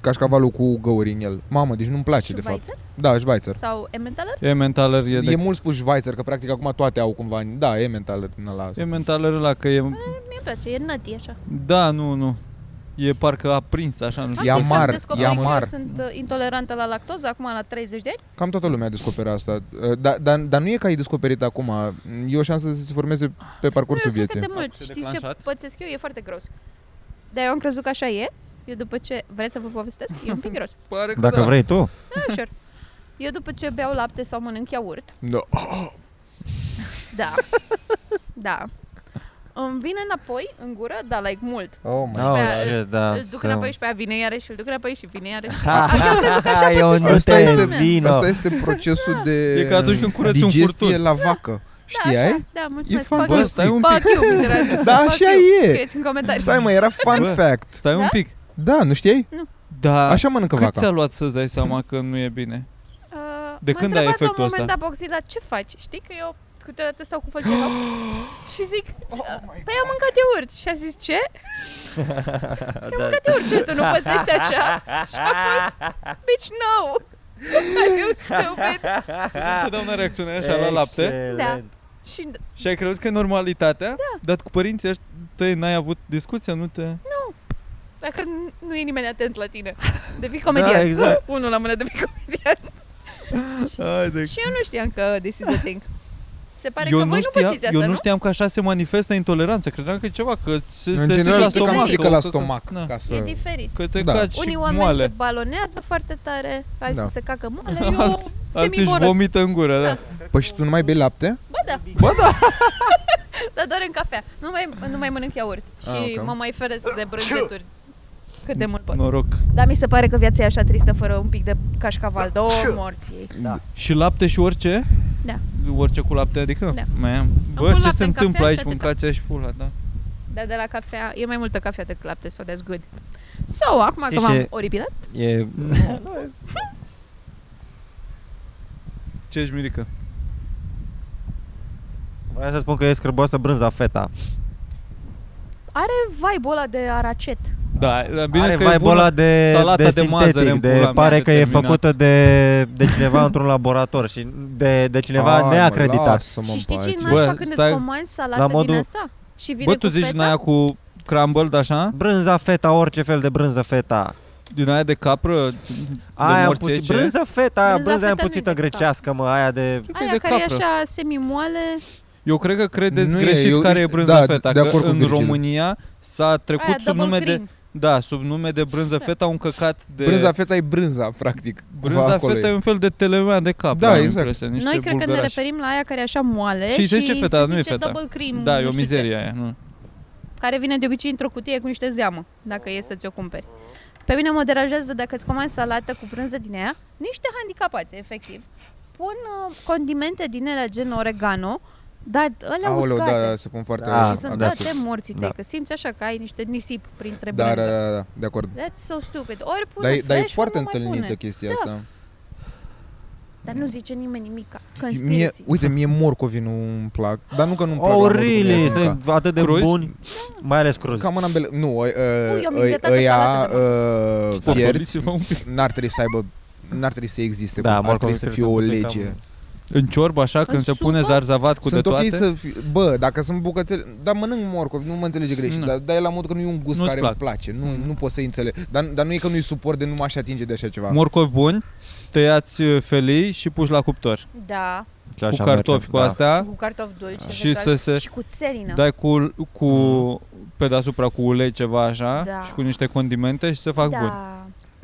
Speaker 1: cașcavalul cu găuri în el. Mamă, deci nu-mi place de fapt.
Speaker 2: Schweizer?
Speaker 1: Da, Schweizer.
Speaker 2: Sau Emmentaler?
Speaker 4: Ementaler e
Speaker 1: E
Speaker 4: de...
Speaker 1: mult spus Schweizer, că practic acum toate au cumva, da, e mentaler din ăla.
Speaker 4: Ementaler ăla că e...
Speaker 2: Mie place, e nutty așa.
Speaker 4: Da, nu, nu. E parcă aprins, așa, nu
Speaker 2: Am
Speaker 1: E
Speaker 2: zis că
Speaker 1: amar,
Speaker 2: am
Speaker 1: e
Speaker 2: descoperit că
Speaker 1: amar.
Speaker 2: eu sunt uh, intolerantă la lactoză acum la 30 de ani.
Speaker 1: Cam toată lumea descoperă asta, Uh, dar dar dar nu e că ai descoperit acum, e o șansă să se formeze pe parcursul
Speaker 2: nu, eu cred Păi,
Speaker 1: vieții.
Speaker 2: că de mult.
Speaker 4: Acum se
Speaker 2: Știți ce
Speaker 4: declanșat?
Speaker 2: pățesc eu? E foarte gros. Dar eu am crezut că așa e. Eu după ce... Vreți să vă povestesc? E un pic gros.
Speaker 4: Pare că
Speaker 3: Dacă
Speaker 4: da.
Speaker 3: vrei tu.
Speaker 2: Da, ușor. Eu după ce beau lapte sau mănânc iaurt,
Speaker 1: Da.
Speaker 2: da, da, îmi vine înapoi în gură, da, like mult.
Speaker 1: Oh my.
Speaker 3: Oh,
Speaker 2: pe-
Speaker 3: shit, da.
Speaker 2: îl duc
Speaker 3: să-
Speaker 2: înapoi și pe aia vine iarăși, îl duc înapoi și vine iarăși. Așa am crezut că așa
Speaker 3: E un
Speaker 2: pățește
Speaker 1: Asta
Speaker 2: toată
Speaker 1: este-
Speaker 2: lumea.
Speaker 3: vino.
Speaker 1: Asta este procesul de
Speaker 4: E ca atunci când curăți un
Speaker 1: digestie
Speaker 4: furtun.
Speaker 1: la vacă.
Speaker 2: Da,
Speaker 1: Știai?
Speaker 2: așa, da, mulțumesc.
Speaker 1: fan-
Speaker 2: Fuck
Speaker 1: Bă,
Speaker 2: you.
Speaker 4: stai un
Speaker 2: Fuck you, Mitran.
Speaker 1: Da,
Speaker 2: Fuck
Speaker 1: așa
Speaker 2: you.
Speaker 1: e.
Speaker 2: Scrieți în comentarii.
Speaker 1: Stai mă, era fun
Speaker 4: Bă.
Speaker 1: fact.
Speaker 4: Stai un
Speaker 2: Da?
Speaker 4: pic.
Speaker 1: Da, nu știai?
Speaker 4: Da,
Speaker 1: Așa mănâncă
Speaker 4: cât
Speaker 1: vaca.
Speaker 4: ți-a luat să-ți dai seama că nu e bine?
Speaker 2: Uh,
Speaker 4: De
Speaker 2: m-a
Speaker 4: când ai
Speaker 2: întrebat
Speaker 4: efectul
Speaker 2: la un moment
Speaker 4: ăsta?
Speaker 2: dat Boxi, dar ce faci? Știi că eu câteodată stau cu făceva și zic,
Speaker 1: Oh
Speaker 2: păi am mâncat iaurt. Și a zis, ce? Zic, am mâncat iaurt și tu nu pățești așa? Și a fost, bitch, no! Are you stupid?
Speaker 3: Da.
Speaker 4: Întotdeauna reacționai așa la lapte
Speaker 3: Excelent.
Speaker 2: Și
Speaker 4: și ai crezut că e normalitatea, da. dar cu părinții ăștia tăi n-ai avut discuția, nu te...
Speaker 2: dacă nu e nimeni atent la tine, devii
Speaker 3: Da,
Speaker 2: comedian.
Speaker 3: exact.
Speaker 2: Unul la mână devii comedian.
Speaker 4: Hai de...
Speaker 2: Și eu nu știam că this is a thing. Se pare
Speaker 4: Eu
Speaker 2: că
Speaker 4: nu,
Speaker 2: voi nu
Speaker 4: știam,
Speaker 2: pățiți asta,
Speaker 4: eu nu
Speaker 2: nu?
Speaker 4: știam că așa se manifestă intoleranța. Credeam că e ceva, că se
Speaker 1: În
Speaker 4: te zici
Speaker 1: general, știi că
Speaker 4: la Da.
Speaker 1: am
Speaker 2: stomac,
Speaker 1: strică la
Speaker 4: că- că-
Speaker 1: stomac.
Speaker 4: Na.
Speaker 1: Ca
Speaker 2: E
Speaker 1: să...
Speaker 2: diferit.
Speaker 4: Că te
Speaker 1: Da.
Speaker 4: caci
Speaker 2: Unii
Speaker 4: și
Speaker 2: oameni se
Speaker 4: moale.
Speaker 2: balonează foarte tare, alții
Speaker 1: Da.
Speaker 2: se cacă moale, eu
Speaker 4: Alți- Alții își
Speaker 2: semi-morăsc.
Speaker 4: vomită în gură, da.
Speaker 1: Păi și tu nu mai bei lapte?
Speaker 2: Ba da. Ba da. Dar doar în cafea. Nu mai, nu mai mănânc iaurt. Și
Speaker 1: Ah, ok.
Speaker 2: mă mai feresc de brânzeturi. Cât de mult pot.
Speaker 4: Noroc.
Speaker 2: Dar mi se pare că viața e așa tristă fără un pic de cașcaval.
Speaker 4: Da,
Speaker 2: Două morți ei.
Speaker 4: Și lapte și orice?
Speaker 2: Da.
Speaker 4: Orice cu lapte, adică?
Speaker 2: Da.
Speaker 4: Man.
Speaker 2: pun
Speaker 4: Bă, ce
Speaker 2: lapte
Speaker 4: se
Speaker 2: în cafea
Speaker 4: întâmplă
Speaker 2: și
Speaker 4: aici?
Speaker 2: atâta.
Speaker 4: Mâncați și pula, da.
Speaker 2: Dar de la cafea, e mai multă cafea decât lapte, so that's good. So, acum
Speaker 3: Știi
Speaker 2: că m-am
Speaker 3: ce-
Speaker 2: oribilat,
Speaker 3: E...
Speaker 4: Ce ești, Mirica?
Speaker 3: Vreau să spun că e scârboasă brânza feta.
Speaker 2: are vibe-ul ăla de aracet.
Speaker 4: Da, dar bine
Speaker 3: Are
Speaker 4: că e
Speaker 3: vibe
Speaker 4: bună.
Speaker 3: ăla de,
Speaker 4: salata
Speaker 3: de
Speaker 4: de mazăre
Speaker 3: sintetic,
Speaker 4: în pula
Speaker 3: de
Speaker 4: mea,
Speaker 3: pare că e
Speaker 4: determinat.
Speaker 3: făcută de, de cineva într-un laborator și de, de cineva
Speaker 1: Hai, mă,
Speaker 3: neacreditat.
Speaker 1: lasă-mă
Speaker 2: Și
Speaker 1: în
Speaker 2: știi ce
Speaker 1: pace.
Speaker 2: e
Speaker 4: Bă,
Speaker 2: nașpa când
Speaker 4: stai.
Speaker 2: îți comanzi salată
Speaker 3: La modul-
Speaker 2: din asta? Și vine
Speaker 4: Bă, tu
Speaker 2: cu
Speaker 4: zici
Speaker 2: feta?
Speaker 4: din aia cu crumble, de așa?
Speaker 3: Brânza feta, orice fel de brânză feta.
Speaker 4: Din aia de capră, de
Speaker 3: Aia
Speaker 4: morțece?
Speaker 3: puțin, brânza feta, aia,
Speaker 2: Brânza
Speaker 3: brânza aia
Speaker 2: feta nu e
Speaker 3: puțită
Speaker 2: de cap.
Speaker 3: grecească, mă, aia de...
Speaker 4: Cred că e
Speaker 2: Aia
Speaker 4: de
Speaker 2: care
Speaker 4: capră.
Speaker 2: e așa semi-moale,
Speaker 4: Eu cred că credeți
Speaker 1: Nu e,
Speaker 4: greșit
Speaker 1: eu-
Speaker 4: care e brânza
Speaker 1: da,
Speaker 4: feta,
Speaker 1: de
Speaker 4: că
Speaker 1: acord cu
Speaker 4: în
Speaker 1: Virgil.
Speaker 4: România s-a trecut
Speaker 2: aia
Speaker 4: sub
Speaker 2: double
Speaker 4: nume de
Speaker 2: green.
Speaker 4: da, sub nume de brânză feta un căcat de
Speaker 1: Brânza feta e brânza, practic.
Speaker 4: brânza
Speaker 1: Acolo
Speaker 4: feta
Speaker 1: e.
Speaker 4: e un fel de telemea de cap.
Speaker 1: Da,
Speaker 4: am
Speaker 1: exact.
Speaker 4: impresia, niște
Speaker 2: Noi cred că ne
Speaker 4: bulgărași.
Speaker 2: referim la aia care e așa moale
Speaker 4: Și
Speaker 2: și,
Speaker 4: se zice feta, nu e feta.
Speaker 2: double cream,
Speaker 4: Da,
Speaker 2: nu
Speaker 4: e o
Speaker 2: știu ce.
Speaker 4: mizerie aia, nu.
Speaker 2: care vine de obicei într-o cutie cu niște zeamă, dacă e să ți-o cumperi. Pe mine mă deranjează dacă îți comanzi salată cu prânză din ea, niște handicapați, efectiv. Pun uh, condimente din ele gen oregano, dar alea
Speaker 1: Aoleu,
Speaker 2: uscate.
Speaker 1: da, se pun foarte...
Speaker 3: Da,
Speaker 2: și sunt
Speaker 3: da,
Speaker 2: da,
Speaker 3: sunt.
Speaker 2: de morții tăi,
Speaker 3: Da.
Speaker 2: că simți așa că ai niște nisip printre
Speaker 1: Da, da,
Speaker 2: brânză.
Speaker 1: da, da, de acord.
Speaker 2: That's so stupid. Ori pune
Speaker 1: Dar e,
Speaker 2: fresh,
Speaker 1: dar e
Speaker 2: ori
Speaker 1: foarte
Speaker 2: nu mai
Speaker 1: întâlnită
Speaker 2: pune.
Speaker 1: chestia
Speaker 2: Da.
Speaker 1: asta.
Speaker 2: Dar nu zice nimeni nimica.
Speaker 1: Mie,
Speaker 2: Conspiracy.
Speaker 1: uite, mie morcovinul îmi plac, dar nu că nu-mi plac. la
Speaker 3: Oh,
Speaker 1: modul cum e
Speaker 3: really,
Speaker 1: mâncat.
Speaker 3: sunt atât de
Speaker 4: Cruz?
Speaker 3: buni, mai ales cruz.
Speaker 1: Cam în ambele... Nu, ă, ă,
Speaker 2: Ui, am
Speaker 1: ă,
Speaker 2: invitat-o
Speaker 1: ăia
Speaker 2: salată de
Speaker 1: ă, fierți
Speaker 4: Potoliți-vă un pic.
Speaker 1: n-ar trebui să aibă N-ar trebui să existe,
Speaker 3: Da,
Speaker 1: da, ar
Speaker 3: morcovii
Speaker 1: trebui să
Speaker 3: trebuie
Speaker 1: fie
Speaker 3: să
Speaker 1: o
Speaker 3: fie
Speaker 1: lege.
Speaker 3: cam-
Speaker 4: În ciorbă așa când
Speaker 2: În
Speaker 4: se pune
Speaker 2: supă?
Speaker 4: zarzavat cu de
Speaker 1: sunt ok
Speaker 4: toate.
Speaker 1: să fi, Bă, dacă sunt bucățele... Dar mănânc morcovi, nu mă înțelege greșit.
Speaker 4: Nu.
Speaker 1: Dar, dar e la modul că nu e un gust
Speaker 4: Nu-ți
Speaker 1: care
Speaker 4: plac.
Speaker 1: îmi place. Nu, nu pot să înțeleg. Dar, dar nu e că nu-i suport de nu m-aș atinge de așa ceva.
Speaker 4: Morcovi buni, tăiați uh, felii și puși la cuptor.
Speaker 2: Da,
Speaker 3: Și
Speaker 4: Cu
Speaker 3: așa
Speaker 4: cartofi,
Speaker 3: mergem,
Speaker 4: cu
Speaker 3: da.
Speaker 4: astea,
Speaker 2: cu cartofi dulce.
Speaker 4: Și
Speaker 2: eventual,
Speaker 4: să se- Da,
Speaker 2: Și cu țelină.
Speaker 4: dai cu, cu pe deasupra cu ulei ceva așa
Speaker 2: Mm. Da.
Speaker 4: și cu niște condimente și se fac buni.
Speaker 2: da.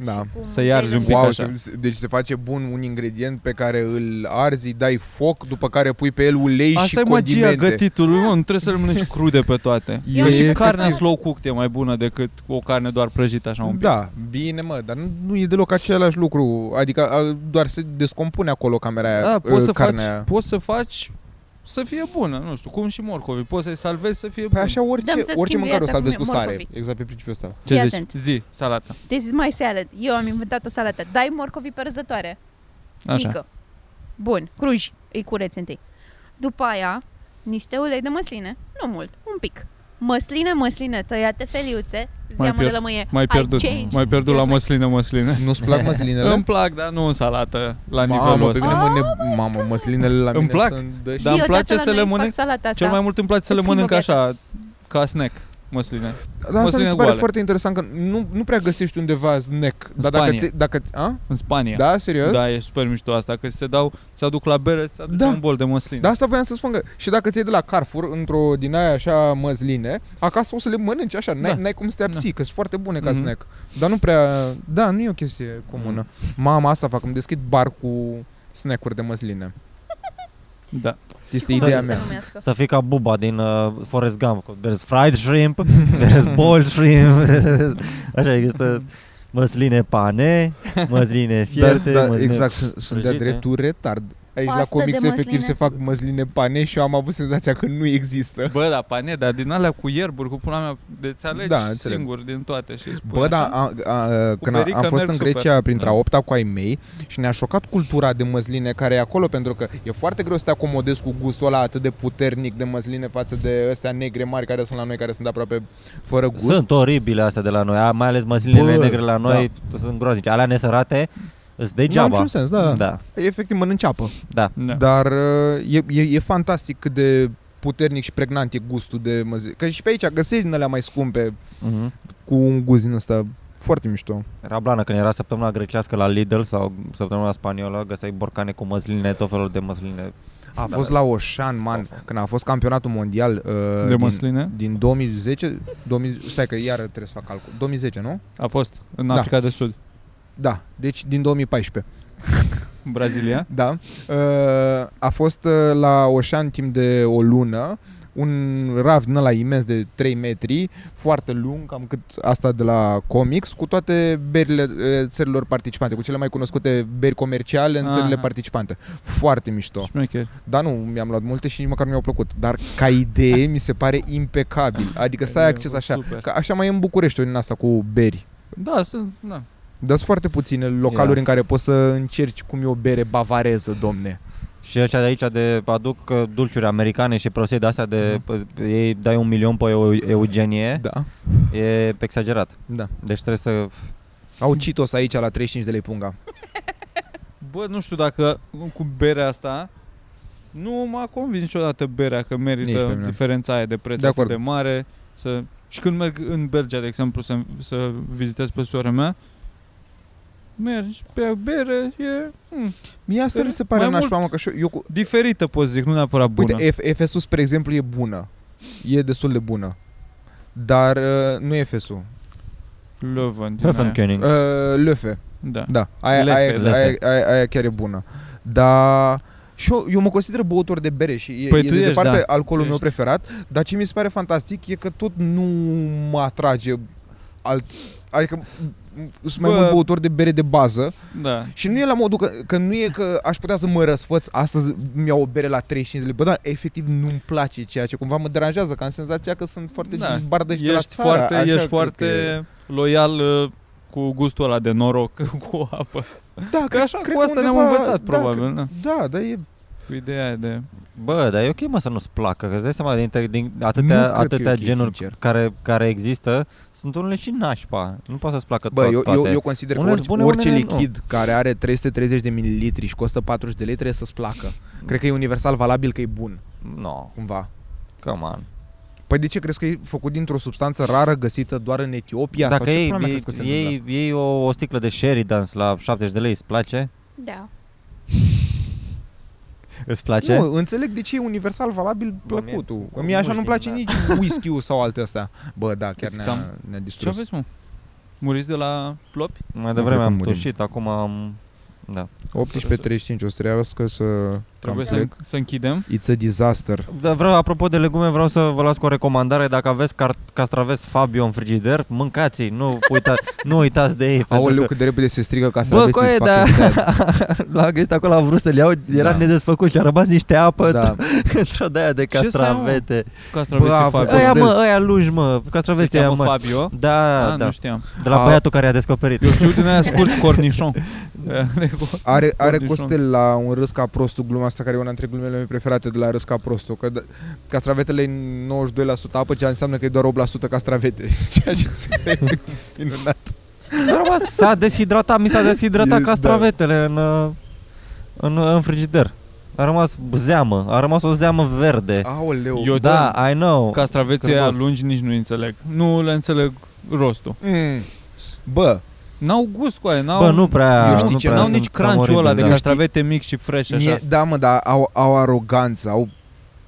Speaker 1: da.
Speaker 2: Cu
Speaker 4: Să iarzi
Speaker 2: ulei
Speaker 4: un pic
Speaker 1: Wow,
Speaker 4: așa.
Speaker 1: se, deci se face bun un ingredient pe care îl arzi, îi dai foc, după care pui pe el ulei și
Speaker 4: Asta e magia
Speaker 1: condimente.
Speaker 2: Da.
Speaker 4: gătitului, mă, nu trebuie să le mănânci crude pe toate.
Speaker 1: Eu
Speaker 4: Că
Speaker 1: am
Speaker 4: și
Speaker 1: impresia
Speaker 4: carnea
Speaker 2: că-
Speaker 4: slow cooked e mai bună decât o carne doar prăjită așa un pic.
Speaker 1: Da, bine mă, dar nu, nu e deloc același lucru. Adică a, doar se descompune acolo camera aia,
Speaker 4: Da,
Speaker 1: a,
Speaker 4: poți să, faci,
Speaker 1: carnea aia.
Speaker 4: poți să faci să fie bună, nu știu, cum și morcovi, poți să-i salvezi să fie
Speaker 1: Păi
Speaker 4: bună.
Speaker 1: așa orice,
Speaker 2: Dăm să
Speaker 1: orice
Speaker 2: schimb
Speaker 1: mâncare o
Speaker 2: viața
Speaker 1: salvezi
Speaker 2: cu
Speaker 1: cu sare.
Speaker 2: morcovii.
Speaker 1: Exact pe principiul ăsta.
Speaker 4: Ce
Speaker 2: Fii
Speaker 4: zici?
Speaker 2: atent.
Speaker 4: Zi, salată.
Speaker 2: This is my salad. Eu am inventat o salată. Dai morcovi pe răzătoare.
Speaker 4: Așa.
Speaker 2: Mică. Bun. Cruji. Îi cureți întâi. După aia, niște ulei de măsline. Nu mult. Un pic. Măsline, măsline, tăiate feliuțe, zeamă de
Speaker 4: pierd-
Speaker 2: lămâie.
Speaker 4: Mai pierdut,
Speaker 2: I changed.
Speaker 4: mai pierdut la măsline, măsline.
Speaker 1: Nu-ți plac
Speaker 4: Îmi
Speaker 1: măslinele?
Speaker 4: plac, dar nu în salată, la nivelul
Speaker 1: Mamă, pe
Speaker 4: ăsta.
Speaker 1: mine mă ne... Mamă, măslinele la
Speaker 4: Îmi
Speaker 1: mine
Speaker 4: plac, Da,
Speaker 1: sunt de...
Speaker 4: dar îmi
Speaker 2: Eu
Speaker 4: place
Speaker 2: odată
Speaker 4: să
Speaker 2: la
Speaker 4: le
Speaker 2: noi
Speaker 4: mănânc.
Speaker 2: fac salata asta.
Speaker 4: Cel mai mult îmi place să le
Speaker 2: Îți schimbă
Speaker 4: mănânc așa, ca snack, măsline.
Speaker 1: Dar asta mi
Speaker 4: măsline
Speaker 1: se pare
Speaker 4: goale.
Speaker 1: foarte interesant că nu, nu prea găsești undeva snack. Dar dacă
Speaker 4: Spania.
Speaker 1: ți... Dacă, ți- a?
Speaker 4: În Spania.
Speaker 1: Da, serios?
Speaker 4: Da, e super mișto asta, că ți se dau, ți aduc la bere, ți aduc
Speaker 1: Da.
Speaker 4: un bol de măsline.
Speaker 1: Dar asta voiam să spun că și dacă ți iei de la Carrefour într-o din aia așa măsline, acasă o să le mănânci așa, n-ai,
Speaker 4: Da.
Speaker 1: n-ai cum să te abții, că sunt foarte bune ca
Speaker 4: Mhm.
Speaker 1: snack. Dar nu prea, da, nu e o chestie comună.
Speaker 4: Mhm.
Speaker 1: Mama asta fac, îmi deschid bar cu snack-uri de măsline.
Speaker 4: Da.
Speaker 1: Este
Speaker 2: Cum
Speaker 1: ideea
Speaker 2: să
Speaker 1: mea.
Speaker 2: Se numească?
Speaker 3: Să fii ca buba din uh, Forrest Gump. cu There's fried shrimp, there's boiled shrimp. Așa există măsline pane, măsline fierte.
Speaker 1: da, da,
Speaker 3: măsline...
Speaker 1: exact, sunt, sunt de-a
Speaker 3: prăjite.
Speaker 1: dreptul retard. Aici la
Speaker 2: Pastă
Speaker 1: comics
Speaker 2: de
Speaker 1: efectiv
Speaker 2: măsline.
Speaker 1: se fac măsline pane și eu am avut senzația că nu există.
Speaker 4: Bă, da, pane, dar din alea cu ierburi, cu pula mea, de ți alegi
Speaker 1: Da,
Speaker 4: da,
Speaker 1: înțeleg.
Speaker 4: singur din toate și îți
Speaker 1: Bă,
Speaker 4: pui așa.
Speaker 1: da, a, a,
Speaker 4: Cu
Speaker 1: când a,
Speaker 4: berica
Speaker 1: am fost
Speaker 4: merg
Speaker 1: în
Speaker 4: super. Da.
Speaker 1: Grecia printre a opta cu ai mei și ne-a șocat cultura de măsline care e acolo pentru că e foarte greu să te acomodezi cu gustul ăla atât de puternic de măsline față de ăstea negre mari care sunt la noi, care sunt aproape fără gust.
Speaker 3: Sunt oribile astea de la noi, a- mai ales măslinele
Speaker 1: Bă,
Speaker 3: negre la noi sunt groaznice. Alea nesărate sunt
Speaker 1: N-au
Speaker 3: degeaba.
Speaker 1: niciun sens, da, da.
Speaker 3: da.
Speaker 1: Efectiv mănânci apă,
Speaker 3: da.
Speaker 4: Da.
Speaker 1: dar uh, e, e, e fantastic cât de puternic și pregnant e gustul de măsline. Că și pe aici găsești din alea mai scumpe
Speaker 3: Mhm.
Speaker 1: cu un gust din ăsta foarte mișto.
Speaker 3: Rablană, când era săptămâna grecească la Lidl sau săptămâna spaniolă, găseai borcane cu măsline, tot felul de măsline.
Speaker 1: A
Speaker 3: Da,
Speaker 1: fost
Speaker 3: da.
Speaker 1: la Oșan, man, când a fost campionatul mondial uh,
Speaker 4: De
Speaker 1: din-
Speaker 4: măsline?
Speaker 1: Din 2010, 2000, stai că iară trebuie să fac calcul. 2010, nu?
Speaker 4: A fost în
Speaker 1: Da.
Speaker 4: Africa de Sud,
Speaker 1: Da, deci din 2014.
Speaker 4: în Brazilia.
Speaker 1: Da. Uh, a fost uh, la Oșan timp de o lună un raft din ăla imens de 3 metri, foarte lung, cam cât asta de la comics, cu toate berile uh, țărilor participante, cu cele mai cunoscute beri comerciale în
Speaker 4: Ah.
Speaker 1: țările participante. Foarte mișto.
Speaker 4: Șmecher.
Speaker 1: Dar nu, mi-am luat multe și nici măcar nu mi-au plăcut. Dar ca idee mi se pare impecabil. Adică să ai
Speaker 4: E
Speaker 1: acces așa.
Speaker 4: super.
Speaker 1: Că așa mai e în București o din asta cu beri.
Speaker 4: Da, sunt, da.
Speaker 1: Dar sunt foarte puține localuri
Speaker 3: Ia.
Speaker 1: în care poți să încerci cum e o bere bavareză, domne.
Speaker 3: Și ăștia de aici de aduc uh, dulciuri americane și prostii de astea
Speaker 1: Mhm.
Speaker 3: de uh ei dai un milion pe eu- Eugenie,
Speaker 1: Da,
Speaker 3: da. e exagerat.
Speaker 1: da.
Speaker 3: Deci trebuie să
Speaker 1: Au Citos aici la 35 de lei punga.
Speaker 4: Bă, nu știu dacă cu berea asta nu m-a convins niciodată berea că
Speaker 1: Nici pe
Speaker 4: merită
Speaker 1: mine.
Speaker 4: diferența aia de preț
Speaker 1: De
Speaker 4: de,
Speaker 1: acord.
Speaker 4: atât de mare. Să... Și când merg în Belgia, de exemplu, să, să vizitez pe sora mea, mergi pe bere, e hmm,
Speaker 1: Mie asta
Speaker 4: Dar
Speaker 1: mi se pare
Speaker 4: mai
Speaker 1: nașpa,
Speaker 4: mult.
Speaker 1: mă, că și eu, eu cu...
Speaker 4: diferită, pot zic, nu neapărat bună.
Speaker 1: Uite, Ef- Efesus, spre exemplu, e bună. E destul de bună. Dar uh, nu e Efesul.
Speaker 4: Leuven, din aia.
Speaker 3: Höfenkönig.
Speaker 1: Uh, Löfe.
Speaker 4: Da.
Speaker 1: Da, aia,
Speaker 4: Lefe,
Speaker 1: aia,
Speaker 3: lefe.
Speaker 1: aia, aia, aia chiar e bună. Dar și eu, eu mă consider băutor de bere și e,
Speaker 4: Păi
Speaker 1: e
Speaker 4: tu
Speaker 1: de
Speaker 4: ești,
Speaker 1: departe
Speaker 4: da.
Speaker 1: alcoolul
Speaker 4: Tu
Speaker 1: meu
Speaker 4: ești.
Speaker 1: preferat, dar ce mi se pare fantastic e că tot nu mă atrage alt... Adică m- sunt mai
Speaker 4: Bă.
Speaker 1: mult băutor de bere de bază
Speaker 4: da.
Speaker 1: și nu e la modul că, că nu e că aș putea să mă răsfăț astăzi mi iau o bere la 35 de lei, bă, dar efectiv nu-mi place ceea ce cumva mă deranjează, că am senzația că sunt foarte
Speaker 4: Da.
Speaker 1: da. bardă și de la
Speaker 4: Ești
Speaker 1: țară.
Speaker 4: foarte,
Speaker 1: așa cred
Speaker 4: ești
Speaker 1: că e.
Speaker 4: foarte loial uh, cu gustul ăla de noroc cu apă.
Speaker 1: Da,
Speaker 4: Că
Speaker 1: cred-
Speaker 4: așa
Speaker 1: cred
Speaker 4: cu
Speaker 1: că
Speaker 4: asta ne-am
Speaker 1: undeva-
Speaker 4: învățat,
Speaker 1: da, că-
Speaker 4: probabil, da.
Speaker 1: Da, dar e
Speaker 4: Cu ideea aia de...
Speaker 3: Bă, dar e ok mă să nu-ți placă, că îți dai seama din, din atâtea,
Speaker 1: Nu cred că e
Speaker 3: atâtea
Speaker 1: ok,
Speaker 3: genuri
Speaker 1: sincer.
Speaker 3: care, care există, sunt unele și nașpa. Nu poate să-ți placă
Speaker 1: Bă,
Speaker 3: to-
Speaker 1: eu,
Speaker 3: toate.
Speaker 1: eu, eu consider că
Speaker 3: Unele-s
Speaker 1: orice,
Speaker 3: bune,
Speaker 1: orice
Speaker 3: unele nu.
Speaker 1: lichid care are 330 de mililitri și costă 40 de lei trebuie să-ți placă. Cred că e universal valabil că e bun,
Speaker 3: No,
Speaker 1: cumva.
Speaker 3: come on.
Speaker 1: Păi de ce crezi că e făcut dintr-o substanță rară găsită doar în Etiopia?
Speaker 3: Dacă
Speaker 1: sau ce
Speaker 3: ei,
Speaker 1: pula mea
Speaker 3: ei,
Speaker 1: crezi că se
Speaker 3: ei, ei o, o sticlă de Sheridance la 70 de lei îți place?
Speaker 2: Da.
Speaker 3: Îți
Speaker 1: întâmplă?
Speaker 3: place?
Speaker 1: Nu, înțeleg de ce e universal valabil
Speaker 3: Bă, mie-
Speaker 1: plăcutul.
Speaker 3: cu
Speaker 1: Mie așa
Speaker 3: mușchi da.
Speaker 1: nu-mi place
Speaker 3: din
Speaker 1: nici whisky sau alte astea. Bă, da, chiar
Speaker 4: Îți
Speaker 1: ne-a,
Speaker 4: cam-
Speaker 1: ne-a
Speaker 4: Ce
Speaker 1: distrus.
Speaker 4: aveți, mă? Muriți de la plopi?
Speaker 3: Mai
Speaker 1: cred
Speaker 3: devreme
Speaker 1: că
Speaker 3: am
Speaker 1: murim.
Speaker 3: tușit, acum am... Da.
Speaker 1: 18.35, o să trească să...
Speaker 4: Trebuie
Speaker 1: cam
Speaker 4: să, să închidem.
Speaker 1: It's a disaster.
Speaker 3: Dar Da, vreau, apropo de legume, vreau să vă las cu o recomandare. Dacă aveți car- castraveți Fabio în frigider, mâncați nu, uita, nu uitați de ei. pentru
Speaker 1: Aoleu,
Speaker 3: că-
Speaker 1: cât de repede se strigă ca să
Speaker 3: Bă,
Speaker 1: aveți
Speaker 3: coaie, da. L-am găsit acolo, am vrut să-l iau, era
Speaker 1: Da.
Speaker 3: nedesfăcut și a rămas niște apă
Speaker 1: Da.
Speaker 3: într-o de de
Speaker 4: Ce să iau, mă?
Speaker 3: castravete.
Speaker 4: Castraveții
Speaker 1: Bă, a
Speaker 4: Fabio.
Speaker 1: fost-
Speaker 3: Aia,
Speaker 1: Costel.
Speaker 3: mă, aia lungi, mă, castraveții
Speaker 4: Se
Speaker 3: aia,
Speaker 4: cheamă
Speaker 3: mă.
Speaker 4: Fabio?
Speaker 3: Da,
Speaker 4: Ah,
Speaker 3: da,
Speaker 4: nu știam.
Speaker 3: de la
Speaker 1: A.
Speaker 3: băiatul care a descoperit.
Speaker 4: Eu știu din aia scurt cornișon.
Speaker 3: Da.
Speaker 1: Are, are
Speaker 4: Cornișon.
Speaker 1: Costel la un râs ca prostul gluma asta care e una dintre glumele mele preferate de la râs ca prostul că d- castravetele e 92% apă, ceea ce înseamnă că e doar 8% castravete ceea ce înseamnă efectiv minunat
Speaker 3: Dar, mă, S-a deshidratat, mi s-a
Speaker 1: E,
Speaker 3: deshidratat
Speaker 1: da.
Speaker 3: castravetele în, uh, în, în frigider. A rămas zeamă, a rămas o zeamă verde.
Speaker 1: Aoleu
Speaker 4: Eu-
Speaker 3: Da, I know.
Speaker 4: Castraveții aia
Speaker 3: Scârbos.
Speaker 4: lungi nici nu înțeleg. Nu le înțeleg rostul.
Speaker 1: mm. Bă,
Speaker 4: N-au gust cu aia, n-au...
Speaker 3: Bă, nu prea...
Speaker 1: Eu știi
Speaker 3: nu
Speaker 1: ce,
Speaker 3: prea
Speaker 4: N-au
Speaker 3: sunt
Speaker 4: nici
Speaker 3: cam
Speaker 4: crunch-ul ăla de
Speaker 3: oribil, da.
Speaker 4: castravete mic și fresh așa.
Speaker 1: mie, da mă, dar au, au aroganță, au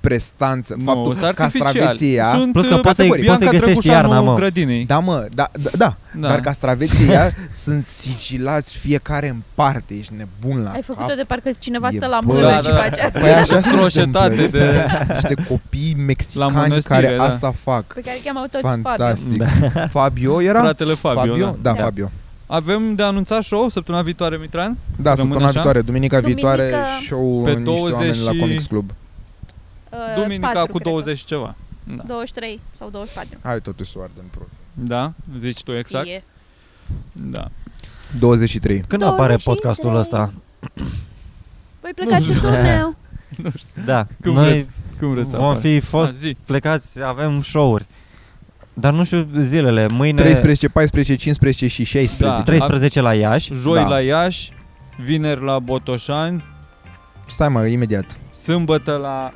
Speaker 1: prestanță
Speaker 4: Nu,
Speaker 1: Faptul
Speaker 4: sunt
Speaker 1: că
Speaker 4: artificiali.
Speaker 1: castraveții ea
Speaker 4: Sunt
Speaker 3: Plus că
Speaker 4: uh,
Speaker 3: poți să-i-
Speaker 4: categoria
Speaker 3: poți să-i
Speaker 4: în care
Speaker 3: găsești
Speaker 4: Drăgușanu
Speaker 3: iarna, mă.
Speaker 4: grădinei.
Speaker 1: Da mă, da, da, da,
Speaker 4: Da.
Speaker 1: dar castraveții ea sunt sigilați fiecare în parte, ești nebun la
Speaker 2: Ai
Speaker 1: cap.
Speaker 2: făcut-o de parcă cineva
Speaker 1: Da. E
Speaker 2: stă la
Speaker 1: bă-
Speaker 2: mână
Speaker 1: Da,
Speaker 2: și
Speaker 4: da.
Speaker 2: face asta.
Speaker 1: Păi așa se
Speaker 4: Roșetate
Speaker 1: întâmplă,
Speaker 4: de-
Speaker 1: sunt niște copii
Speaker 4: La
Speaker 1: mexicani
Speaker 4: mănăstire,
Speaker 1: care
Speaker 4: da.
Speaker 1: asta fac.
Speaker 2: Pe care cheamau Păi toți Fabio.
Speaker 1: Fantastic. Fabio. era?
Speaker 4: Fratele Da. Fabio, da.
Speaker 1: Da,
Speaker 2: Da.
Speaker 1: Fabio.
Speaker 4: Avem de anunțat show săptămâna viitoare, Mitran?
Speaker 2: Uh,
Speaker 1: Da,
Speaker 4: Rămâne
Speaker 1: săptămâna
Speaker 4: așa?
Speaker 1: viitoare, duminica
Speaker 2: Duminică
Speaker 1: viitoare, show
Speaker 4: pe
Speaker 1: pe 20 niște oameni
Speaker 4: 20 și-
Speaker 1: la Comics Club.
Speaker 2: Uh,
Speaker 4: Duminica
Speaker 2: patru,
Speaker 4: cu
Speaker 2: cred că.
Speaker 4: 20 și ceva. Da.
Speaker 2: 23 sau 24.
Speaker 1: Hai totuși să o ardem profi.
Speaker 4: da, zici tu exact.
Speaker 2: Fie.
Speaker 4: Da.
Speaker 1: 23.
Speaker 3: Când apare
Speaker 2: 23?
Speaker 3: podcastul ăsta?
Speaker 2: Voi plecați în turneu.
Speaker 3: Da,
Speaker 4: Când
Speaker 3: noi
Speaker 4: vreți, Cum vreți să
Speaker 3: vom
Speaker 4: apară.
Speaker 3: fi
Speaker 4: Da,
Speaker 3: fost
Speaker 4: zi.
Speaker 3: plecați, avem show-uri. Dar nu știu zilele, mâine
Speaker 1: 13, 14, 15 și 16.
Speaker 4: Da.
Speaker 3: 13 la Iași,
Speaker 4: Joi
Speaker 1: Da.
Speaker 4: la Iași, vineri la Botoșani, Da.
Speaker 1: Stai mă, imediat.
Speaker 4: sâmbătă la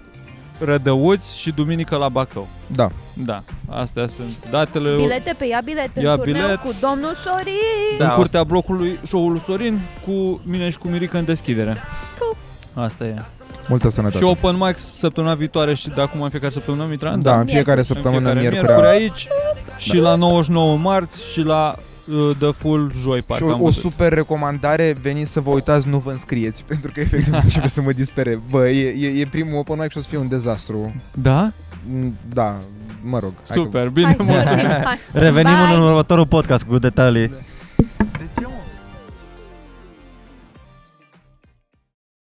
Speaker 4: Rădăuți și duminică la Bacău.
Speaker 1: Da.
Speaker 4: Da, astea sunt datele.
Speaker 2: Bilete pe ea, bilet în
Speaker 4: Ia
Speaker 2: turneu
Speaker 4: bilet.
Speaker 2: cu domnul Sorin.
Speaker 4: În
Speaker 3: Da.
Speaker 4: curtea blocului, show-ul Sorin cu mine și cu Mirica în deschidere.
Speaker 2: Cool.
Speaker 4: Asta
Speaker 1: Da,
Speaker 4: e.
Speaker 1: Multă
Speaker 4: Și
Speaker 1: sănătate.
Speaker 4: open mic săptămâna viitoare și de acum în fiecare săptămână, Mitran?
Speaker 1: Da, în fiecare
Speaker 2: Miercuri.
Speaker 1: săptămână, Da.
Speaker 4: În fiecare
Speaker 1: miercurea.
Speaker 4: aici și la 99 marți și la uh, The Full joi
Speaker 1: Și
Speaker 4: parcă am
Speaker 1: o, o
Speaker 4: văzut.
Speaker 1: super recomandare, veniți să vă uitați, nu vă înscrieți, pentru că efectiv începe să mă dispere. Bă, e, e, e primul open mic și o să fie un dezastru.
Speaker 4: Da?
Speaker 1: Mm, Da, mă rog. hai că-
Speaker 4: Super, bine,
Speaker 2: Hai să
Speaker 4: mulțumim.
Speaker 2: mergem. Hai.
Speaker 3: revenim
Speaker 2: Bye.
Speaker 3: în următorul podcast cu detalii.